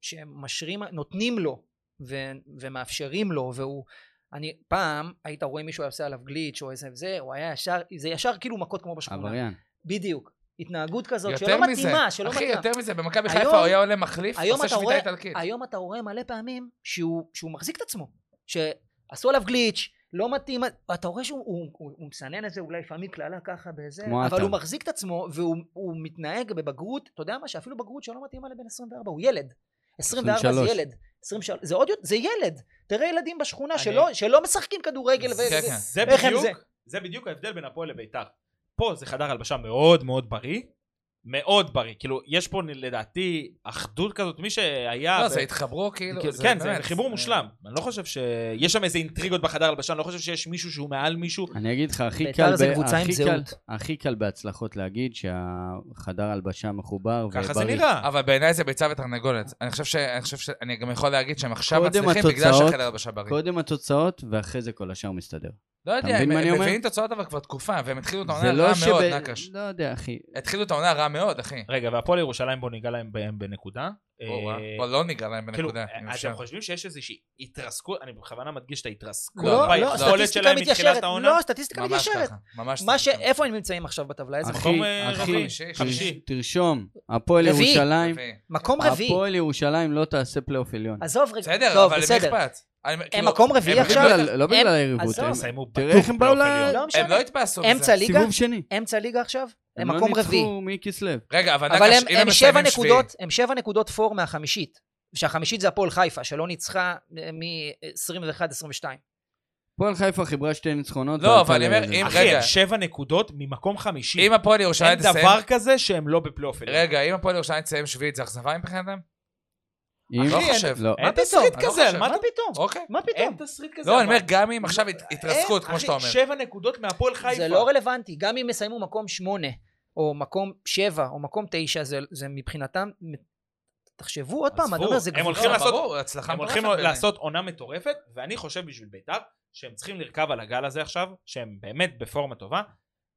Speaker 4: שמשרים, נותנים לו ו- ומאפשרים לו, והוא... אני, פעם היית רואה מישהו היה עושה עליו גליץ' או איזה זה, הוא היה ישר, זה ישר כאילו מכות כמו בשכונה.
Speaker 3: עבריין.
Speaker 4: בדיוק. התנהגות כזאת
Speaker 1: יותר
Speaker 4: שלא
Speaker 1: מזה.
Speaker 4: מתאימה, שלא
Speaker 1: אחי,
Speaker 4: מתאימה.
Speaker 1: יותר מזה, במכבי
Speaker 4: היום-
Speaker 1: חיפה הוא היה עולה מחליף,
Speaker 4: היום
Speaker 1: עושה שביתה
Speaker 4: אתה רואה-
Speaker 3: כן.
Speaker 4: אה,
Speaker 1: איטלקית.
Speaker 4: היום אתה רואה מלא פעמים שהוא, שהוא מחזיק את עצמו, שעשו עליו גליץ', לא מתאים, אתה רואה שהוא הוא, הוא, הוא מסנן את זה אולי לפעמים קללה ככה באיזה,
Speaker 3: כמו
Speaker 4: אבל
Speaker 3: עטר.
Speaker 4: הוא מחזיק את עצמו והוא הוא מתנהג בבגרות, אתה יודע מה, שאפילו בגרות שלא מתאימה לבן 24, הוא ילד. 24
Speaker 3: 23.
Speaker 4: זה ילד. 23, זה עוד יותר, זה ילד. תראה ילדים בשכונה
Speaker 2: אני-
Speaker 4: שלא, שלא משחקים כדורגל. ו-
Speaker 1: כן,
Speaker 4: זה-
Speaker 1: כן.
Speaker 2: זה
Speaker 4: איך הם
Speaker 2: בדיוק,
Speaker 4: זה?
Speaker 2: זה בדיוק ההבדל בין הפועל לביתר. פה זה חדר הלבשה מאוד מאוד בריא. מאוד בריא. כאילו, יש פה לדעתי אחדות כזאת, מי שהיה...
Speaker 3: אה,
Speaker 1: לא,
Speaker 2: ב-
Speaker 1: זה התחברו כאילו.
Speaker 2: כאילו, כן, זה
Speaker 1: באמת,
Speaker 2: חיבור מושלם. אני לא חושב שיש שם איזה אינטריגות בחדר הלבשה, אני לא חושב שיש מישהו שהוא מעל מישהו.
Speaker 3: אני אגיד לך, הכי
Speaker 4: בית"ר
Speaker 3: קל...
Speaker 4: זה
Speaker 3: ב-
Speaker 4: קבוצה עם
Speaker 3: הכי קל-
Speaker 4: זהות.
Speaker 3: הכי קל בהצלחות להגיד שהחדר הלבשה מחובר ובריא.
Speaker 2: ככה זה נראה.
Speaker 1: אבל בעיניי זה ביצה ותרנגולת. אני חושב ש... אני חושב ש... אני גם יכול להגיד שהם עכשיו
Speaker 3: קודם
Speaker 1: מצליחים בגלל לא
Speaker 3: התוצאות-
Speaker 1: שהחדר הלבשה בריא.
Speaker 3: קודם התוצאות, ואחרי זה כל השאר מסתדר.
Speaker 1: לא יודע,
Speaker 3: מבין
Speaker 1: הם
Speaker 3: מה אני
Speaker 1: הם
Speaker 3: אומר?
Speaker 1: מביאים תוצאות אבל כבר תקופה, והם התחילו את
Speaker 3: זה
Speaker 1: העונה
Speaker 3: לא
Speaker 1: רע
Speaker 3: שב... אה,
Speaker 1: מאוד, נקש.
Speaker 3: לא יודע, אחי.
Speaker 1: התחילו את העונה רע מאוד, אחי.
Speaker 2: רגע, והפועל ירושלים בו ניגע להם ב- בנקודה.
Speaker 1: או, וואו.
Speaker 2: אה,
Speaker 1: פה לא ניגע להם
Speaker 2: כאילו,
Speaker 1: בנקודה.
Speaker 3: אה,
Speaker 1: אם אפשר.
Speaker 2: אתם חושבים שיש איזושהי התרסקות, אני בכוונה מדגיש את ההתרסקות
Speaker 1: לא,
Speaker 4: לא,
Speaker 1: יכולת
Speaker 2: ביכולת
Speaker 4: סטטיסטיקה
Speaker 2: שלהם מתחילת
Speaker 4: מתיישרת.
Speaker 2: העונה?
Speaker 4: לא, סטטיסטיקה
Speaker 1: ממש
Speaker 4: מתיישרת.
Speaker 1: ככה. ממש
Speaker 4: מה ש...
Speaker 1: ככה.
Speaker 4: איפה הם נמצאים עכשיו בטבלה? איזה
Speaker 3: אחי,
Speaker 4: מקום?
Speaker 2: מקום אה,
Speaker 3: אחי,
Speaker 2: רביעי,
Speaker 1: חמישי,
Speaker 2: חמישי.
Speaker 3: תרשום, הפועל
Speaker 4: רביעי.
Speaker 3: ירושלים,
Speaker 1: יפה.
Speaker 4: מקום רביעי.
Speaker 3: הפועל ירושלים לא תעשה פלייאוף עליון.
Speaker 4: עזוב רגע.
Speaker 1: בסדר,
Speaker 4: טוב,
Speaker 1: אבל למי
Speaker 4: לא, בסדר.
Speaker 1: אכפת? אני- כאילו,
Speaker 4: מקום רביעי
Speaker 1: הם-
Speaker 3: לא
Speaker 1: הם
Speaker 4: עכשיו?
Speaker 1: לא-
Speaker 3: בגלל- לא
Speaker 4: הם-
Speaker 3: בגלל היריבות,
Speaker 4: עזוב,
Speaker 3: הם-
Speaker 2: סיימו
Speaker 3: תראה
Speaker 2: בטוח לא
Speaker 3: איך הם באו ל-
Speaker 2: בפלייאוף העליון.
Speaker 4: לא
Speaker 1: הם לא
Speaker 4: משנה.
Speaker 1: התבאסו מזה.
Speaker 4: אמצע ליגה?
Speaker 3: סיבוב שני.
Speaker 4: אמצע ליגה עכשיו? הם מקום רביעי.
Speaker 3: הם לא ניצחו מכיסלו.
Speaker 1: רגע, אבל,
Speaker 4: אבל
Speaker 1: נגש-
Speaker 4: הם,
Speaker 1: אם
Speaker 4: הם, שבע
Speaker 1: מסיימים שביעי,
Speaker 4: נקודות, הם שבע נקודות פור מהחמישית. שהחמישית זה הפועל חיפה, שלא ניצחה אה, מ-21-22.
Speaker 3: הפועל חיפה חיברה שתי ניצחונות.
Speaker 1: לא,
Speaker 3: ועלתה
Speaker 1: אבל אני אומר,
Speaker 3: לזה.
Speaker 1: אם-
Speaker 2: אחי,
Speaker 1: רגע.
Speaker 2: הם שבע נקודות ממקום חמישי.
Speaker 1: אם הפועל
Speaker 2: אין
Speaker 1: ירושלים תסיים...
Speaker 2: דבר כזה שהם לא בפלייאוף. עליון.
Speaker 1: רגע, אם הפועל ירושלים תסיים שביעית, זה אכזבה מבחינתם?
Speaker 3: אם-
Speaker 1: לא
Speaker 2: אחי,
Speaker 1: חושב.
Speaker 3: לא.
Speaker 2: אין
Speaker 4: מה פתאום?
Speaker 2: תסריט
Speaker 1: אני לא
Speaker 2: כזה,
Speaker 1: חושב.
Speaker 2: מה
Speaker 4: מה פתאום?
Speaker 1: אוקיי.
Speaker 4: מה פתאום?
Speaker 2: אין תסריט כזה.
Speaker 1: לא, אני
Speaker 2: אבל-
Speaker 1: אומר, גם אם עכשיו הת- התרסקות,
Speaker 2: אין,
Speaker 1: כמו
Speaker 2: אחי,
Speaker 1: שאתה אומר.
Speaker 2: שבע נקודות מהפועל חיפה.
Speaker 4: זה לא רלוונטי, גם אם יסיימו מקום שמונה, או מקום שבע, או מקום תשע, זה, זה מבחינתם, תחשבו עוד פעם, אני
Speaker 2: עזבו,
Speaker 4: אומר, זה
Speaker 2: הם הולכים
Speaker 4: גבוה.
Speaker 2: לעשות-
Speaker 1: ברור, הצלחה
Speaker 2: הם הולכים
Speaker 1: מטורפת בעיניי.
Speaker 2: לעשות עונה מטורפת, ואני חושב בשביל בית"ר, שהם צריכים לרכב על הגל הזה עכשיו, שהם באמת בפורמה טובה,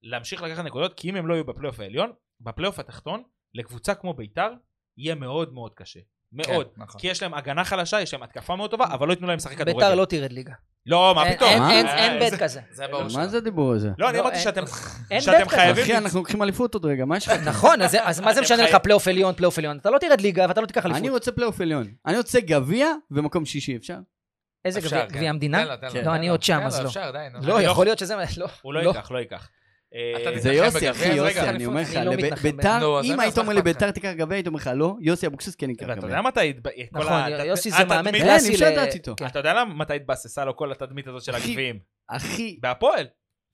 Speaker 2: להמשיך לקחת נקודות, כי אם הם לא יהיו בפלייאוף העליון, בפלייאוף התחתון, לקבוצה כמו בית"ר, יהיה מאוד מאוד קשה.
Speaker 1: כן,
Speaker 2: מאוד.
Speaker 1: נכון.
Speaker 2: כי יש להם הגנה חלשה, יש להם התקפה מאוד טובה, אבל לא ייתנו להם לשחק כדורגל.
Speaker 4: ביתר לא תרד ליגה.
Speaker 2: לא, מה
Speaker 4: אין-
Speaker 2: פתאום?
Speaker 4: אין-
Speaker 3: מה?
Speaker 4: אין-
Speaker 2: אה,
Speaker 4: אין
Speaker 2: זה-
Speaker 4: בית כזה.
Speaker 1: זה ברור
Speaker 3: מה
Speaker 1: שלא.
Speaker 3: זה הדיבור הזה?
Speaker 2: לא, אני
Speaker 4: לא,
Speaker 2: אמרתי
Speaker 4: אין-
Speaker 2: שאתם
Speaker 4: אין
Speaker 2: שאתם
Speaker 4: בית כזה.
Speaker 2: חייבים
Speaker 3: אחי, אנחנו לוקחים אליפות עוד רגע, מה יש לך?
Speaker 4: נכון, אז זה- אז מה זה
Speaker 2: אתם
Speaker 4: משנה לך
Speaker 2: חייב-
Speaker 4: פלייאוף עליון, פלייאוף עליון? אתה לא תרד ליגה ואתה לא תיקח
Speaker 3: אני
Speaker 4: אליפות.
Speaker 3: רוצה פלייאוף עליון. אני רוצה גביע ומקום שישי, אפשר?
Speaker 4: איזה
Speaker 1: אפשר,
Speaker 4: גביע-
Speaker 1: כן.
Speaker 4: גביע המדינה?
Speaker 1: תן לו, תן לו,
Speaker 3: כן.
Speaker 1: תן
Speaker 4: לא, אני
Speaker 1: לו.
Speaker 4: עוד שם,
Speaker 1: תן
Speaker 4: אז
Speaker 1: לו,
Speaker 4: לא.
Speaker 1: אפשר, די, נו.
Speaker 4: לא,
Speaker 2: אני לא-
Speaker 4: יכול להיות שזה... לא.
Speaker 2: הוא לא
Speaker 4: לא.
Speaker 2: ייקח, לא ייקח. אה,
Speaker 1: אתה
Speaker 3: זה
Speaker 1: מתנחם
Speaker 3: יוסי,
Speaker 1: בגביע?
Speaker 3: אחי,
Speaker 1: אז רגע,
Speaker 3: יוסי, אני
Speaker 1: אליפות.
Speaker 3: אומר לך,
Speaker 4: אני לא
Speaker 3: לב-
Speaker 4: מתנחם
Speaker 1: נו,
Speaker 3: ביתר,
Speaker 1: אז
Speaker 3: אם
Speaker 1: אין
Speaker 3: היית
Speaker 1: לך
Speaker 3: אומר
Speaker 1: אף
Speaker 3: לי
Speaker 1: אחד.
Speaker 3: ביתר תיקח גביע, הייתי אומר לך לא, יוסי אבוקסיס כן ייקח
Speaker 2: ואתה
Speaker 3: גביע.
Speaker 2: יודע מתי... התב- כל
Speaker 4: נכון,
Speaker 2: הת-
Speaker 4: יוסי זה מאמן
Speaker 2: התדמית- אה,
Speaker 3: כן, אי
Speaker 4: קלאסי
Speaker 3: אפשר
Speaker 4: ל-
Speaker 3: לדעת איתו.
Speaker 4: כן.
Speaker 2: אתה יודע למה- מתי התבססה לו כל התדמית הזאת של
Speaker 3: אחי.
Speaker 2: הגביעים?
Speaker 3: אחי,
Speaker 2: בהפועל.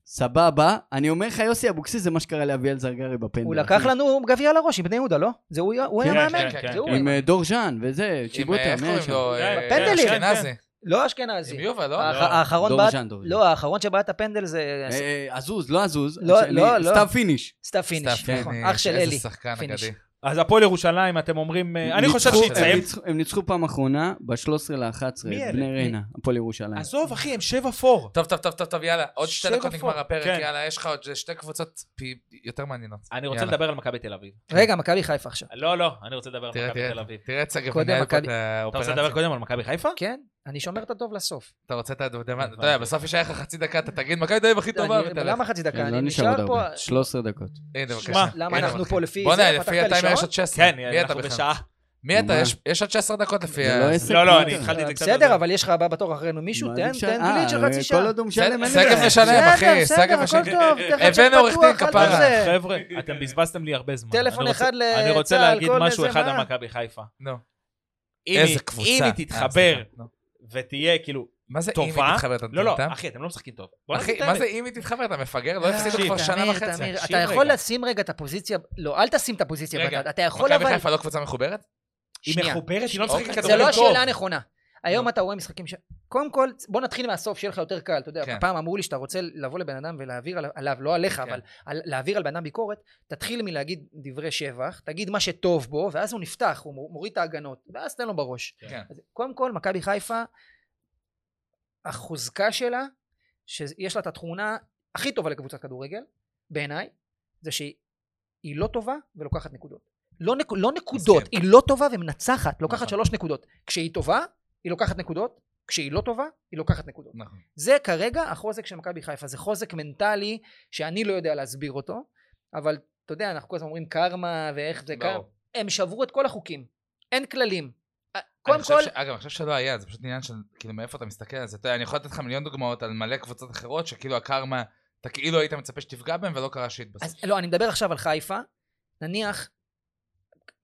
Speaker 3: סבבה, אני אומר לך, יוסי אבוקסיס זה מה שקרה לאביאל זרגרי בפנדל.
Speaker 4: הוא לקח לנו גביע על הראש עם בני יהודה, לא? זה הוא הוא היה
Speaker 3: כן,
Speaker 4: מאמן.
Speaker 1: כן,
Speaker 4: זה הוא
Speaker 3: עם
Speaker 4: היה-
Speaker 3: אה, דור ז'אן וזה,
Speaker 1: עם, אה,
Speaker 3: צ'יבוטה,
Speaker 1: איך
Speaker 3: מי היה
Speaker 1: קוראים
Speaker 3: שם?
Speaker 1: לו? אה,
Speaker 4: פנדלים.
Speaker 1: אשכנזי.
Speaker 4: לא
Speaker 1: עם
Speaker 4: אשכנזי.
Speaker 1: יובה, לא?
Speaker 4: האח-
Speaker 2: לא.
Speaker 4: האחרון
Speaker 3: דור
Speaker 4: בעט...
Speaker 3: ז'אן, דור ז'אן.
Speaker 4: לא, האחרון שבעט הפנדל זה
Speaker 3: אה, אה, עזוז, לא עזוז.
Speaker 4: לא,
Speaker 3: שאני-
Speaker 4: לא, לא.
Speaker 3: סתיו פיניש.
Speaker 4: סתיו פיניש.
Speaker 1: סתיו
Speaker 4: נכון.
Speaker 1: פיניש,
Speaker 4: אח של
Speaker 1: איזה
Speaker 4: אלי.
Speaker 1: שחקן
Speaker 4: פיניש.
Speaker 1: אגדי.
Speaker 2: אז הפועל ירושלים, אתם אומרים... אה, אני חושב
Speaker 3: ניצחו-
Speaker 2: שיצא
Speaker 3: הם ניצחו- הם ניצחו פעם אחרונה ב-13 ל-11,
Speaker 2: מי אלה?
Speaker 3: בני ריינה, הפועל ירושלים.
Speaker 2: עזוב, אחי, הם שבע פור.
Speaker 1: טוב, טוב, טוב, טוב, טוב, יאללה. עוד שתי
Speaker 2: שבע
Speaker 1: דקות נגמר
Speaker 2: פור.
Speaker 1: הפרק,
Speaker 2: כן.
Speaker 1: יאללה, יש לך עוד שתי קבוצות פי- יותר מעניינות.
Speaker 2: אני רוצה
Speaker 1: יאללה.
Speaker 2: לדבר על מכבי תל אביב.
Speaker 4: רגע, מכבי חיפה עכשיו.
Speaker 2: לא, לא, אני רוצה לדבר על
Speaker 1: תראה,
Speaker 2: מכבי
Speaker 1: תראה, לא
Speaker 2: תל אביב.
Speaker 1: תראה את שגב
Speaker 4: קודם
Speaker 1: מנהל פה את
Speaker 4: מכבי-
Speaker 2: אתה רוצה
Speaker 1: האופרציה.
Speaker 2: לדבר קודם על מכבי חיפה?
Speaker 4: כן, אני שומר את הטוב לסוף.
Speaker 1: אתה רוצה את הדובדבן? אתה יודע,
Speaker 2: הבנתי. בסוף
Speaker 1: בסוף יישאר לך חצי דקה, אתה תגיד, מכבי תל אביב הכי טובה,
Speaker 4: אני-
Speaker 1: ותלך.
Speaker 4: למה חצי דקה?
Speaker 3: כן,
Speaker 4: אני
Speaker 3: לא נשאר עוד
Speaker 4: נשאר פה...
Speaker 3: הרבה. 13 דקות.
Speaker 1: הנה,
Speaker 2: שמע,
Speaker 1: בבקשה.
Speaker 4: למה
Speaker 1: הנה,
Speaker 4: אנחנו
Speaker 1: מתחיל.
Speaker 4: פה לפי...
Speaker 1: בוא'נה,
Speaker 4: זה?
Speaker 1: לפי
Speaker 4: פתחת לי
Speaker 1: הטיימר יש
Speaker 4: שעון?
Speaker 1: עוד 16.
Speaker 2: כן,
Speaker 1: מי אתה
Speaker 2: אנחנו
Speaker 1: בכלל?
Speaker 2: בשעה.
Speaker 1: מי אתה?
Speaker 3: מה?
Speaker 1: יש- יש עוד 16 דקות לפי
Speaker 3: זה
Speaker 1: ה...
Speaker 3: לא עסק.
Speaker 2: לא, לא, אני
Speaker 3: קטן.
Speaker 2: התחלתי את זה קצת...
Speaker 4: אה, בסדר,
Speaker 2: בזה.
Speaker 4: אבל יש לך הבא בתור אחרינו מישהו,
Speaker 3: מה,
Speaker 4: תן,
Speaker 3: אי אפשר-
Speaker 4: תן
Speaker 3: אה,
Speaker 4: גליץ' של חצי שעה.
Speaker 3: כל עוד הוא משלם, אין לי
Speaker 1: שגב
Speaker 3: בעיה.
Speaker 1: משלם, אחי,
Speaker 4: בסדר,
Speaker 1: שגב משלם.
Speaker 4: בסדר, הכל טוב. תכף
Speaker 1: הבאנו עורך דין,
Speaker 4: פתוח, אל
Speaker 1: כפרה.
Speaker 4: תעשה.
Speaker 2: חבר'ה, אתם בזבזתם לי הרבה זמן.
Speaker 4: טלפון
Speaker 2: אני רוצה-
Speaker 4: אחד
Speaker 2: אני רוצה
Speaker 4: לצה"ל,
Speaker 2: להגיד
Speaker 4: כל
Speaker 2: משהו
Speaker 4: איזה
Speaker 2: אחד
Speaker 4: מה.
Speaker 2: על מכבי חיפה.
Speaker 1: נו,
Speaker 2: אם
Speaker 1: איזה
Speaker 2: היא-
Speaker 1: קבוצה.
Speaker 2: אם
Speaker 1: אה,
Speaker 2: היא תתחבר
Speaker 1: סליחה, נו.
Speaker 2: ותהיה כאילו...
Speaker 1: מה זה אם
Speaker 2: טובה?
Speaker 1: היא תתחבר? אתה
Speaker 2: לא, לא,
Speaker 1: מטומטם?
Speaker 2: אחי, אתם לא משחקים טוב. בוא נגיד
Speaker 1: אחי,
Speaker 2: את
Speaker 1: מה זה
Speaker 2: האמת.
Speaker 1: אם היא תתחבר? אתה מפגר? לא הפסידו
Speaker 2: תקשיב,
Speaker 1: כבר שנה
Speaker 4: תמיר,
Speaker 1: וחצי.
Speaker 4: תמיר, אתה
Speaker 2: תקשיב
Speaker 4: יכול
Speaker 2: רגע.
Speaker 4: לשים רגע את הפוזיציה, לא, אל תשים את הפוזיציה
Speaker 2: רגע,
Speaker 4: בצד, אתה יכול
Speaker 1: מכבי
Speaker 4: אבל...
Speaker 1: חיפה לא קבוצה מחוברת?
Speaker 2: היא
Speaker 4: שנייה.
Speaker 2: מחוברת, היא לא
Speaker 1: אוקיי.
Speaker 2: משחקת
Speaker 4: זה
Speaker 2: כדורגל
Speaker 4: לא
Speaker 2: טוב. לא.
Speaker 4: השאלה הנכונה. היום אתה רואה משחקים ש... קודם כל, בוא נתחיל מהסוף, שיהיה לך יותר קל. אתה יודע,
Speaker 1: כן.
Speaker 4: פעם אמרו לי שאתה רוצה לבוא לבן אדם ולהעביר על- עליו, לא עליך,
Speaker 1: כן.
Speaker 4: אבל על- להעביר על בן אדם ביקורת, תתחיל מלהגיד דברי שבח, תגיד מה שטוב בו, ואז הוא נפתח, הוא מור- מוריד את ההגנות, ואז תן לו בראש.
Speaker 1: כן.
Speaker 4: אז קודם כל, מכבי חיפה, החוזקה שלה, שיש לה את התכונה הכי טובה לקבוצת כדורגל, בעיניי, זה שהיא היא לא טובה ולוקחת נקודות. לא, נק, לא נקודות,
Speaker 1: מסכים.
Speaker 4: היא לא טובה ומנצחת, לוקחת
Speaker 1: נכון.
Speaker 4: שלוש נקודות. כשהיא טובה, היא לוקחת נקודות, כשהיא לא טובה, היא לוקחת נקודות.
Speaker 1: נכון.
Speaker 4: זה כרגע החוזק של מכבי חיפה, זה חוזק מנטלי שאני לא יודע להסביר אותו, אבל אתה יודע, אנחנו כל הזמן אומרים קרמה ואיך זה קרמה.
Speaker 1: ברור.
Speaker 4: הם שברו את כל החוקים, אין כללים.
Speaker 1: אני
Speaker 4: קודם
Speaker 1: חושב
Speaker 4: כל,
Speaker 1: ש- אגב, אני חושב שלא היה, זה פשוט עניין של, כאילו, מאיפה אתה מסתכל על זה. אתה יודע, אני יכול לתת לך מיליון דוגמאות על מלא קבוצות אחרות, שכאילו הקרמה, אתה כאילו היית מצפה שתפגע בהם, ולא קרה שיט בסוף.
Speaker 4: אז לא, אני מדבר עכשיו על חיפה. נניח,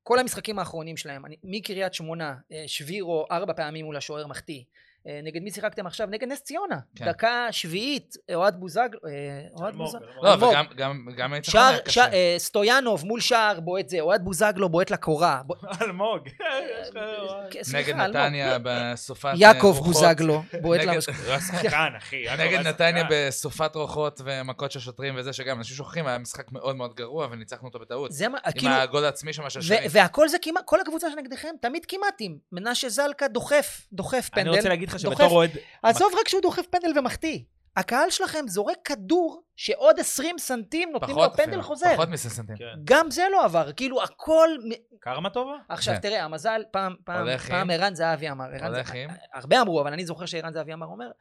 Speaker 4: כל המשחקים האחרונים שלהם, אני- מקריית שמונה, אה, שבירו, ארבע פעמים מול השוער מחטיא. אה, נגד מי שיחקתם עכשיו? נגד נס ציונה.
Speaker 1: כן.
Speaker 4: דקה שביעית, אוהד בוזג... אה, אוהד
Speaker 2: אלמוג,
Speaker 4: בוזג...
Speaker 2: אלמוג.
Speaker 1: לא,
Speaker 4: אלמוג.
Speaker 1: וגם גם- גם הניצחון
Speaker 4: שער,
Speaker 1: היה קשה.
Speaker 4: שער, אה, סטויאנוב מול שער בועט זה, אוהד בוזגלו בועט לקורה. בוע-
Speaker 2: אלמוג.
Speaker 4: כן,
Speaker 1: נגד
Speaker 4: סליחה, אלמוג.
Speaker 1: נתניה בסופת... אה,
Speaker 4: יעקב
Speaker 1: רוחות.
Speaker 4: בוזגלו בועט
Speaker 1: נגד-
Speaker 4: לנו...
Speaker 2: שחקן, אחי. יעקב,
Speaker 1: נגד
Speaker 2: היה
Speaker 1: נתניה
Speaker 2: שחקן.
Speaker 1: בסופת רוחות ומכות של שוטרים וזה, שגם אנשים שוכחים, היה משחק מאוד מאוד גרוע, וניצחנו אותו בטעות.
Speaker 4: זה מה,
Speaker 1: עם
Speaker 4: כאילו...
Speaker 1: הגול העצמי שם של שני.
Speaker 4: ו- והכל זה כמעט, כל הקבוצה שנגדכם, תמיד כמעטים. מנשה זלקה דוחף, דוחף פנדל.
Speaker 2: אני רוצה להגיד לך שבתור
Speaker 4: דוחף.
Speaker 2: אוהד...
Speaker 4: עזוב רק שהוא דוחף פנדל ומחטיא. הקהל שלכם זורק כדור שעוד 20 סנטים נותנים לו
Speaker 1: פחות
Speaker 4: פנדל
Speaker 1: אפילו,
Speaker 4: חוזר.
Speaker 1: פחות מססנטים.
Speaker 2: כן.
Speaker 4: גם זה לא עבר, כאילו הכל... מ-
Speaker 2: קרמה טובה?
Speaker 4: עכשיו
Speaker 1: כן.
Speaker 4: תראה, המזל, פעם, פעם,
Speaker 1: הולך עם-
Speaker 4: פעם ערן זהבי אמר, ערן
Speaker 1: הולך
Speaker 4: זהבי-
Speaker 1: עם?
Speaker 4: הרבה אמרו, אבל אני זוכר שערן זהבי אמר, אומר,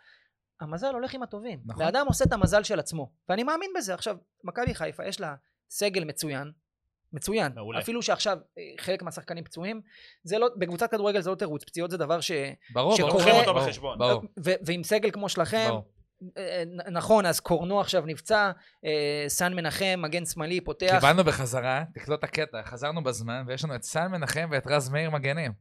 Speaker 4: המזל הולך עם הטובים.
Speaker 1: נכון.
Speaker 4: ואדם עושה את המזל של עצמו, ואני מאמין בזה. עכשיו, מכבי חיפה, יש לה סגל מצוין, מצוין.
Speaker 2: מעולה.
Speaker 4: אפילו שעכשיו אה, חלק מהשחקנים פצועים, זה לא, בקבוצת כדורגל זה לא תירוץ, פציעות זה דבר ש...
Speaker 1: ברור, ברור.
Speaker 4: שקורה-
Speaker 2: לוקחים אותו
Speaker 1: ברור,
Speaker 2: בחשבון.
Speaker 1: ברור.
Speaker 4: ו- ועם סגל כמו שלכם,
Speaker 1: ברור.
Speaker 4: אה, נ- נכון, אז קורנו עכשיו נפצע, אה, סן מנחם, מגן שמאלי, פותח.
Speaker 1: קיבלנו בחזרה, תקלוט את הקטע, חזרנו בזמן, ויש לנו את סן מנחם ואת רז מאיר מגנים.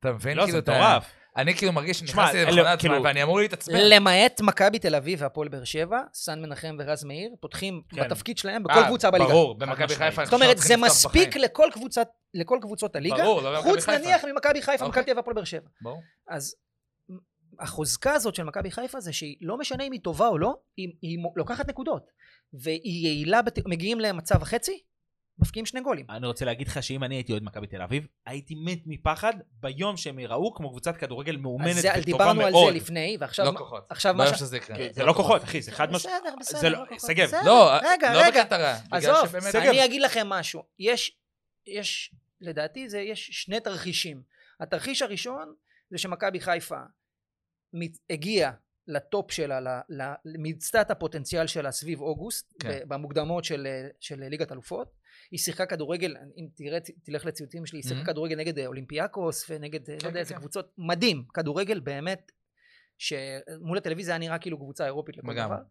Speaker 1: אתה מבין?
Speaker 2: לא,
Speaker 1: כאילו,
Speaker 2: זה
Speaker 1: אתה-
Speaker 2: מטורף.
Speaker 1: אני כאילו מרגיש
Speaker 2: שמע,
Speaker 1: שנכנסתי
Speaker 2: אלה-
Speaker 1: למכונת זמן,
Speaker 2: כאילו-
Speaker 1: ואני אמור להתעצבן.
Speaker 4: למעט מכבי תל אביב והפועל באר שבע, סן מנחם ורז מאיר, פותחים
Speaker 2: כן.
Speaker 4: בתפקיד שלהם
Speaker 1: אה,
Speaker 4: בכל קבוצה בליגה.
Speaker 1: ברור,
Speaker 2: חד
Speaker 1: במכבי
Speaker 2: משמעית.
Speaker 1: חיפה.
Speaker 4: זאת אומרת,
Speaker 1: עכשיו
Speaker 4: זה
Speaker 1: צריכים לפתוח
Speaker 4: מספיק
Speaker 1: בחיים.
Speaker 4: לכל קבוצת- לכל קבוצות הליגה,
Speaker 1: ברור, לא במכבי
Speaker 4: חוץ
Speaker 1: חיפה.
Speaker 4: נניח ממכבי חיפה,
Speaker 1: אוקיי.
Speaker 4: מכבי תל אביב והפועל באר שבע.
Speaker 1: ברור.
Speaker 4: אז החוזקה הזאת של מכבי חיפה זה שהיא לא משנה אם היא טובה או לא, היא, היא מו- לוקחת נקודות. והיא יעילה, בת... מגיעים למצב החצי, מפקיעים שני גולים.
Speaker 2: אני רוצה להגיד לך שאם אני הייתי אוהד מכבי תל אביב, הייתי מת מפחד ביום שהם יראו כמו קבוצת כדורגל מאומנת
Speaker 4: אז זה,
Speaker 2: וטובה
Speaker 4: דיברנו על
Speaker 2: מאוד.
Speaker 4: זה לפני, ועכשיו...
Speaker 1: לא
Speaker 4: מה-
Speaker 1: כוחות.
Speaker 4: עכשיו מה
Speaker 1: ביום
Speaker 4: ש-
Speaker 1: שזה יקרה.
Speaker 2: כן, זה לא כוחות, אחי, זה חד משמעית.
Speaker 4: בסדר, בסדר,
Speaker 2: זה לא-
Speaker 4: כוחות.
Speaker 2: שגב,
Speaker 4: בסדר.
Speaker 1: לא,
Speaker 4: רגע,
Speaker 1: לא
Speaker 4: רגע.
Speaker 1: בקטרה. בגלל
Speaker 4: עזוב,
Speaker 1: שבאמת-
Speaker 2: סגל.
Speaker 4: אני אגיד לכם משהו. יש, יש, לדעתי זה, יש שני תרחישים. התרחיש הראשון זה שמכבי חיפה מת- הגיעה לטופ שלה, ל- ל- למצטת הפוטנציאל שלה סביב אוגוסט,
Speaker 1: כן.
Speaker 4: ב- במוקדמות של, אה, של ליגת אלופות. היא שיחקה כדורגל, אם תראה, ת- תלך לציוטים שלי, היא שיחקה
Speaker 1: Mhm.
Speaker 4: כדורגל נגד אה, אולימפיאקוס ונגד אה,
Speaker 1: כן,
Speaker 4: לא יודע
Speaker 1: כן,
Speaker 4: איזה
Speaker 1: כן.
Speaker 4: קבוצות, מדהים, כדורגל באמת, שמול הטלוויזיה היה נראה כאילו קבוצה אירופית לכל
Speaker 1: לגמרי.
Speaker 4: דבר.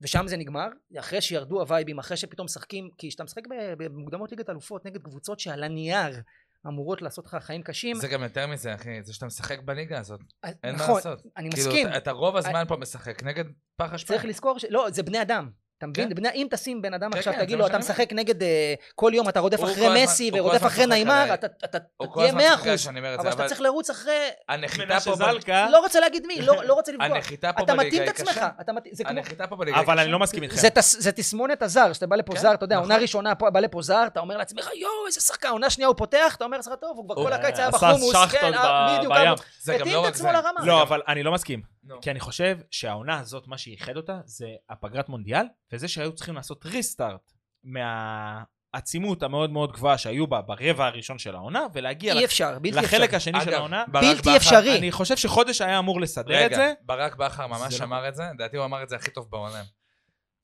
Speaker 4: ושם זה נגמר, אחרי שירדו הווייבים, אחרי שפתאום משחקים, כי כשאתה משחק ב- במוקדמות ליגת אלופות נגד קבוצות שעל הנייר אמורות לעשות לך חיים קשים,
Speaker 1: זה גם יותר מזה, אחי, זה שאתה משחק בליגה הזאת.
Speaker 4: אז-
Speaker 1: אין מה
Speaker 4: נכון,
Speaker 1: לעשות.
Speaker 4: אני
Speaker 1: כאילו,
Speaker 4: מסכים, אה,
Speaker 1: אתה- אתה רוב הזמן פה משחק נגד פח אשפה.
Speaker 4: צריך לזכור, ש- לא, זה בני אדם. אתה מבין?
Speaker 1: כן.
Speaker 4: בני- אם תשים בן אדם
Speaker 1: כן,
Speaker 4: עכשיו,
Speaker 1: כן, זה
Speaker 4: תגיד
Speaker 1: מה
Speaker 4: לו, אתה
Speaker 1: שאני אומר.
Speaker 4: משחק נגד, אה, כל יום אתה רודף
Speaker 1: הוא כל
Speaker 4: אחרי
Speaker 1: הזמן-
Speaker 4: מסי
Speaker 1: הוא כל
Speaker 4: ורודף
Speaker 1: הזמן
Speaker 4: אחרי
Speaker 1: צוחק
Speaker 4: נעימר,
Speaker 1: עליי.
Speaker 4: אתה אתה- אתה
Speaker 1: הוא כל
Speaker 4: תהיה
Speaker 1: הזמן צוחק
Speaker 4: 100%,
Speaker 1: עליי שאני אומר את
Speaker 4: אבל
Speaker 1: זה, אבל
Speaker 4: אתה צריך לרוץ אחרי,
Speaker 1: הנחיתה
Speaker 2: מנשה
Speaker 1: פה ב-
Speaker 2: זלקה,
Speaker 4: לא רוצה להגיד מי, לא לא רוצה לפגוע.
Speaker 1: הנחיתה פה
Speaker 4: אתה מתאים
Speaker 1: בליגה
Speaker 4: את
Speaker 1: היא
Speaker 4: עצמך,
Speaker 1: קשה.
Speaker 4: אתה מתאים, זה כמו...
Speaker 1: הנחיתה פה בליגה היא קשה.
Speaker 2: אבל אני לא מסכים איתכם.
Speaker 4: זה, תס, זה תסמונת הזר, שאתה בא לפה
Speaker 1: כן,
Speaker 4: זר, אתה יודע,
Speaker 1: נכון.
Speaker 4: עונה ראשונה פה- בא לפה זר, אתה אומר לעצמך, יואו, איזה שחקן, עונה שנייה הוא פותח, אתה אומר לעצמך, טוב, הוא כבר
Speaker 1: הוא אה,
Speaker 4: כל הקיץ היה
Speaker 2: עשה
Speaker 4: בחומוס,
Speaker 2: שחטות
Speaker 4: כן, אה,
Speaker 2: ב-
Speaker 4: בדיוק,
Speaker 2: בים.
Speaker 4: אבל-
Speaker 1: זה גם
Speaker 4: מתאים
Speaker 1: לא
Speaker 4: את
Speaker 1: רק
Speaker 4: עצמו
Speaker 1: זה.
Speaker 4: לרמה.
Speaker 2: לא, אבל אני לא מסכים.
Speaker 1: נו.
Speaker 2: כי אני חושב שהעונה הזאת, מה שאיחד אותה, זה הפגרת מונדיאל, וזה שהיו צריכים לעשות ריסטארט מהעצימות המאוד מאוד גבוהה שהיו בה ברבע הראשון של העונה, ולהגיע
Speaker 4: אי אפשר, בלתי אפשר.
Speaker 2: לחלק השני של
Speaker 1: אגב,
Speaker 2: העונה.
Speaker 1: ברק
Speaker 4: בלתי
Speaker 1: בכר-
Speaker 4: אפשרי.
Speaker 2: אני חושב שחודש היה אמור לסדר את
Speaker 1: רגע,
Speaker 2: זה.
Speaker 1: ברק בכר ממש
Speaker 2: זה לא-
Speaker 1: אמר את זה, לדעתי הוא אמר את זה הכי טוב בעולם.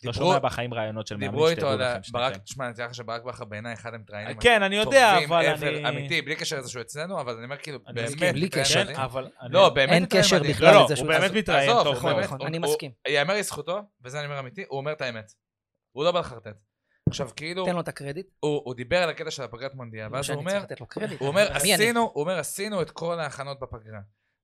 Speaker 2: לא
Speaker 1: דיברו-
Speaker 2: שומע בחיים רעיונות של מאמין
Speaker 1: דיברו איתו
Speaker 2: שתדעו
Speaker 1: על ה-
Speaker 2: לכם
Speaker 1: ברק,
Speaker 2: שניכם.
Speaker 1: תשמע, אני אתן לך שברק בכר בעיניי אחד המתראיינים
Speaker 2: כן, אני יודע,
Speaker 1: הטובים
Speaker 2: אבל
Speaker 1: ever,
Speaker 2: אני...
Speaker 1: אמיתי, בלי קשר לזה שהוא אצלנו, אבל אני אומר כאילו,
Speaker 2: אני
Speaker 1: באמת,
Speaker 2: מסכים,
Speaker 4: בלי
Speaker 1: מתראיין
Speaker 4: קשר.
Speaker 1: מדהים.
Speaker 2: כן, אבל... אני-
Speaker 1: לא, באמת
Speaker 4: אין
Speaker 1: מתראיין
Speaker 4: קשר
Speaker 1: מדהים.
Speaker 4: בכלל
Speaker 2: לא,
Speaker 4: לזה
Speaker 2: לא,
Speaker 4: שהוא-
Speaker 2: הוא באמת
Speaker 4: אז-
Speaker 2: מתראיין
Speaker 1: עזוב,
Speaker 2: טוב
Speaker 1: נכון,
Speaker 2: מאוד.
Speaker 4: נכון,
Speaker 1: באמת,
Speaker 4: נכון,
Speaker 1: הוא-
Speaker 4: אני
Speaker 1: הוא-
Speaker 4: מסכים.
Speaker 1: ייאמר לזכותו, וזה אני אומר אמיתי, הוא אומר את האמת. הוא לא בא לחרטט. עכשיו, כאילו,
Speaker 4: תן לו את הקרדיט.
Speaker 1: הוא הוא דיבר על הקטע של הפגרת מונדיאל, ואז הוא
Speaker 4: שאני
Speaker 1: אומר,
Speaker 4: צריך לתת לו קרדיט.
Speaker 1: הוא אומר,
Speaker 4: מי אני?
Speaker 1: עשינו, הוא אומר, עשינו את כל ההכנות בפגרה.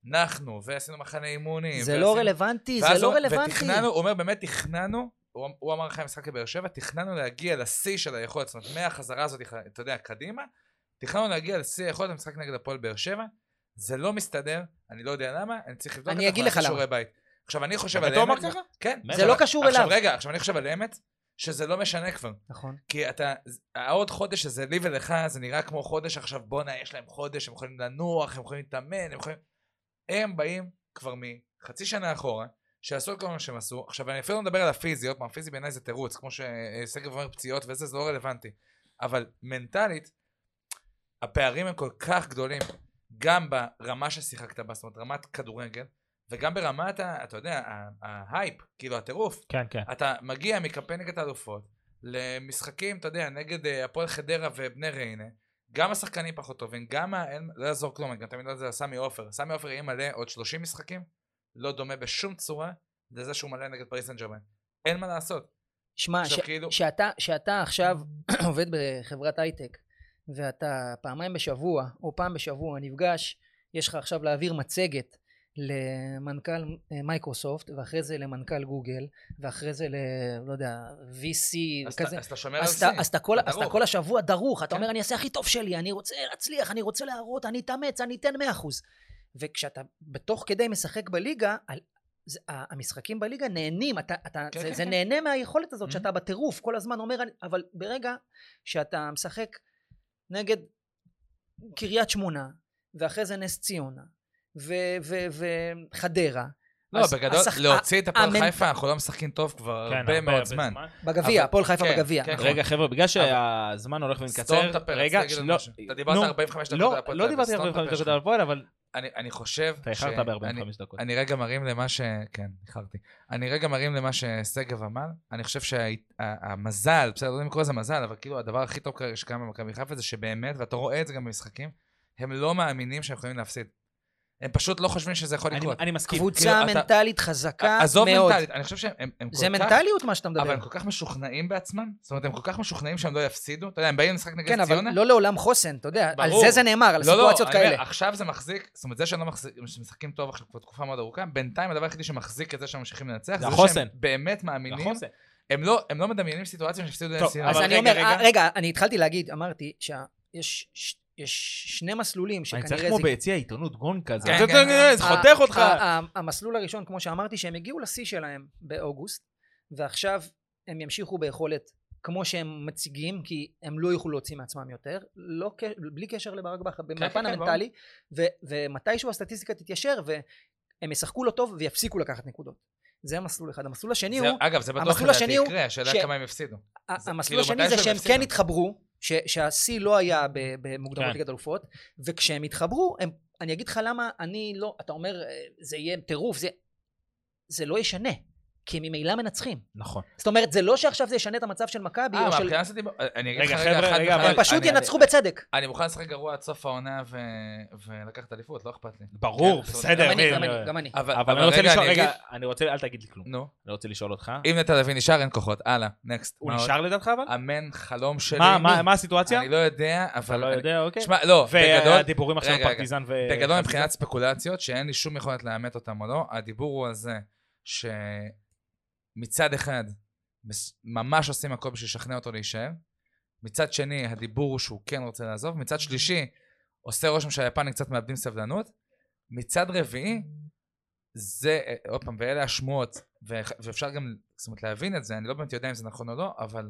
Speaker 1: אנחנו, ועשינו מחנה אימונים.
Speaker 4: זה
Speaker 1: ועשינו-
Speaker 4: לא רלוונטי,
Speaker 1: ואז
Speaker 4: זה לא
Speaker 1: הוא-
Speaker 4: רלוונטי.
Speaker 1: ותכננו, הוא אומר, באמת תכננו, הוא, הוא אמר אחרי המשחק בבאר שבע, תכננו להגיע לשיא של היכולת, זאת אומרת, מהחזרה הזאת, אתה יודע, קדימה, תכננו להגיע לשיא היכולת במשחק נגד הפועל באר שבע, זה לא מסתדר, אני לא יודע למה, אני צריך לבדוק
Speaker 4: אני
Speaker 1: אנחנו
Speaker 4: אגיד לך
Speaker 1: נעשה
Speaker 4: למה.
Speaker 1: שיעורי בית. עכשיו, אני חושב
Speaker 2: באמת
Speaker 1: על
Speaker 2: הוא אמר
Speaker 1: אמת,
Speaker 2: ככה?
Speaker 1: כן.
Speaker 4: זה לא קשור
Speaker 1: עכשיו,
Speaker 4: אליו.
Speaker 1: רגע, עכשיו אני חושב על אמת, שזה לא משנה כבר.
Speaker 4: נכון.
Speaker 1: כי אתה, העוד חודש הזה, לי ולך, זה נראה כמו חודש עכשיו, בואנה, יש להם חודש, הם יכולים לנוח, הם יכולים להתאמן, הם יכולים... הם באים כבר מחצי שנה אחורה, שעשו את כל מה שהם עשו. עכשיו, אני אפילו לא מדבר על הפיזיות, מה, הפיזי בעיניי זה תירוץ, כמו ששגב אומר פציעות וזה, זה לא רלוונטי. אבל מנטלית, הפערים הם כל כך גדולים, גם ברמה ששיחקת בה, זאת אומרת, רמת כדורגל, וגם ברמת, ה, אתה יודע, ה- ההייפ, כאילו הטירוף.
Speaker 2: כן, כן.
Speaker 1: אתה מגיע מקמפיין נגד האלופות למשחקים, אתה יודע, נגד אה, הפועל חדרה ובני ריינה, גם השחקנים פחות טובים, גם ה... אין- לא יעזור כלום, אני גם תמיד אומר את זה על סמי עופר. סמי עופר יהיה מלא עוד 30 משחקים, לא דומה בשום צורה לזה שהוא מלא נגד פריס סן ג'רמן. אין מה לעשות.
Speaker 4: שמע,
Speaker 1: עכשיו
Speaker 4: ש-
Speaker 1: כאילו,
Speaker 4: שאתה, שאתה עכשיו עובד בחברת הייטק, ואתה פעמיים בשבוע, או פעם בשבוע נפגש, יש לך עכשיו להעביר מצגת למנכ"ל אה, מייקרוסופט, ואחרי זה למנכ"ל גוגל, ואחרי זה ל... לא יודע,
Speaker 2: כן,
Speaker 4: VC,
Speaker 1: אז
Speaker 4: כזה.
Speaker 1: אתה- אז אתה שומר על
Speaker 4: אז אתה-
Speaker 1: סין.
Speaker 4: אז אתה כל-
Speaker 1: אתה
Speaker 4: אז אתה
Speaker 1: דרוך.
Speaker 4: כל השבוע דרוך, אתה
Speaker 1: כן.
Speaker 4: אומר, אני אעשה הכי טוב שלי, אני רוצה להצליח, אני רוצה להראות, אני אתאמץ, אני אתן 100%. וכשאתה בתוך כדי משחק בליגה, על- זה- ה- המשחקים בליגה נהנים, אתה- אתה-
Speaker 1: כן,
Speaker 4: זה-
Speaker 1: כן,
Speaker 4: זה
Speaker 1: כן.
Speaker 4: נהנה מהיכולת הזאת
Speaker 1: Mhm.
Speaker 4: שאתה בטירוף, כל הזמן אומר, אני- אבל ברגע שאתה משחק נגד קריית שמונה, ואחרי זה נס ציונה, ו- ו- וחדרה, אה,
Speaker 1: לא,
Speaker 4: הש-
Speaker 1: בגדול,
Speaker 4: השח-
Speaker 1: להוציא את הפועל
Speaker 4: המנ-
Speaker 1: חיפה, אנחנו לא משחקים טוב כבר הרבה מאוד זמן.
Speaker 4: בגביע,
Speaker 1: אבל-
Speaker 4: הפועל חיפה
Speaker 1: כן,
Speaker 4: בגביע.
Speaker 1: כן,
Speaker 2: רגע חבר'ה, בגלל שהזמן הולך
Speaker 1: סתום
Speaker 2: ומתקצר,
Speaker 1: את הפה,
Speaker 2: רגע,
Speaker 1: רציתי להגיד
Speaker 2: לא-
Speaker 1: עוד משהו. אתה דיברת
Speaker 2: נו,
Speaker 1: 45 דקות על
Speaker 2: לא,
Speaker 1: הפועל
Speaker 2: לא
Speaker 1: תל אביב,
Speaker 2: דיברתי
Speaker 1: סתום את
Speaker 2: 45
Speaker 1: הפה
Speaker 2: דקות
Speaker 1: שלך.
Speaker 2: על הפועל, אבל
Speaker 1: אני אני חושב...
Speaker 2: אתה איחרת
Speaker 1: שאני-
Speaker 2: ב-45 דקות.
Speaker 1: אני רגע מרים למה ש... כן, איחרתי. אני רגע מרים למה ששגב אמר. אני חושב שהמזל, בסדר, לא יודע אם קורא לזה מזל, אבל כאילו הדבר הכי טוב כרגע שקיים במכבי חיפה זה שבאמת, ואתה רואה את זה גם במשחקים, הם לא מאמינים שהם יכולים להפסיד. הם פשוט לא חושבים שזה יכול
Speaker 2: אני-
Speaker 1: לקרות.
Speaker 2: אני מסכים.
Speaker 4: קבוצה
Speaker 1: כאילו, אתה-
Speaker 4: מנטלית חזקה
Speaker 1: עזוב
Speaker 4: מאוד.
Speaker 1: מנטלית, אני חושב שהם הם- הם
Speaker 4: זה
Speaker 1: כל כך...
Speaker 4: מנטליות מה שאתה
Speaker 1: אבל
Speaker 4: מדבר.
Speaker 1: הם כל כך משוכנעים בעצמם, זאת אומרת, הם כל כך משוכנעים שהם לא יפסידו, אתה יודע, הם באים למשחק
Speaker 4: כן,
Speaker 1: נגד
Speaker 4: אבל
Speaker 1: ציונה,
Speaker 4: לא לעולם חוסן, אתה יודע. על
Speaker 1: ברור.
Speaker 4: זה זה נאמר, על
Speaker 1: לא, לא,
Speaker 4: סיטואציות
Speaker 1: אני אומר,
Speaker 4: כאלה.
Speaker 1: עכשיו זה מחזיק, זאת אומרת, זה שהם לא מחזיק- שמשחקים טוב עכשיו כבר תקופה מאוד ארוכה, בינתיים הדבר היחידי שמחזיק את זה שהם ממשיכים לנצח,
Speaker 2: זה
Speaker 1: זה
Speaker 2: החוסן.
Speaker 1: שהם באמת מאמינים,
Speaker 2: נכון זה?
Speaker 1: הם לא- הם לא מדמיינים סיטואציה שהפסידו
Speaker 2: טוב,
Speaker 1: לנצח.
Speaker 4: אז
Speaker 2: אבל
Speaker 4: אני אומר, אה, רגע, אני התחלתי להגיד, אמרתי שיש יש שני מסלולים
Speaker 2: אני
Speaker 4: שכנראה זה...
Speaker 2: צריך כמו ביציע העיתונות גון כזה.
Speaker 1: כן,
Speaker 2: אתה-
Speaker 1: כן,
Speaker 2: אתה-
Speaker 1: כן.
Speaker 2: זה
Speaker 4: ה-
Speaker 2: חותך אותך.
Speaker 4: ה- ה- המסלול הראשון, כמו שאמרתי, שהם הגיעו לשיא שלהם באוגוסט, ועכשיו הם ימשיכו ביכולת כמו שהם מציגים, כי הם לא יוכלו להוציא מעצמם יותר, לא, ק- בלי קשר לברק בכר,
Speaker 1: כן,
Speaker 4: במפן
Speaker 1: כן,
Speaker 4: המנטלי, ו- ומתישהו הסטטיסטיקה תתיישר, והם ישחקו לא טוב ויפסיקו לקחת נקודות. זה מסלול אחד. המסלול השני
Speaker 1: זה-
Speaker 4: הוא...
Speaker 1: אגב, זה בטוח
Speaker 4: המסלול
Speaker 1: לדעתי
Speaker 4: השני הוא
Speaker 1: יקרה, השאלה
Speaker 4: ש-
Speaker 1: כמה הם יפסידו.
Speaker 4: ה-
Speaker 1: זה-
Speaker 4: אה, המסלול
Speaker 1: כאילו,
Speaker 4: השני
Speaker 1: מתישהו
Speaker 4: זה
Speaker 1: הם
Speaker 4: שהם
Speaker 1: יפסידו.
Speaker 4: כן התחברו, ש- שהשיא לא היה ב- במוקדמות
Speaker 2: כן.
Speaker 4: ליגת אלופות, וכשהם התחברו, הם- אני אגיד לך למה אני לא, אתה אומר, אה, זה יהיה טירוף, זה- זה לא ישנה, כי הם ממילא מנצחים.
Speaker 2: נכון.
Speaker 4: זאת אומרת, זה לא שעכשיו זה ישנה את המצב של מכבי,
Speaker 1: אה,
Speaker 4: או של...
Speaker 1: מהבחינה הזאת, אני אגיד
Speaker 2: רגע,
Speaker 1: לך רגע
Speaker 2: חבר'ה,
Speaker 1: אחד,
Speaker 2: רגע,
Speaker 1: בכלל,
Speaker 4: הם פשוט
Speaker 1: אני-
Speaker 4: ינצחו בצדק.
Speaker 1: אני מוכן לשחק גרוע עד סוף העונה ו- ולקחת אליפות, לא אכפת לי.
Speaker 2: ברור,
Speaker 1: כן, בסדר.
Speaker 2: בסדר,
Speaker 4: גם אני,
Speaker 2: מאיר,
Speaker 4: גם
Speaker 2: מאיר.
Speaker 4: אני, גם אני.
Speaker 2: אבל אני רוצה
Speaker 1: רגע,
Speaker 2: לשאול,
Speaker 1: אני
Speaker 2: רגע,
Speaker 1: אגיד-
Speaker 2: אני רוצה, אל תגיד לי כלום.
Speaker 1: נו,
Speaker 2: אני רוצה לשאול אותך.
Speaker 1: אם נטע לביא נשאר, אין כוחות, הלאה, נקסט.
Speaker 2: הוא נשאר לדעתך אבל?
Speaker 1: אמן, חלום שלי.
Speaker 2: מה- מה- מה הסיטואציה?
Speaker 1: אני לא יודע, אבל...
Speaker 2: אתה לא
Speaker 1: אני-
Speaker 2: יודע, אוקיי.
Speaker 1: שמע, לא, בגדול,
Speaker 2: והדיבורים עכשיו
Speaker 1: רגע,
Speaker 2: על
Speaker 1: רגע.
Speaker 2: פרטיזן ו...
Speaker 1: בגדול מבחינת ספקולציות, שאין לי שום יכולת לאמת אותם או לא, הדיבור הוא על זה שמצד אחד מס- ממש עושים הכל בשביל לשכנע אותו להישאר, מצד שני הדיבור הוא שהוא כן רוצה לעזוב, מצד שלישי עושה רושם שהיפנים קצת מאבדים סבלנות, מצד רביעי זה, אה, עוד פעם, ואלה השמועות, ו- ואפשר גם, זאת אומרת, להבין את זה, אני לא באמת יודע אם זה נכון או לא, אבל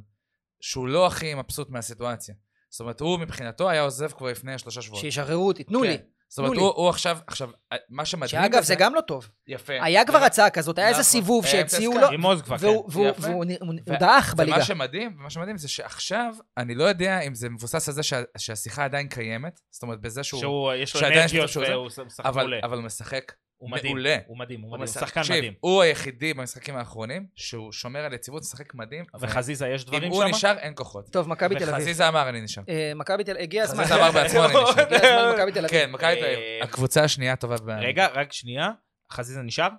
Speaker 1: שהוא לא הכי מבסוט מהסיטואציה. זאת אומרת, הוא מבחינתו היה עוזב כבר לפני שלושה שבועות.
Speaker 4: שישחררו אותי, תנו
Speaker 1: כן.
Speaker 4: לי.
Speaker 1: זאת אומרת,
Speaker 4: תנו
Speaker 1: הוא, הוא עכשיו, עכשיו, מה שמדהים...
Speaker 4: שאגב,
Speaker 1: בזה-
Speaker 4: זה גם לא טוב.
Speaker 1: יפה.
Speaker 4: היה כבר
Speaker 1: נכון.
Speaker 4: הצעה כזאת, היה איזה
Speaker 1: נכון.
Speaker 4: סיבוב
Speaker 1: היה
Speaker 4: שהציעו
Speaker 1: אמצע
Speaker 4: לו,
Speaker 1: הסקאלה.
Speaker 2: עם מוזגבה, כן.
Speaker 4: והוא- והוא-
Speaker 1: יפה.
Speaker 4: והוא נ- הוא
Speaker 1: ו-
Speaker 4: דעך בליגה.
Speaker 1: ומה שמדהים, ומה שמדהים זה שעכשיו, אני לא יודע אם זה מבוסס על זה שה, שהשיחה עדיין קיימת, זאת אומרת, בזה שהוא...
Speaker 2: שהוא, יש לו
Speaker 1: שעדיין יש לו
Speaker 2: אנרגיות
Speaker 1: שהוא זה.
Speaker 2: והוא שחק
Speaker 1: אבל,
Speaker 2: מעולה.
Speaker 1: אבל הוא משחק
Speaker 2: הוא מדהים.
Speaker 1: מעולה.
Speaker 2: הוא מדהים, הוא
Speaker 1: הוא
Speaker 2: מדהים.
Speaker 1: משחק-
Speaker 2: הוא שחקן
Speaker 1: תקשיב,
Speaker 2: מדהים.
Speaker 1: הוא היחידי במשחקים האחרונים שהוא שומר על יציבות, משחק מדהים.
Speaker 2: וחזיזה, יש
Speaker 1: אם
Speaker 2: דברים
Speaker 1: הוא
Speaker 2: שם?
Speaker 1: נשאר, אין כוחות.
Speaker 4: טוב, מכבי תל אביב.
Speaker 1: וחזיזה אמר, אני נשאר.
Speaker 4: אה, מכבי תל הגיע הזמן.
Speaker 1: חזיזה אמר בעצמו, אני נשאר.
Speaker 4: הגיע הזמן מכבי תל אביב.
Speaker 1: כן, מכבי תל
Speaker 2: אה,
Speaker 1: אביב. הקבוצה השנייה הטובה ב...
Speaker 2: רגע, רק שנייה. חזיזה נשאר?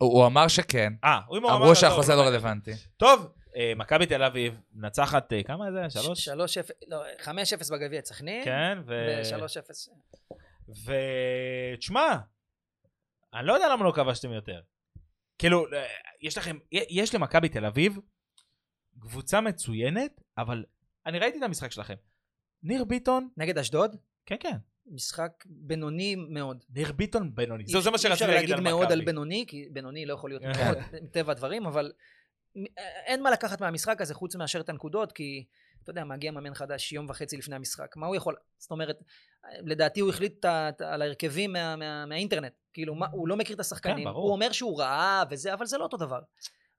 Speaker 1: הוא הוא אמר שכן.
Speaker 2: אה, הוא- אם הוא אמר...
Speaker 1: אמרו
Speaker 2: אז
Speaker 1: שהחוזה
Speaker 2: טוב.
Speaker 1: לא רלוונטי.
Speaker 2: טוב, אה, מכבי תל אביב מנצחת, אה, כמה זה? היה? שלוש?
Speaker 4: 3 0 לא, 5 0 בגביע סכנין,
Speaker 2: כן, ו...
Speaker 4: ו-3 0
Speaker 2: ותשמע, אני לא יודע למה לא כבשתם יותר. כאילו, אה, יש לכם, יש למכבי תל אביב קבוצה מצוינת, אבל אני ראיתי את המשחק שלכם. ניר ביטון,
Speaker 4: נגד אשדוד,
Speaker 2: כן כן,
Speaker 4: משחק בינוני מאוד.
Speaker 2: ניר ביטון בינוני. זה
Speaker 4: אי-
Speaker 2: זה מה
Speaker 4: אי אפשר
Speaker 2: שרציתי להגיד על מכבי.
Speaker 4: מאוד על בינוני, כי בינוני לא יכול להיות
Speaker 2: כן.
Speaker 4: מאוד, מטבע הדברים, אבל מ- אה, אין מה לקחת מהמשחק הזה חוץ מאשר את הנקודות, כי אתה יודע, מגיע מאמן חדש יום וחצי לפני המשחק, מה הוא יכול, זאת אומרת, לדעתי הוא החליט את ה- את ה- על ההרכבים מה- מה- מהאינטרנט, כאילו מה- הוא לא מכיר את
Speaker 2: כן,
Speaker 4: השחקנים,
Speaker 2: ברור.
Speaker 4: הוא אומר שהוא ראה וזה, אבל זה לא אותו דבר,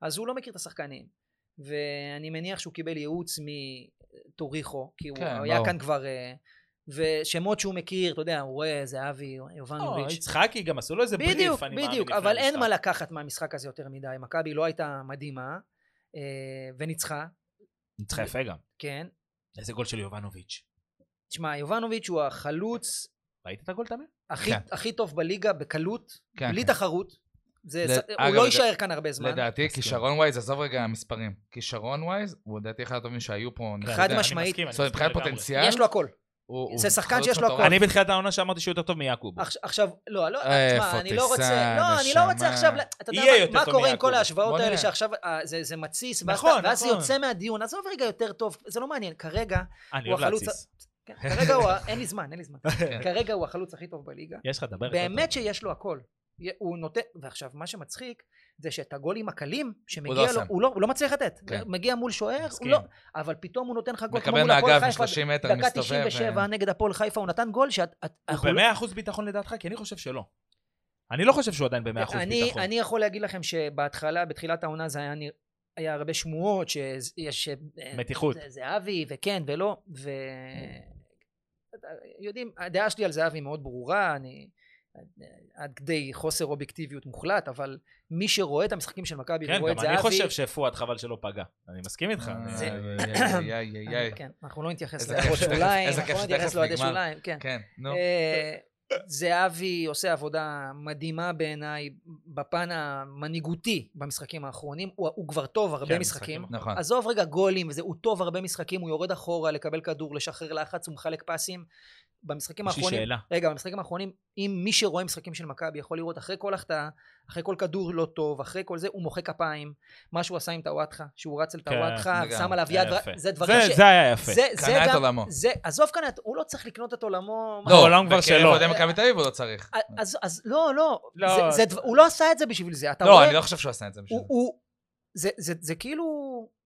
Speaker 4: אז הוא לא מכיר את השחקנים, ואני מניח שהוא קיבל ייעוץ מטוריחו, כי הוא
Speaker 1: כן,
Speaker 4: היה
Speaker 1: ברור.
Speaker 4: כאן כבר... אה, ושמות שהוא מכיר, אתה יודע, הוא רואה, זהבי,
Speaker 2: לא,
Speaker 4: יובנוביץ'.
Speaker 2: יצחקי גם עשו לו איזה בריף,
Speaker 4: בדיוק,
Speaker 2: אני מאמין,
Speaker 4: בדיוק,
Speaker 2: לפני
Speaker 4: אבל אין
Speaker 2: המשחק.
Speaker 4: מה לקחת מהמשחק הזה יותר מדי. מכבי לא הייתה מדהימה, אה, וניצחה,
Speaker 2: ניצחה יפה גם.
Speaker 4: כן.
Speaker 2: איזה גול של יובנוביץ'.
Speaker 4: תשמע, יובנוביץ' הוא החלוץ
Speaker 2: ראית את הגול תמיר?
Speaker 4: הכי,
Speaker 1: כן.
Speaker 4: הכי טוב בליגה בקלות,
Speaker 1: כן,
Speaker 4: בלי
Speaker 1: כן.
Speaker 4: תחרות. זה,
Speaker 1: לד-
Speaker 4: הוא
Speaker 1: אגב,
Speaker 4: לא
Speaker 1: לד-
Speaker 4: יישאר כאן הרבה זמן.
Speaker 1: לדעתי,
Speaker 2: מסכים.
Speaker 1: כישרון ווייז, עזוב רגע מספרים. כישרון ווייז, הוא לדעתי אחד הטובים שהיו פה. אני
Speaker 4: חד
Speaker 1: יודע.
Speaker 2: כן, אני
Speaker 4: משמעית.
Speaker 2: מסכים, אני
Speaker 1: זאת אומרת,
Speaker 2: מסכים
Speaker 1: מבחינת
Speaker 2: לגמרי.
Speaker 1: פוטנציאל,
Speaker 4: יש לו הכל.
Speaker 1: הוא-
Speaker 4: זה
Speaker 1: הוא
Speaker 4: שחקן
Speaker 1: חלוץ
Speaker 4: שיש לו
Speaker 1: מטורף.
Speaker 4: הכל.
Speaker 2: אני בתחילת העונה שאמרתי שהוא יותר טוב מיעקוב.
Speaker 4: עכש- עכשיו, לא, לא,
Speaker 1: אה,
Speaker 4: תשמע, אני לא
Speaker 1: פוטסן,
Speaker 4: רוצה, לא, אני לא רוצה
Speaker 1: נשמה.
Speaker 4: עכשיו, ל- אתה יודע
Speaker 2: יהיה
Speaker 4: מה-
Speaker 2: יותר
Speaker 4: מה
Speaker 2: טוב
Speaker 4: קורה עם
Speaker 2: מיעקב.
Speaker 4: כל ההשוואות
Speaker 1: בוא
Speaker 4: האלה
Speaker 1: נראה.
Speaker 4: שעכשיו, אה, זה זה מתסיס, ואז
Speaker 2: נכון,
Speaker 4: אתה- ואז זה
Speaker 2: נכון.
Speaker 4: יוצא מהדיון, עזוב רגע יותר טוב, זה לא מעניין, כרגע,
Speaker 2: אני
Speaker 4: הוא
Speaker 2: אוהב
Speaker 4: החלוץ
Speaker 2: להתסיס.
Speaker 4: כן, כרגע הוא, ה- אין לי זמן, אין לי זמן,
Speaker 1: כן.
Speaker 4: כרגע הוא החלוץ הכי טוב בליגה.
Speaker 2: יש לך לדבר.
Speaker 4: באמת שיש לו הכל. יה- הוא נותן, ועכשיו מה שמצחיק זה שאת הגולים הקלים שמגיע
Speaker 1: לא
Speaker 4: לו,
Speaker 1: שם.
Speaker 4: הוא לא, הוא לא מצליח לתת.
Speaker 1: כן.
Speaker 4: מגיע מול שוער, הוא
Speaker 2: מסכים.
Speaker 4: לא, אבל פתאום הוא נותן לך גול כמו
Speaker 1: מקבל
Speaker 4: מול הפועל
Speaker 1: מהגב
Speaker 4: חיפה,
Speaker 1: מ-30 מטר,
Speaker 4: דקה
Speaker 1: מסתובב. אה.
Speaker 4: 97 נגד הפועל חיפה, הוא נתן גול שאת... את-
Speaker 2: הוא
Speaker 4: אנחנו לא-
Speaker 2: במאה אחוז ביטחון לדעתך? כי אני חושב שלא. אני לא חושב שהוא עדיין במאה אחוז
Speaker 4: אני-
Speaker 2: ביטחון.
Speaker 4: אני יכול להגיד לכם שבהתחלה, בתחילת העונה זה היה נראה... היה הרבה שמועות שיש... אה,
Speaker 2: מתיחות.
Speaker 4: זה- זהבי, וכן ולא, ו...
Speaker 2: כן.
Speaker 4: יודעים, הדעה שלי על זהבי מאוד ברורה, אני... עד כדי חוסר אובייקטיביות מוחלט, אבל מי שרואה את המשחקים של מכבי
Speaker 2: כן,
Speaker 4: ורואה את
Speaker 2: גם
Speaker 4: זהבי...
Speaker 2: אני חושב שפואד חבל שלא פגע. אני מסכים איתך.
Speaker 1: אה,
Speaker 2: אני-
Speaker 4: זה-
Speaker 1: איי, איי, איי, איי.
Speaker 4: כן, אנחנו לא נתייחס
Speaker 1: איזה
Speaker 4: לאוהדי
Speaker 1: כיף שתכף-
Speaker 4: שוליים,
Speaker 1: איזה
Speaker 4: אנחנו
Speaker 1: כיף
Speaker 4: לא נתייחס
Speaker 1: שתכף
Speaker 4: לאוהדי
Speaker 1: נגמר.
Speaker 4: שוליים, כן.
Speaker 1: כן, נו.
Speaker 4: אה, זהבי עושה עבודה מדהימה בעיניי בפן המנהיגותי במשחקים האחרונים, הוא, הוא כבר טוב הרבה
Speaker 2: כן,
Speaker 4: משחקים.
Speaker 2: משחקים.
Speaker 1: נכון.
Speaker 4: עזוב רגע גולים, וזה, הוא טוב הרבה משחקים, הוא יורד אחורה לקבל כדור, לשחרר לחץ, הוא מחלק פסים. במשחקים
Speaker 2: יש לי
Speaker 4: האחרונים,
Speaker 2: שאלה.
Speaker 4: רגע, במשחקים האחרונים, אם מי שרואה משחקים של מכבי יכול לראות אחרי כל החטאה, אחרי כל כדור לא טוב, אחרי כל זה, הוא מוחא כפיים. מה שהוא עשה עם טוואטחה, שהוא רץ אל
Speaker 2: כן,
Speaker 4: טוואטחה,
Speaker 1: לגמרי.
Speaker 4: שם עליו
Speaker 2: היה
Speaker 4: יד,
Speaker 2: יפה.
Speaker 4: זה דברים
Speaker 2: זה-
Speaker 4: ש...
Speaker 2: זה היה יפה.
Speaker 4: זה, זה
Speaker 1: קנה את
Speaker 4: גם-
Speaker 1: עולמו.
Speaker 4: זה, עזוב כאן, את- הוא לא צריך לקנות את עולמו.
Speaker 2: לא, העולם כבר
Speaker 1: בקרב
Speaker 2: שלו.
Speaker 1: אוהדי מכבי תל אביב הוא לא צריך.
Speaker 4: אז, אז לא, לא,
Speaker 2: לא,
Speaker 4: זה, זה,
Speaker 2: זה-
Speaker 4: דבר- הוא לא עשה את זה בשביל זה, אתה
Speaker 1: לא,
Speaker 4: רואה,
Speaker 1: אני לא חושב שהוא עשה את זה בשביל
Speaker 4: הוא,
Speaker 1: זה.
Speaker 4: הוא, זה, זה, זה כאילו,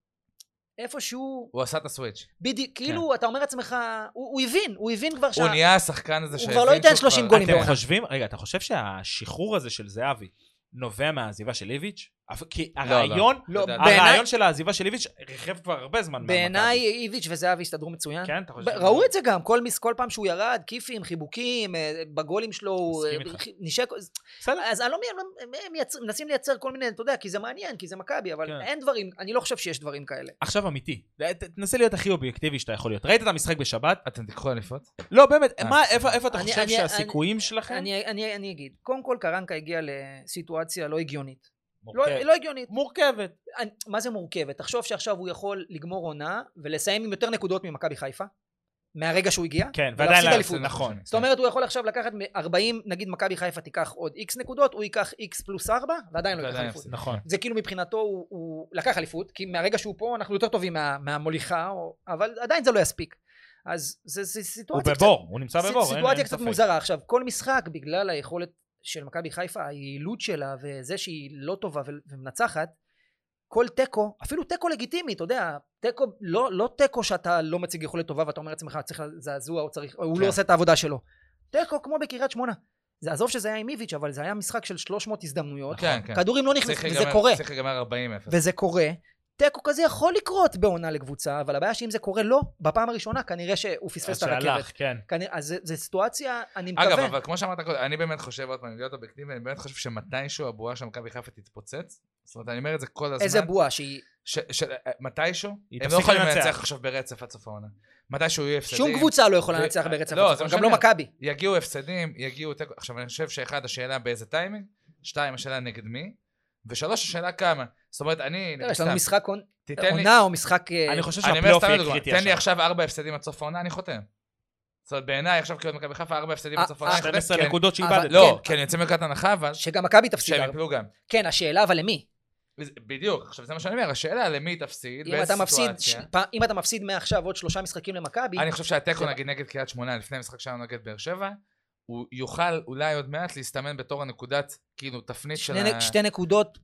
Speaker 4: איפשהו,
Speaker 1: הוא עשה את הסוויץ'.
Speaker 4: בדיוק,
Speaker 2: כן.
Speaker 4: כאילו, אתה אומר לעצמך, הוא, הוא הבין, הוא הבין כבר
Speaker 1: הוא נהיה השחקן הזה
Speaker 4: הוא
Speaker 1: שהבין
Speaker 4: כבר לא ייתן
Speaker 1: שהוא
Speaker 4: 30
Speaker 1: כבר-
Speaker 4: גולים
Speaker 2: אתם
Speaker 4: בעונה.
Speaker 2: חושבים, רגע, אתה חושב שהשחרור הזה של זהבי נובע מהעזיבה של איביץ'? אף- כי
Speaker 1: לא, לא.
Speaker 2: הרעיון,
Speaker 4: לא,
Speaker 1: לדעתי.
Speaker 4: בעיניי-
Speaker 2: הרעיון של העזיבה של איביץ' ריחב כבר הרבה זמן מהמכבי.
Speaker 4: בעיניי איביץ' וזהבי הסתדרו מצוין.
Speaker 2: כן, אתה חושב?
Speaker 4: ב- ראו את זה גם, כל, מס- כל פעם שהוא ירד, כיפים, חיבוקים, אה, בגולים שלו, הוא
Speaker 2: מסכים
Speaker 4: אה,
Speaker 2: איתך.
Speaker 4: חי- נשק,
Speaker 2: בסדר.
Speaker 4: אז אני לא מבין, הם- הם מייצר- מנסים לייצר כל מיני, אתה יודע, כי זה מעניין, כי זה מכבי, אבל
Speaker 2: כן.
Speaker 4: אין דברים, אני לא חושב שיש דברים כאלה.
Speaker 2: עכשיו אמיתי, ת- תנסה להיות הכי אובייקטיבי שאתה יכול להיות. ראית את המשחק בשבת?
Speaker 1: אתם תיקחו אליפות?
Speaker 2: לא, באמת,
Speaker 1: אה,
Speaker 2: מה, איפה איפה אתה
Speaker 4: אני-
Speaker 2: חושב
Speaker 4: אני-
Speaker 2: שהסיכויים שלכם?
Speaker 4: אני, אני, אני אגיד, קודם כל קרנקה הגיע לסיטואציה לא הגיונית.
Speaker 2: מורכבת.
Speaker 4: לא, לא הגיונית.
Speaker 2: מורכבת.
Speaker 4: אני, מה זה מורכבת? תחשוב שעכשיו הוא יכול לגמור עונה ולסיים עם יותר נקודות ממכבי חיפה, מהרגע שהוא הגיע.
Speaker 2: כן,
Speaker 4: ולהפסיד
Speaker 2: ועדיין... לא-
Speaker 4: אליפות.
Speaker 2: נכון.
Speaker 1: כן.
Speaker 4: זאת אומרת, הוא יכול עכשיו לקחת מ-40, נגיד מכבי חיפה תיקח עוד איקס נקודות, הוא ייקח איקס פלוס 4, ועדיין לא ייקח
Speaker 1: ועדיין
Speaker 4: אליפות.
Speaker 1: יפסיד.
Speaker 2: נכון.
Speaker 4: זה כאילו מבחינתו הוא, הוא לקח אליפות, כי מהרגע שהוא פה אנחנו יותר טובים מה, מהמוליכה, או, אבל עדיין זה לא יספיק. אז זה, זה
Speaker 2: הוא
Speaker 4: סיטואציה קצת
Speaker 2: בבור, הוא נמצא
Speaker 4: ס-
Speaker 2: בבור. אין-
Speaker 4: סיטואציה
Speaker 2: אין
Speaker 4: קצת
Speaker 2: ספק.
Speaker 4: מוזרה. עכשיו, כל משחק, בגלל היכולת של מכבי חיפה, היעילות שלה, וזה שהיא לא טובה ו- ומנצחת, כל תיקו, אפילו תיקו לגיטימי, אתה יודע, תיקו, לא, לא תיקו שאתה לא מציג יכולת טובה ואתה אומר לעצמך, צריך זעזוע, או צריך, או הוא
Speaker 1: כן.
Speaker 4: לא עושה את העבודה שלו. תיקו כמו בקריית שמונה. זה עזוב שזה היה עם איביץ', אבל זה היה משחק של 300 הזדמנויות.
Speaker 1: כן, כן.
Speaker 4: כדורים לא נכנסים,
Speaker 1: צריך
Speaker 4: וזה
Speaker 1: להיגמר-
Speaker 4: קורה.
Speaker 1: צריך להיגמר 40-0.
Speaker 4: וזה קורה, תיקו כזה יכול לקרות בעונה לקבוצה, אבל הבעיה שאם זה קורה לו, בפעם הראשונה כנראה שהוא פספס את
Speaker 2: עד
Speaker 4: הרכבת.
Speaker 2: שהלך, כן.
Speaker 4: כנראה, אז זה- זה סיטואציה, אני מקווה.
Speaker 1: אגב, אבל כמו שאמרת קודם, אני באמת חושב, עוד פעם, להיות אובייקטיבי, אני באמת חושב שמתישהו הבועה של מכבי חיפה תתפוצץ. זאת אומרת, אני אומר את זה כל הזמן.
Speaker 4: איזה בועה שהיא...
Speaker 1: ש- ש- מתישהו,
Speaker 2: היא
Speaker 1: הם לא
Speaker 2: תפסיק
Speaker 1: יכולים
Speaker 2: לנצח.
Speaker 1: לנצח עכשיו ברצף עד סוף העונה. מתישהו יהיו הפסדים.
Speaker 4: שום קבוצה לא יכולה
Speaker 1: ו-
Speaker 4: לנצח ברצף.
Speaker 1: לא,
Speaker 4: עצמו,
Speaker 1: זה מה
Speaker 4: גם
Speaker 1: שאני
Speaker 4: לא
Speaker 1: אומר.
Speaker 4: מכבי.
Speaker 1: יגיעו הפסדים, יגיעו תיקו. עכשיו, אני חושב שאחד, השאלה באיזה טיימינג, שתיים, השאלה נגד מי, ושלוש, השאלה כמה. זאת אומרת, אני,
Speaker 4: יש לנו משחק עונ-
Speaker 1: תיתן לא, לי,
Speaker 4: עונה או משחק... אה,
Speaker 2: אני חושב
Speaker 1: אני אומר
Speaker 2: שהפלייאוף
Speaker 1: סתם
Speaker 2: יהיה
Speaker 1: לדוגמה,
Speaker 2: קריטי
Speaker 1: תן לי
Speaker 2: עכשיו.
Speaker 1: עכשיו ארבע הפסדים עד סוף העונה, אני חותם. זאת אומרת, בעיניי עכשיו כאילו מכבי חיפה, ארבע הפסדים עד סוף העונה, אני חותם.
Speaker 2: 12
Speaker 1: כי אני-
Speaker 2: נקודות
Speaker 4: אבל-
Speaker 2: שאיבדת.
Speaker 1: לא,
Speaker 4: אה, כן.
Speaker 1: כי אני יוצא מנקודת הנחה, אבל
Speaker 4: שגם מכבי תפסיד.
Speaker 1: שהם יפלו גם.
Speaker 4: כן, השאלה אבל למי?
Speaker 1: כאילו, וזה- בדיוק, עכשיו זה מה שאני אומר, השאלה למי תפסיד,
Speaker 4: אם אתה
Speaker 1: באיזה
Speaker 4: מפסיד
Speaker 1: סיטואציה.
Speaker 4: ש- פ- אם אתה מפסיד מעכשיו עוד שלושה משחקים למכבי,
Speaker 1: אני חושב שהתיקו
Speaker 4: זה-
Speaker 1: נגיד נגד קריית שמונה לפני המשחק שלנו נגד באר שבע, הוא יוכל אולי עוד מעט להסתמן בתור הנקודת, כאילו, תפנית של
Speaker 4: שני-
Speaker 1: ה...
Speaker 4: שתי נקודות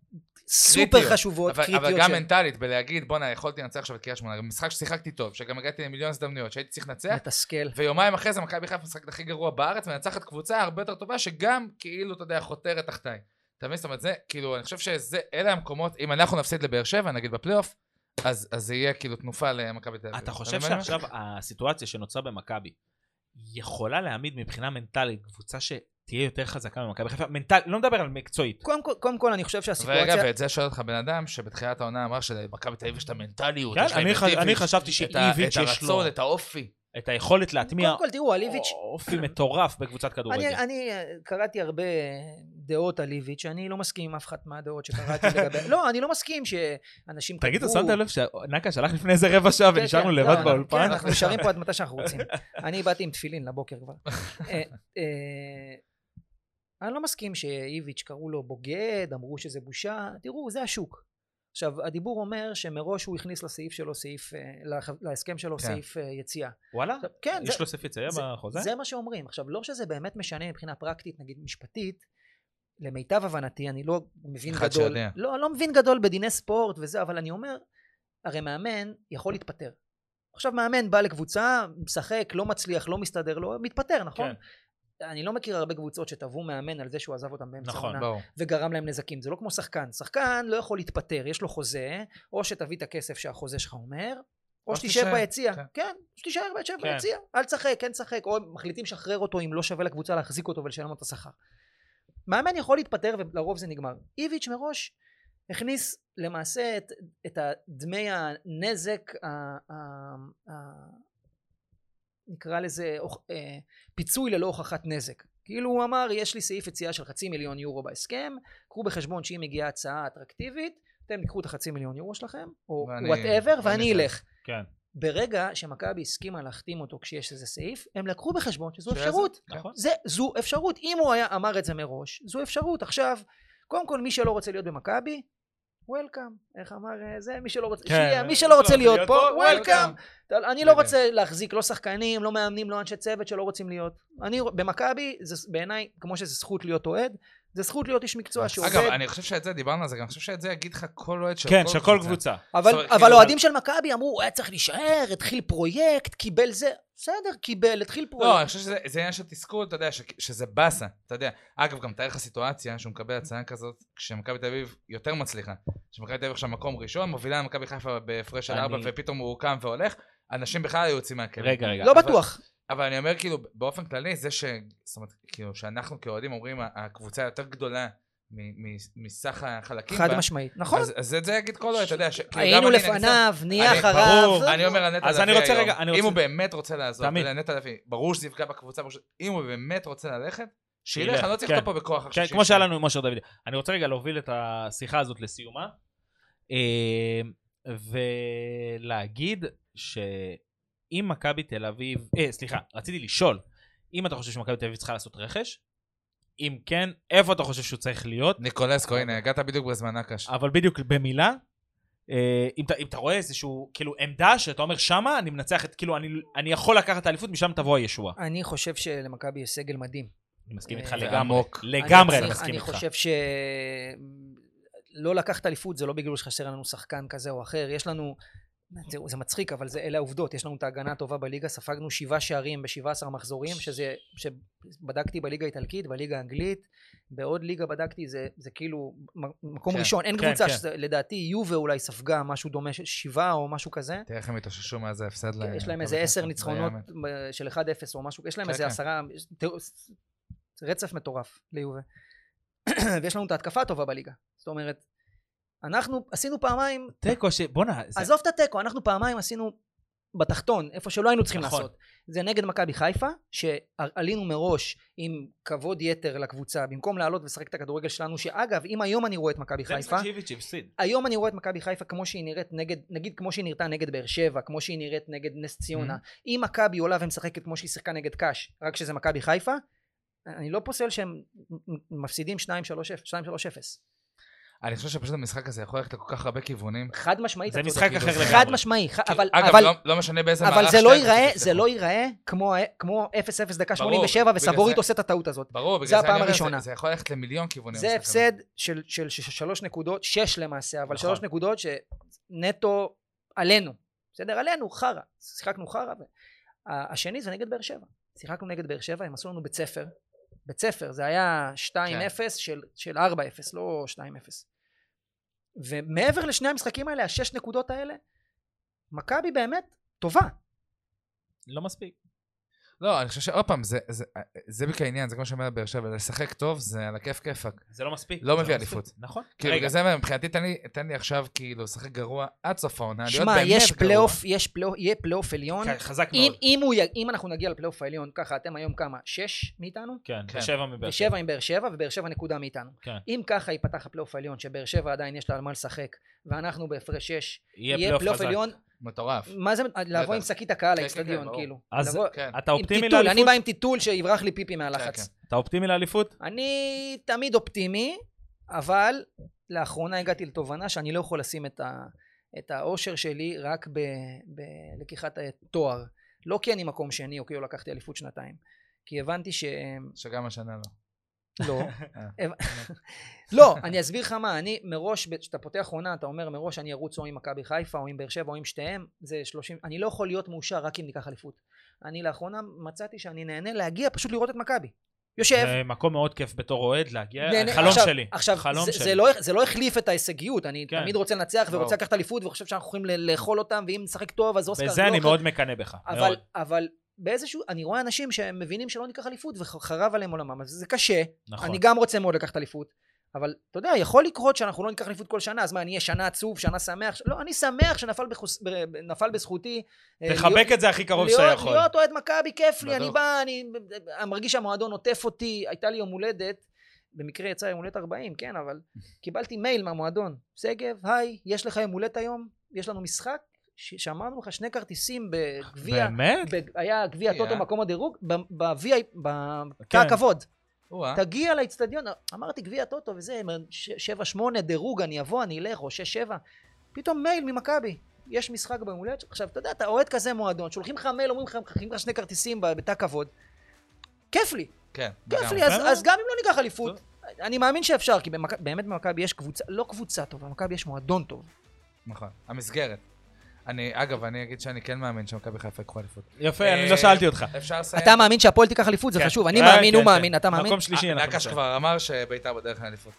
Speaker 4: סופר
Speaker 1: קריטיות.
Speaker 4: חשובות,
Speaker 1: אבל, אבל
Speaker 4: קריטיות.
Speaker 1: גם
Speaker 4: של-
Speaker 1: מנטלית, בלהגיד, בואנה, יכולתי לנצח עכשיו את קריית שמונה, משחק ששיחקתי טוב, שגם הגעתי למיליון הזדמנויות, שהייתי צריך לנצח,
Speaker 4: מתסכל.
Speaker 1: ויומיים אחרי זה מכבי חיפה משחקת הכי גרוע בארץ, מנצחת קבוצה הרבה יותר טובה, שגם כאילו, אתה יודע, חותרת תחתיי. אתה מבין? זאת אומרת, זה, כאילו, אני חושב שזה, אלה המקומות, אם אנחנו נפסיד לבאר שבע, נגיד בפלייאוף, אז, אז זה יהיה כאילו תנופה למכבי תל אביב.
Speaker 2: אתה חושב
Speaker 1: מבין מה אני
Speaker 2: שעכשיו הסיטואציה שנוצרה במכבי יכולה להעמיד מבחינה מנטלית קבוצה שתהיה יותר חזקה ממכבי חיפה? מנטל, לא מדבר על מקצועית.
Speaker 4: קודם כל- קודם כל, אני חושב
Speaker 1: אומר?
Speaker 4: שהסיטואציה...
Speaker 1: ורגע, ואת זה שואל אותך בן אדם שבתחילת העונה אמר שלמכבי תל אביב יש את המנטליות,
Speaker 2: כן,
Speaker 1: יש להם
Speaker 2: אני
Speaker 1: את
Speaker 2: ח-
Speaker 1: איביץ',
Speaker 2: אני חשבתי
Speaker 1: את ה-
Speaker 2: שאיביץ'
Speaker 1: את
Speaker 2: יש לו
Speaker 1: הרצון, את האופי.
Speaker 2: את היכולת להטמיע
Speaker 4: קודם כל, תראאו, על איביץ',
Speaker 2: אופי מטורף בקבוצת כדורגל.
Speaker 4: אני, אני אה, קראתי הרבה דעות על איביץ', שאני לא מסכים עם אף אחת מהדעות שקראתי לגבי... לא, אני לא מסכים שאנשים
Speaker 2: תגיד, אתה
Speaker 4: כתבו-
Speaker 2: שמת לב שנקה שלח לפני איזה רבע שעה
Speaker 4: כן,
Speaker 2: ונשארנו
Speaker 4: כן,
Speaker 2: לבד
Speaker 4: לא,
Speaker 2: באולפן?
Speaker 4: כן, אנחנו נשארים פה עד מתי שאנחנו רוצים. אני באתי עם תפילין לבוקר כבר. אה, אה, אני לא מסכים שאיביץ' קראו לו בוגד, אמרו שזה בושה, תראו, זה השוק. עכשיו, הדיבור אומר שמראש הוא הכניס לסעיף שלו סעיף, אה, לח- להסכם שלו
Speaker 1: כן.
Speaker 4: סעיף אה, יציאה.
Speaker 2: וואלה?
Speaker 4: עכשיו, כן, זה-
Speaker 2: יש לו סעיף יציאה בחוזה?
Speaker 4: זה מה שאומרים. עכשיו, לא שזה באמת משנה מבחינה פרקטית, נגיד משפטית, למיטב הבנתי, אני לא מבין
Speaker 1: אחד
Speaker 4: גדול.
Speaker 1: שיודע.
Speaker 4: לא, אני לא מבין גדול בדיני ספורט וזה, אבל אני אומר, הרי מאמן יכול להתפטר. עכשיו מאמן בא לקבוצה, משחק, לא מצליח, לא מסתדר לו, מתפטר, נכון? אני לא מכיר הרבה קבוצות שתבעו מאמן על זה שהוא עזב אותם באמצע
Speaker 2: נכון,
Speaker 4: העונה.
Speaker 1: כן. ברור.
Speaker 4: וגרם להם נזקים. זה לא כמו שחקן. שחקן לא יכול להתפטר, יש לו חוזה, או שתביא את הכסף שהחוזה שלך אומר, או
Speaker 1: או
Speaker 4: שתישאר
Speaker 1: שתישאר,
Speaker 4: ביציע.
Speaker 1: כן.
Speaker 4: כן, שתישאר ביציע
Speaker 2: כן.
Speaker 4: ביציע. אל תשחק, כן תשחק, או מחליטים לשחרר אותו אם לא שווה לקבוצה להחזיק אותו ולשלם לו את השכר. מאמן יכול להתפטר ולרוב זה נגמר. איביץ' מראש הכניס למעשה את, את דמי הנזק, ה, ה, ה, נקרא לזה הוכ- אה, פיצוי ללא הוכחת נזק. כאילו הוא אמר, יש לי סעיף יציאה של חצי מיליון יורו בהסכם, קחו בחשבון שאם מגיעה הצעה אטרקטיבית, אתם תיקחו את החצי מיליון יורו שלכם, או
Speaker 1: ואני-
Speaker 4: וואטאבר,
Speaker 1: ואני
Speaker 4: ואני אלך.
Speaker 2: כן,
Speaker 4: ברגע שמכבי הסכימה להחתים אותו כשיש איזה סעיף, הם לקחו בחשבון שזו
Speaker 1: שזה-
Speaker 4: אפשרות.
Speaker 1: כן.
Speaker 2: נכון.
Speaker 4: זה, זו אפשרות. אם הוא היה אמר את זה מראש, זו אפשרות. עכשיו, קודם כל, מי שלא רוצה להיות במכבי, וולקאם. איך אמר אה, זה? מי שלא רוצה,
Speaker 2: כן.
Speaker 4: שנייה, מי שלא רוצה להיות פה, וולקאם.
Speaker 2: welcome.
Speaker 4: אני לא רוצה להחזיק לא שחקנים, לא מאמנים, לא אנשי צוות שלא רוצים להיות. אני, במכבי, זה בעיניי, כמו שזה זכות להיות אוהד, זה זכות להיות איש מקצוע שעובד.
Speaker 1: אגב, אני חושב שאת זה, דיברנו על זה, גם אני חושב שאת זה יגיד לך כל אוהד של
Speaker 2: כן, של כל קבוצה.
Speaker 4: אבל,
Speaker 1: זאת אומרת,
Speaker 4: אבל
Speaker 1: כאילו,
Speaker 4: אוהדים של מכבי אמרו, הוא היה צריך להישאר, התחיל פרויקט, קיבל זה. בסדר, קיבל, התחיל פרויקט.
Speaker 1: לא, אני חושב שזה זה עניין של תסכול, אתה יודע, ש, שזה באסה, אתה יודע. אגב, גם תאר לך סיטואציה שהוא מקבל הצעה כזאת, כשמכבי תל אביב יותר מצליחה. כשמכבי תל אביב עכשיו מקום ראשון, מובילה למכבי חיפה בהפרש של
Speaker 2: אני-
Speaker 1: ארבע, ופתאום הוא קם והולך, אנשים בכלל היו יוצאים מהכלא.
Speaker 2: רגע, רגע.
Speaker 4: לא
Speaker 1: אבל-
Speaker 4: בטוח.
Speaker 1: אבל אני אומר, כאילו, באופן כללי, זה ש... זאת אומרת, כאילו, שאנחנו כאוהדים אומרים, ה- הקבוצה יותר גדולה מ- מ- מסך החלקים
Speaker 4: חד
Speaker 1: בה,
Speaker 4: משמית. נכון.
Speaker 1: כן, אז, אז את זה יגיד כל אוהד, אתה יודע, ש... כאילו, גם
Speaker 4: היינו
Speaker 1: אני, נגיד,
Speaker 4: לפניו, נהיה
Speaker 1: אני-
Speaker 4: אחריו.
Speaker 2: ברור,
Speaker 4: זה-
Speaker 1: אני אומר על נטע לביא
Speaker 2: אז אני רוצה רגע, אני
Speaker 1: אם
Speaker 2: רוצה-
Speaker 1: הוא באמת רוצה לעזוב,
Speaker 2: תמיד.
Speaker 1: אתה יודע, נטע לביא, ברור שזה יפגע בקבוצה, ברור ש- אם הוא באמת רוצה ללכת,
Speaker 2: שילך,
Speaker 1: שילך, אני לא צריך
Speaker 2: כן.
Speaker 1: אותו פה בכוח עכשיו.
Speaker 2: כן, כמו שהיה
Speaker 1: שישאר.
Speaker 2: לנו עם אושר דוד. אני רוצה רגע להוביל את השיחה הזאת לסיומה, אה, ולהגיד שאם מכבי תל אביב, אה, סליחה, רציתי לשאול, אם אתה חושב שמכבי תל אביב צריכה לעשות רכש, אם כן, איפה אתה חושב שהוא צריך להיות?
Speaker 1: ניקולסקו, הנה, הגעת בדיוק בזמן הקש.
Speaker 2: אבל בדיוק במילה, אה, אם אתה, אם אתה רואה איזשהו, כאילו, עמדה שאתה אומר שמה, אני מנצח את, כאילו, אני, אני יכול לקחת את האליפות, משם תבוא הישועה.
Speaker 4: אני חושב שלמכבי יש סגל מדהים.
Speaker 2: אני מסכים איתך
Speaker 4: אה,
Speaker 2: לגמרי.
Speaker 1: עמוק.
Speaker 2: לגמרי
Speaker 4: אני
Speaker 2: אני
Speaker 4: צריך-
Speaker 2: מסכים
Speaker 4: אני
Speaker 2: איתך.
Speaker 4: חושב ש... לא לקחת אליפות זה לא בגלל שחסר לנו שחקן כזה או אחר, יש לנו... זה, זה מצחיק, אבל זה, אלה העובדות. יש לנו את ההגנה הטובה בליגה, ספגנו שבעה שערים ב-17 מחזורים, שזה, שבדקתי בליגה האיטלקית, בליגה האנגלית, בעוד ליגה בדקתי, זה, זה כאילו מ- מקום
Speaker 1: כן,
Speaker 4: ראשון. אין
Speaker 2: כן,
Speaker 4: קבוצה,
Speaker 2: כן.
Speaker 4: שזה, לדעתי יובה אולי ספגה משהו דומה, ש- שבעה או משהו כזה.
Speaker 1: תראה איך הם התאוששו מאז ההפסד. ל-
Speaker 4: כן, כאילו, יש להם איזה עשר
Speaker 1: לא
Speaker 4: ניצחונות
Speaker 1: יאמן.
Speaker 4: אה, של 1-0 או משהו, יש להם
Speaker 1: כן,
Speaker 4: איזה
Speaker 1: כן.
Speaker 4: עשרה, רצף מטורף ליובה. ויש לנו את ההתקפה הטובה בליגה. זאת אומרת, אנחנו עשינו פעמיים,
Speaker 2: תיקו ש... בואנה, זה-
Speaker 4: עזוב את התיקו, אנחנו פעמיים עשינו בתחתון, איפה שלא היינו צריכים
Speaker 2: נכון.
Speaker 4: לעשות. זה נגד מכבי חיפה, שעלינו מראש עם כבוד יתר לקבוצה, במקום לעלות ולשחק את הכדורגל שלנו, שאגב, אם היום אני רואה את מכבי
Speaker 2: זה
Speaker 4: חיפה,
Speaker 2: משחק שאיביץ' הפסיד.
Speaker 4: היום אני רואה את מכבי חיפה כמו שהיא נראית נגד, נגיד כמו שהיא נראתה נגד באר שבע, כמו שהיא נראית נגד נס ציונה.
Speaker 1: Mm-hmm.
Speaker 4: אם מכבי עולה ומשחקת כמו שהיא שיחקה נגד קאש, רק שזה מכבי חיפה, אני לא פוסל שהם מפסידים 2-3-0. 2-3-0.
Speaker 1: אני חושב שפשוט המשחק הזה יכול ללכת לכל כך הרבה כיוונים.
Speaker 4: חד משמעית.
Speaker 2: זה
Speaker 4: אתה
Speaker 2: משחק
Speaker 4: צודק.
Speaker 2: אחר
Speaker 1: כאילו,
Speaker 2: לגמרי.
Speaker 4: חד משמעי, ח- אבל,
Speaker 1: אגב,
Speaker 4: אבל,
Speaker 1: לא- לא משנה באיזה מערך...
Speaker 4: אבל זה לא
Speaker 1: שתי הקבוצות
Speaker 4: ייראה, זה
Speaker 1: יפתחו.
Speaker 4: לא ייראה כמו, ה- כמו 0-0 דקה
Speaker 1: ברור,
Speaker 4: 87
Speaker 1: בגלל
Speaker 4: וסבורית
Speaker 1: זה-
Speaker 4: עושה את הטעות הזאת.
Speaker 1: ברור, בגלל
Speaker 4: זה
Speaker 1: זה אני
Speaker 4: הפעם
Speaker 1: אומר,
Speaker 4: הראשונה.
Speaker 1: זה יכול ללכת למיליון כיוונים.
Speaker 4: זה
Speaker 1: המשחק הזה.
Speaker 4: הפסד של, של, של שלוש נקודות, שש למעשה, אבל
Speaker 2: נכון.
Speaker 4: שלוש נקודות שנטו עלינו, בסדר? עלינו, חרא, שיחקנו חרא. ו... ה- השני זה נגד באר שבע, שיחקנו נגד באר שבע, הם עשו לנו בית ספר, בית ספר, זה היה 2-0
Speaker 2: כן.
Speaker 4: של, של 4-0, לא 2-0. ומעבר לשני המשחקים האלה, השש נקודות האלה, מכבי באמת טובה.
Speaker 2: לא מספיק.
Speaker 1: לא, אני חושב שעוד פעם, זה- זה- זה בדיוק העניין, זה כמו שאומר על באר שבע, לשחק טוב זה על הכיף כיפאק.
Speaker 2: זה לא מספיק.
Speaker 1: לא
Speaker 2: זה
Speaker 1: מביא
Speaker 2: מספיק.
Speaker 1: אליפות.
Speaker 2: נכון.
Speaker 1: כאילו,
Speaker 2: רגע,
Speaker 1: בגלל זה מבחינתי, תן לי- תן לי עכשיו כאילו לשחק גרוע עד סוף העונה, להיות
Speaker 4: שמע,
Speaker 1: באמת גרוע.
Speaker 4: יש פלייאוף, יש פלייאוף, יהיה פלייאוף עליון.
Speaker 2: חזק
Speaker 4: אם,
Speaker 2: כן, מאוד.
Speaker 4: אם, הוא, יג- אם אנחנו נגיע לפלייאוף העליון, ככה, אתם היום כמה? שש מאיתנו?
Speaker 2: כן,
Speaker 1: כן.
Speaker 2: בשבע מבאר שבע.
Speaker 4: ושבע עם באר שבע, ובאר שבע נקודה מאיתנו.
Speaker 2: כן.
Speaker 4: אם ככה ייפתח הפלייאוף העליון, שבאר שבע עדיין יש לה על מה לשחק, ואנחנו בהפרש שש,
Speaker 2: יהיה פלייאוף עליון.
Speaker 4: עליון,
Speaker 1: מטורף.
Speaker 4: מה זה, לבוא עם שקית הקהל
Speaker 1: כן,
Speaker 4: לאצטדיון,
Speaker 1: ברור.
Speaker 4: כאילו.
Speaker 2: אז
Speaker 4: לבוא-
Speaker 1: כן.
Speaker 2: אתה
Speaker 4: עם
Speaker 2: אופטימי
Speaker 4: טיטול, אני
Speaker 2: לאליפות?
Speaker 4: בא עם טיטול שיברח לי פיפי
Speaker 1: כן,
Speaker 4: מהלחץ.
Speaker 2: אתה אופטימי לאליפות?
Speaker 4: אני תמיד אופטימי, אבל לאחרונה הגעתי לתובנה שאני לא יכול לשים את, ה, את האושר שלי רק ב- בלקיחת התואר. לא כי אני מקום שני, או כאילו לקחתי אליפות שנתיים. כי הבנתי שהם...
Speaker 1: שגם השנה לא.
Speaker 4: לא. לא, אני אסביר לך מה, אני מראש, כשאתה פותח עונה, אתה אומר מראש אני ארוץ או עם מכבי חיפה או עם באר שבע או עם שתיהם, זה 30, אני לא יכול להיות מאושר רק אם ניקח אליפות. אני לאחרונה מצאתי שאני נהנה להגיע פשוט לראות את מכבי. יושב,
Speaker 2: זה מקום מאוד כיף בתור אוהד להגיע,
Speaker 4: נהנה-
Speaker 2: חלום
Speaker 4: עכשיו-
Speaker 2: שלי.
Speaker 4: עכשיו,
Speaker 2: חלום
Speaker 4: זה-
Speaker 2: שלי.
Speaker 4: זה לא- זה לא החליף את ההישגיות, אני
Speaker 2: כן.
Speaker 4: תמיד רוצה לנצח
Speaker 1: ברור.
Speaker 4: ורוצה לקחת אליפות וחושב שאנחנו יכולים ל- לאכול אותם, ואם נשחק טוב אז אוסקר
Speaker 2: בזה
Speaker 4: לא
Speaker 2: אני
Speaker 4: אוכל.
Speaker 2: מאוד מקנא בך.
Speaker 4: אבל,
Speaker 2: מאוד.
Speaker 4: אבל באיזשהו, אני רואה אנשים שהם מבינים שלא ניקח אליפות וחרב עליהם עולמם, אז זה קשה.
Speaker 2: נכון.
Speaker 4: אני גם רוצה מאוד לקחת אליפות, אבל אתה יודע, יכול לקרות שאנחנו לא ניקח אליפות כל שנה, אז מה, אני אהיה שנה עצוב, שנה שמח? ש- לא, אני שמח שנפל בחוס... ב- ב- נפל בזכותי. אה, להיות-
Speaker 2: תחבק את זה הכי קרוב שאתה
Speaker 4: להיות,
Speaker 2: יכול.
Speaker 4: להיות אוהד מכבי, כיף לי,
Speaker 1: בטוח.
Speaker 4: אני בא, אני אני מרגיש שהמועדון עוטף אותי, הייתה לי יום הולדת, במקרה יצא יום הולדת 40, כן, אבל קיבלתי מייל מהמועדון, שגב, היי, יש לך יום הולדת היום? יש לנו משחק? ש- שאמרנו לך שני כרטיסים בגביע,
Speaker 2: באמת?
Speaker 4: בג- היה גביע
Speaker 1: גביע?
Speaker 4: טוטו מקום הדירוג, ב- ב-VI, בתא
Speaker 2: כן.
Speaker 4: הכבוד.
Speaker 1: או-אה.
Speaker 4: תגיע לאצטדיון, אמרתי גביע טוטו וזה, ש- שבע שמונה דירוג, אני אבוא, אני אלך, או שש שבע. פתאום מייל ממכבי, יש משחק ביום הולדת, עכשיו אתה יודע, אתה אוהד כזה מועדון, שולחים לך מייל, אומרים לך, מחכים לך שני כרטיסים ב- בתא כבוד, כיף לי,
Speaker 1: כן.
Speaker 4: כיף
Speaker 1: לגמרי.
Speaker 4: לי, אז,
Speaker 2: בסדר.
Speaker 4: אז גם אם לא ניקח אליפות, אני מאמין שאפשר, כי במכ... באמת במכבי יש קבוצה, לא קבוצה טובה, במכבי יש מועדון טוב.
Speaker 1: נכון. המסגרת. אני, אגב, אני אגיד שאני כן מאמין שמכבי חיפה יקחו אליפות.
Speaker 2: יפה,
Speaker 1: אה,
Speaker 2: אני לא שאלתי אותך.
Speaker 1: אפשר לסיים? אה,
Speaker 4: אתה מאמין שהפועל תיקח אליפות, זה
Speaker 2: כן.
Speaker 4: חשוב, אני
Speaker 2: אה,
Speaker 4: מאמין,
Speaker 2: כן,
Speaker 4: הוא
Speaker 2: כן.
Speaker 4: מאמין, אתה מאמין?
Speaker 2: מקום שלישי אנחנו
Speaker 1: נקש
Speaker 2: עכשיו.
Speaker 1: כבר אמר שביתר בדרך לאליפות.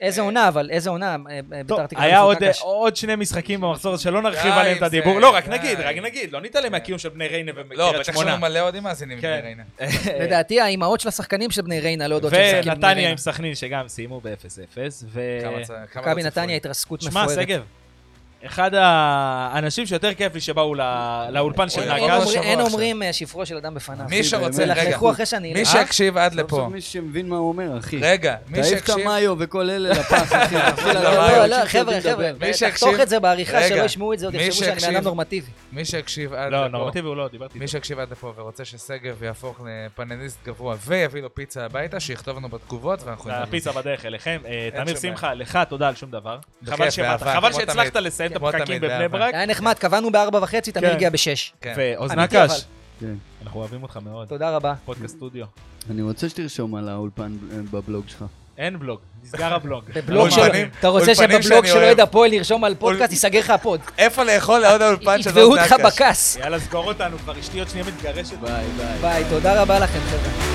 Speaker 4: איזה
Speaker 1: אה,
Speaker 4: עונה, אבל איזה עונה, אה, אה,
Speaker 2: טוב,
Speaker 4: ביתר תיקח
Speaker 2: היה עוד- אה,
Speaker 4: אליפות נקש.
Speaker 2: עוד שני משחקים במחזור הזה שלא נרחיב
Speaker 1: די,
Speaker 2: עליהם את
Speaker 1: זה-
Speaker 2: הדיבור. לא, רק
Speaker 1: די.
Speaker 2: נגיד, רק נגיד, לא נתעלם מהקיום של בני ריינה
Speaker 1: לא,
Speaker 2: וקריית
Speaker 1: בטח
Speaker 2: שמונה.
Speaker 1: שלנו מלא אוהדים מאזינים
Speaker 2: כן.
Speaker 1: כן.
Speaker 4: אה, לדעתי האימהות של השחקנים של בני ריינה לא יודעות שהם משחקים בבני
Speaker 2: ונתניה
Speaker 4: ריינה.
Speaker 2: עם סכנין שגם סיימו ב-0-0. ו...
Speaker 1: לא
Speaker 4: מכבי נתניה התרסקות
Speaker 2: שמע,
Speaker 4: מפוארת.
Speaker 2: שגב, אחד האנשים שיותר כיף לי שבאו ל- לאולפן של
Speaker 1: אין-
Speaker 4: אין
Speaker 1: נהגה
Speaker 2: נקש.
Speaker 4: אומרים- אין
Speaker 1: השבוע
Speaker 4: אומרים אה, שברו של אדם בפניו.
Speaker 1: מי שרוצה,
Speaker 3: באמת.
Speaker 1: רגע,
Speaker 4: תלכלכו אחרי שאני אה?
Speaker 1: מי
Speaker 4: אלך.
Speaker 1: שיקשיב עד
Speaker 3: סוף
Speaker 1: לפה,
Speaker 3: סוף מישהו שמבין מה הוא אומר, אחי.
Speaker 1: רגע, מי
Speaker 3: אה? תעיף את
Speaker 1: שיקשיב,
Speaker 3: המאיו וכל אלה לפח, אחי. תתחיל
Speaker 1: לא,
Speaker 4: לא,
Speaker 3: לדבר,
Speaker 4: לא, לא,
Speaker 3: אנשים שיודעים
Speaker 4: חבר'ה, חבר'ה,
Speaker 3: לדבר.
Speaker 1: מי
Speaker 4: תחתוך
Speaker 1: שיקשיב-
Speaker 4: את זה בעריכה,
Speaker 1: רגע,
Speaker 4: שלא ישמעו את זה, עוד
Speaker 1: מי
Speaker 4: יחשבו שאני בן
Speaker 1: שיקשיב-
Speaker 4: אדם נורמטיבי.
Speaker 1: מי שיקשיב עד
Speaker 2: לא,
Speaker 1: לפה,
Speaker 2: נורמטיבי הוא לא, דיברתי
Speaker 1: מי
Speaker 2: איתו.
Speaker 1: שיקשיב עד לפה ורוצה ששגב יהפוך לפאנליסט גבוה ויביא לו פיצה הביתה, שיכתוב לנו בתגובות ואנחנו נגיד.
Speaker 2: הפיצה בדרך אליכם. אה,
Speaker 1: אין
Speaker 2: תמיר
Speaker 1: שום בעיה.
Speaker 2: שמחה, לך תודה על שום דבר.
Speaker 1: בכיף,
Speaker 2: חבל שבאת,
Speaker 1: באהבה,
Speaker 2: חבל
Speaker 1: כמו
Speaker 2: שהצלחת
Speaker 1: תמיד.
Speaker 2: לסיים את
Speaker 1: כמו
Speaker 2: הפקקים
Speaker 1: תמיד,
Speaker 2: בבני
Speaker 1: באהבה.
Speaker 2: ברק.
Speaker 4: היה נחמד, קבענו בארבע וחצי, תמיר
Speaker 2: כן.
Speaker 4: הגיע בשש.
Speaker 1: כן.
Speaker 2: ועוז
Speaker 4: אמיתי,
Speaker 2: נקש,
Speaker 3: כן.
Speaker 2: אנחנו אוהבים אותך מאוד.
Speaker 4: תודה רבה.
Speaker 2: פודקאסט סטודיו.
Speaker 3: אני רוצה שתרשום על האולפן אה, בבלוג שלך.
Speaker 2: אין בלוג, נסגר הבלוג.
Speaker 4: בבלוג
Speaker 2: אולפנים.
Speaker 1: אולפנים-
Speaker 4: שלו, אתה רוצה
Speaker 1: אולפנים
Speaker 4: שבבלוג
Speaker 1: שאני
Speaker 4: של
Speaker 1: אוהב.
Speaker 4: אוהד הפועל ירשום על
Speaker 1: אול-
Speaker 4: פודקאסט, ייסגר לך הפוד.
Speaker 1: איפה לאכול לעוד האולפן של
Speaker 4: יקבעו
Speaker 1: עוד
Speaker 4: אותך
Speaker 1: נקש?
Speaker 4: בכס.
Speaker 2: יאללה, סגור אותנו כבר, אשתי עוד שנייה מתגרשת.
Speaker 3: ביי, ביי.
Speaker 4: ביי, תודה רבה לכם, חבר'ה.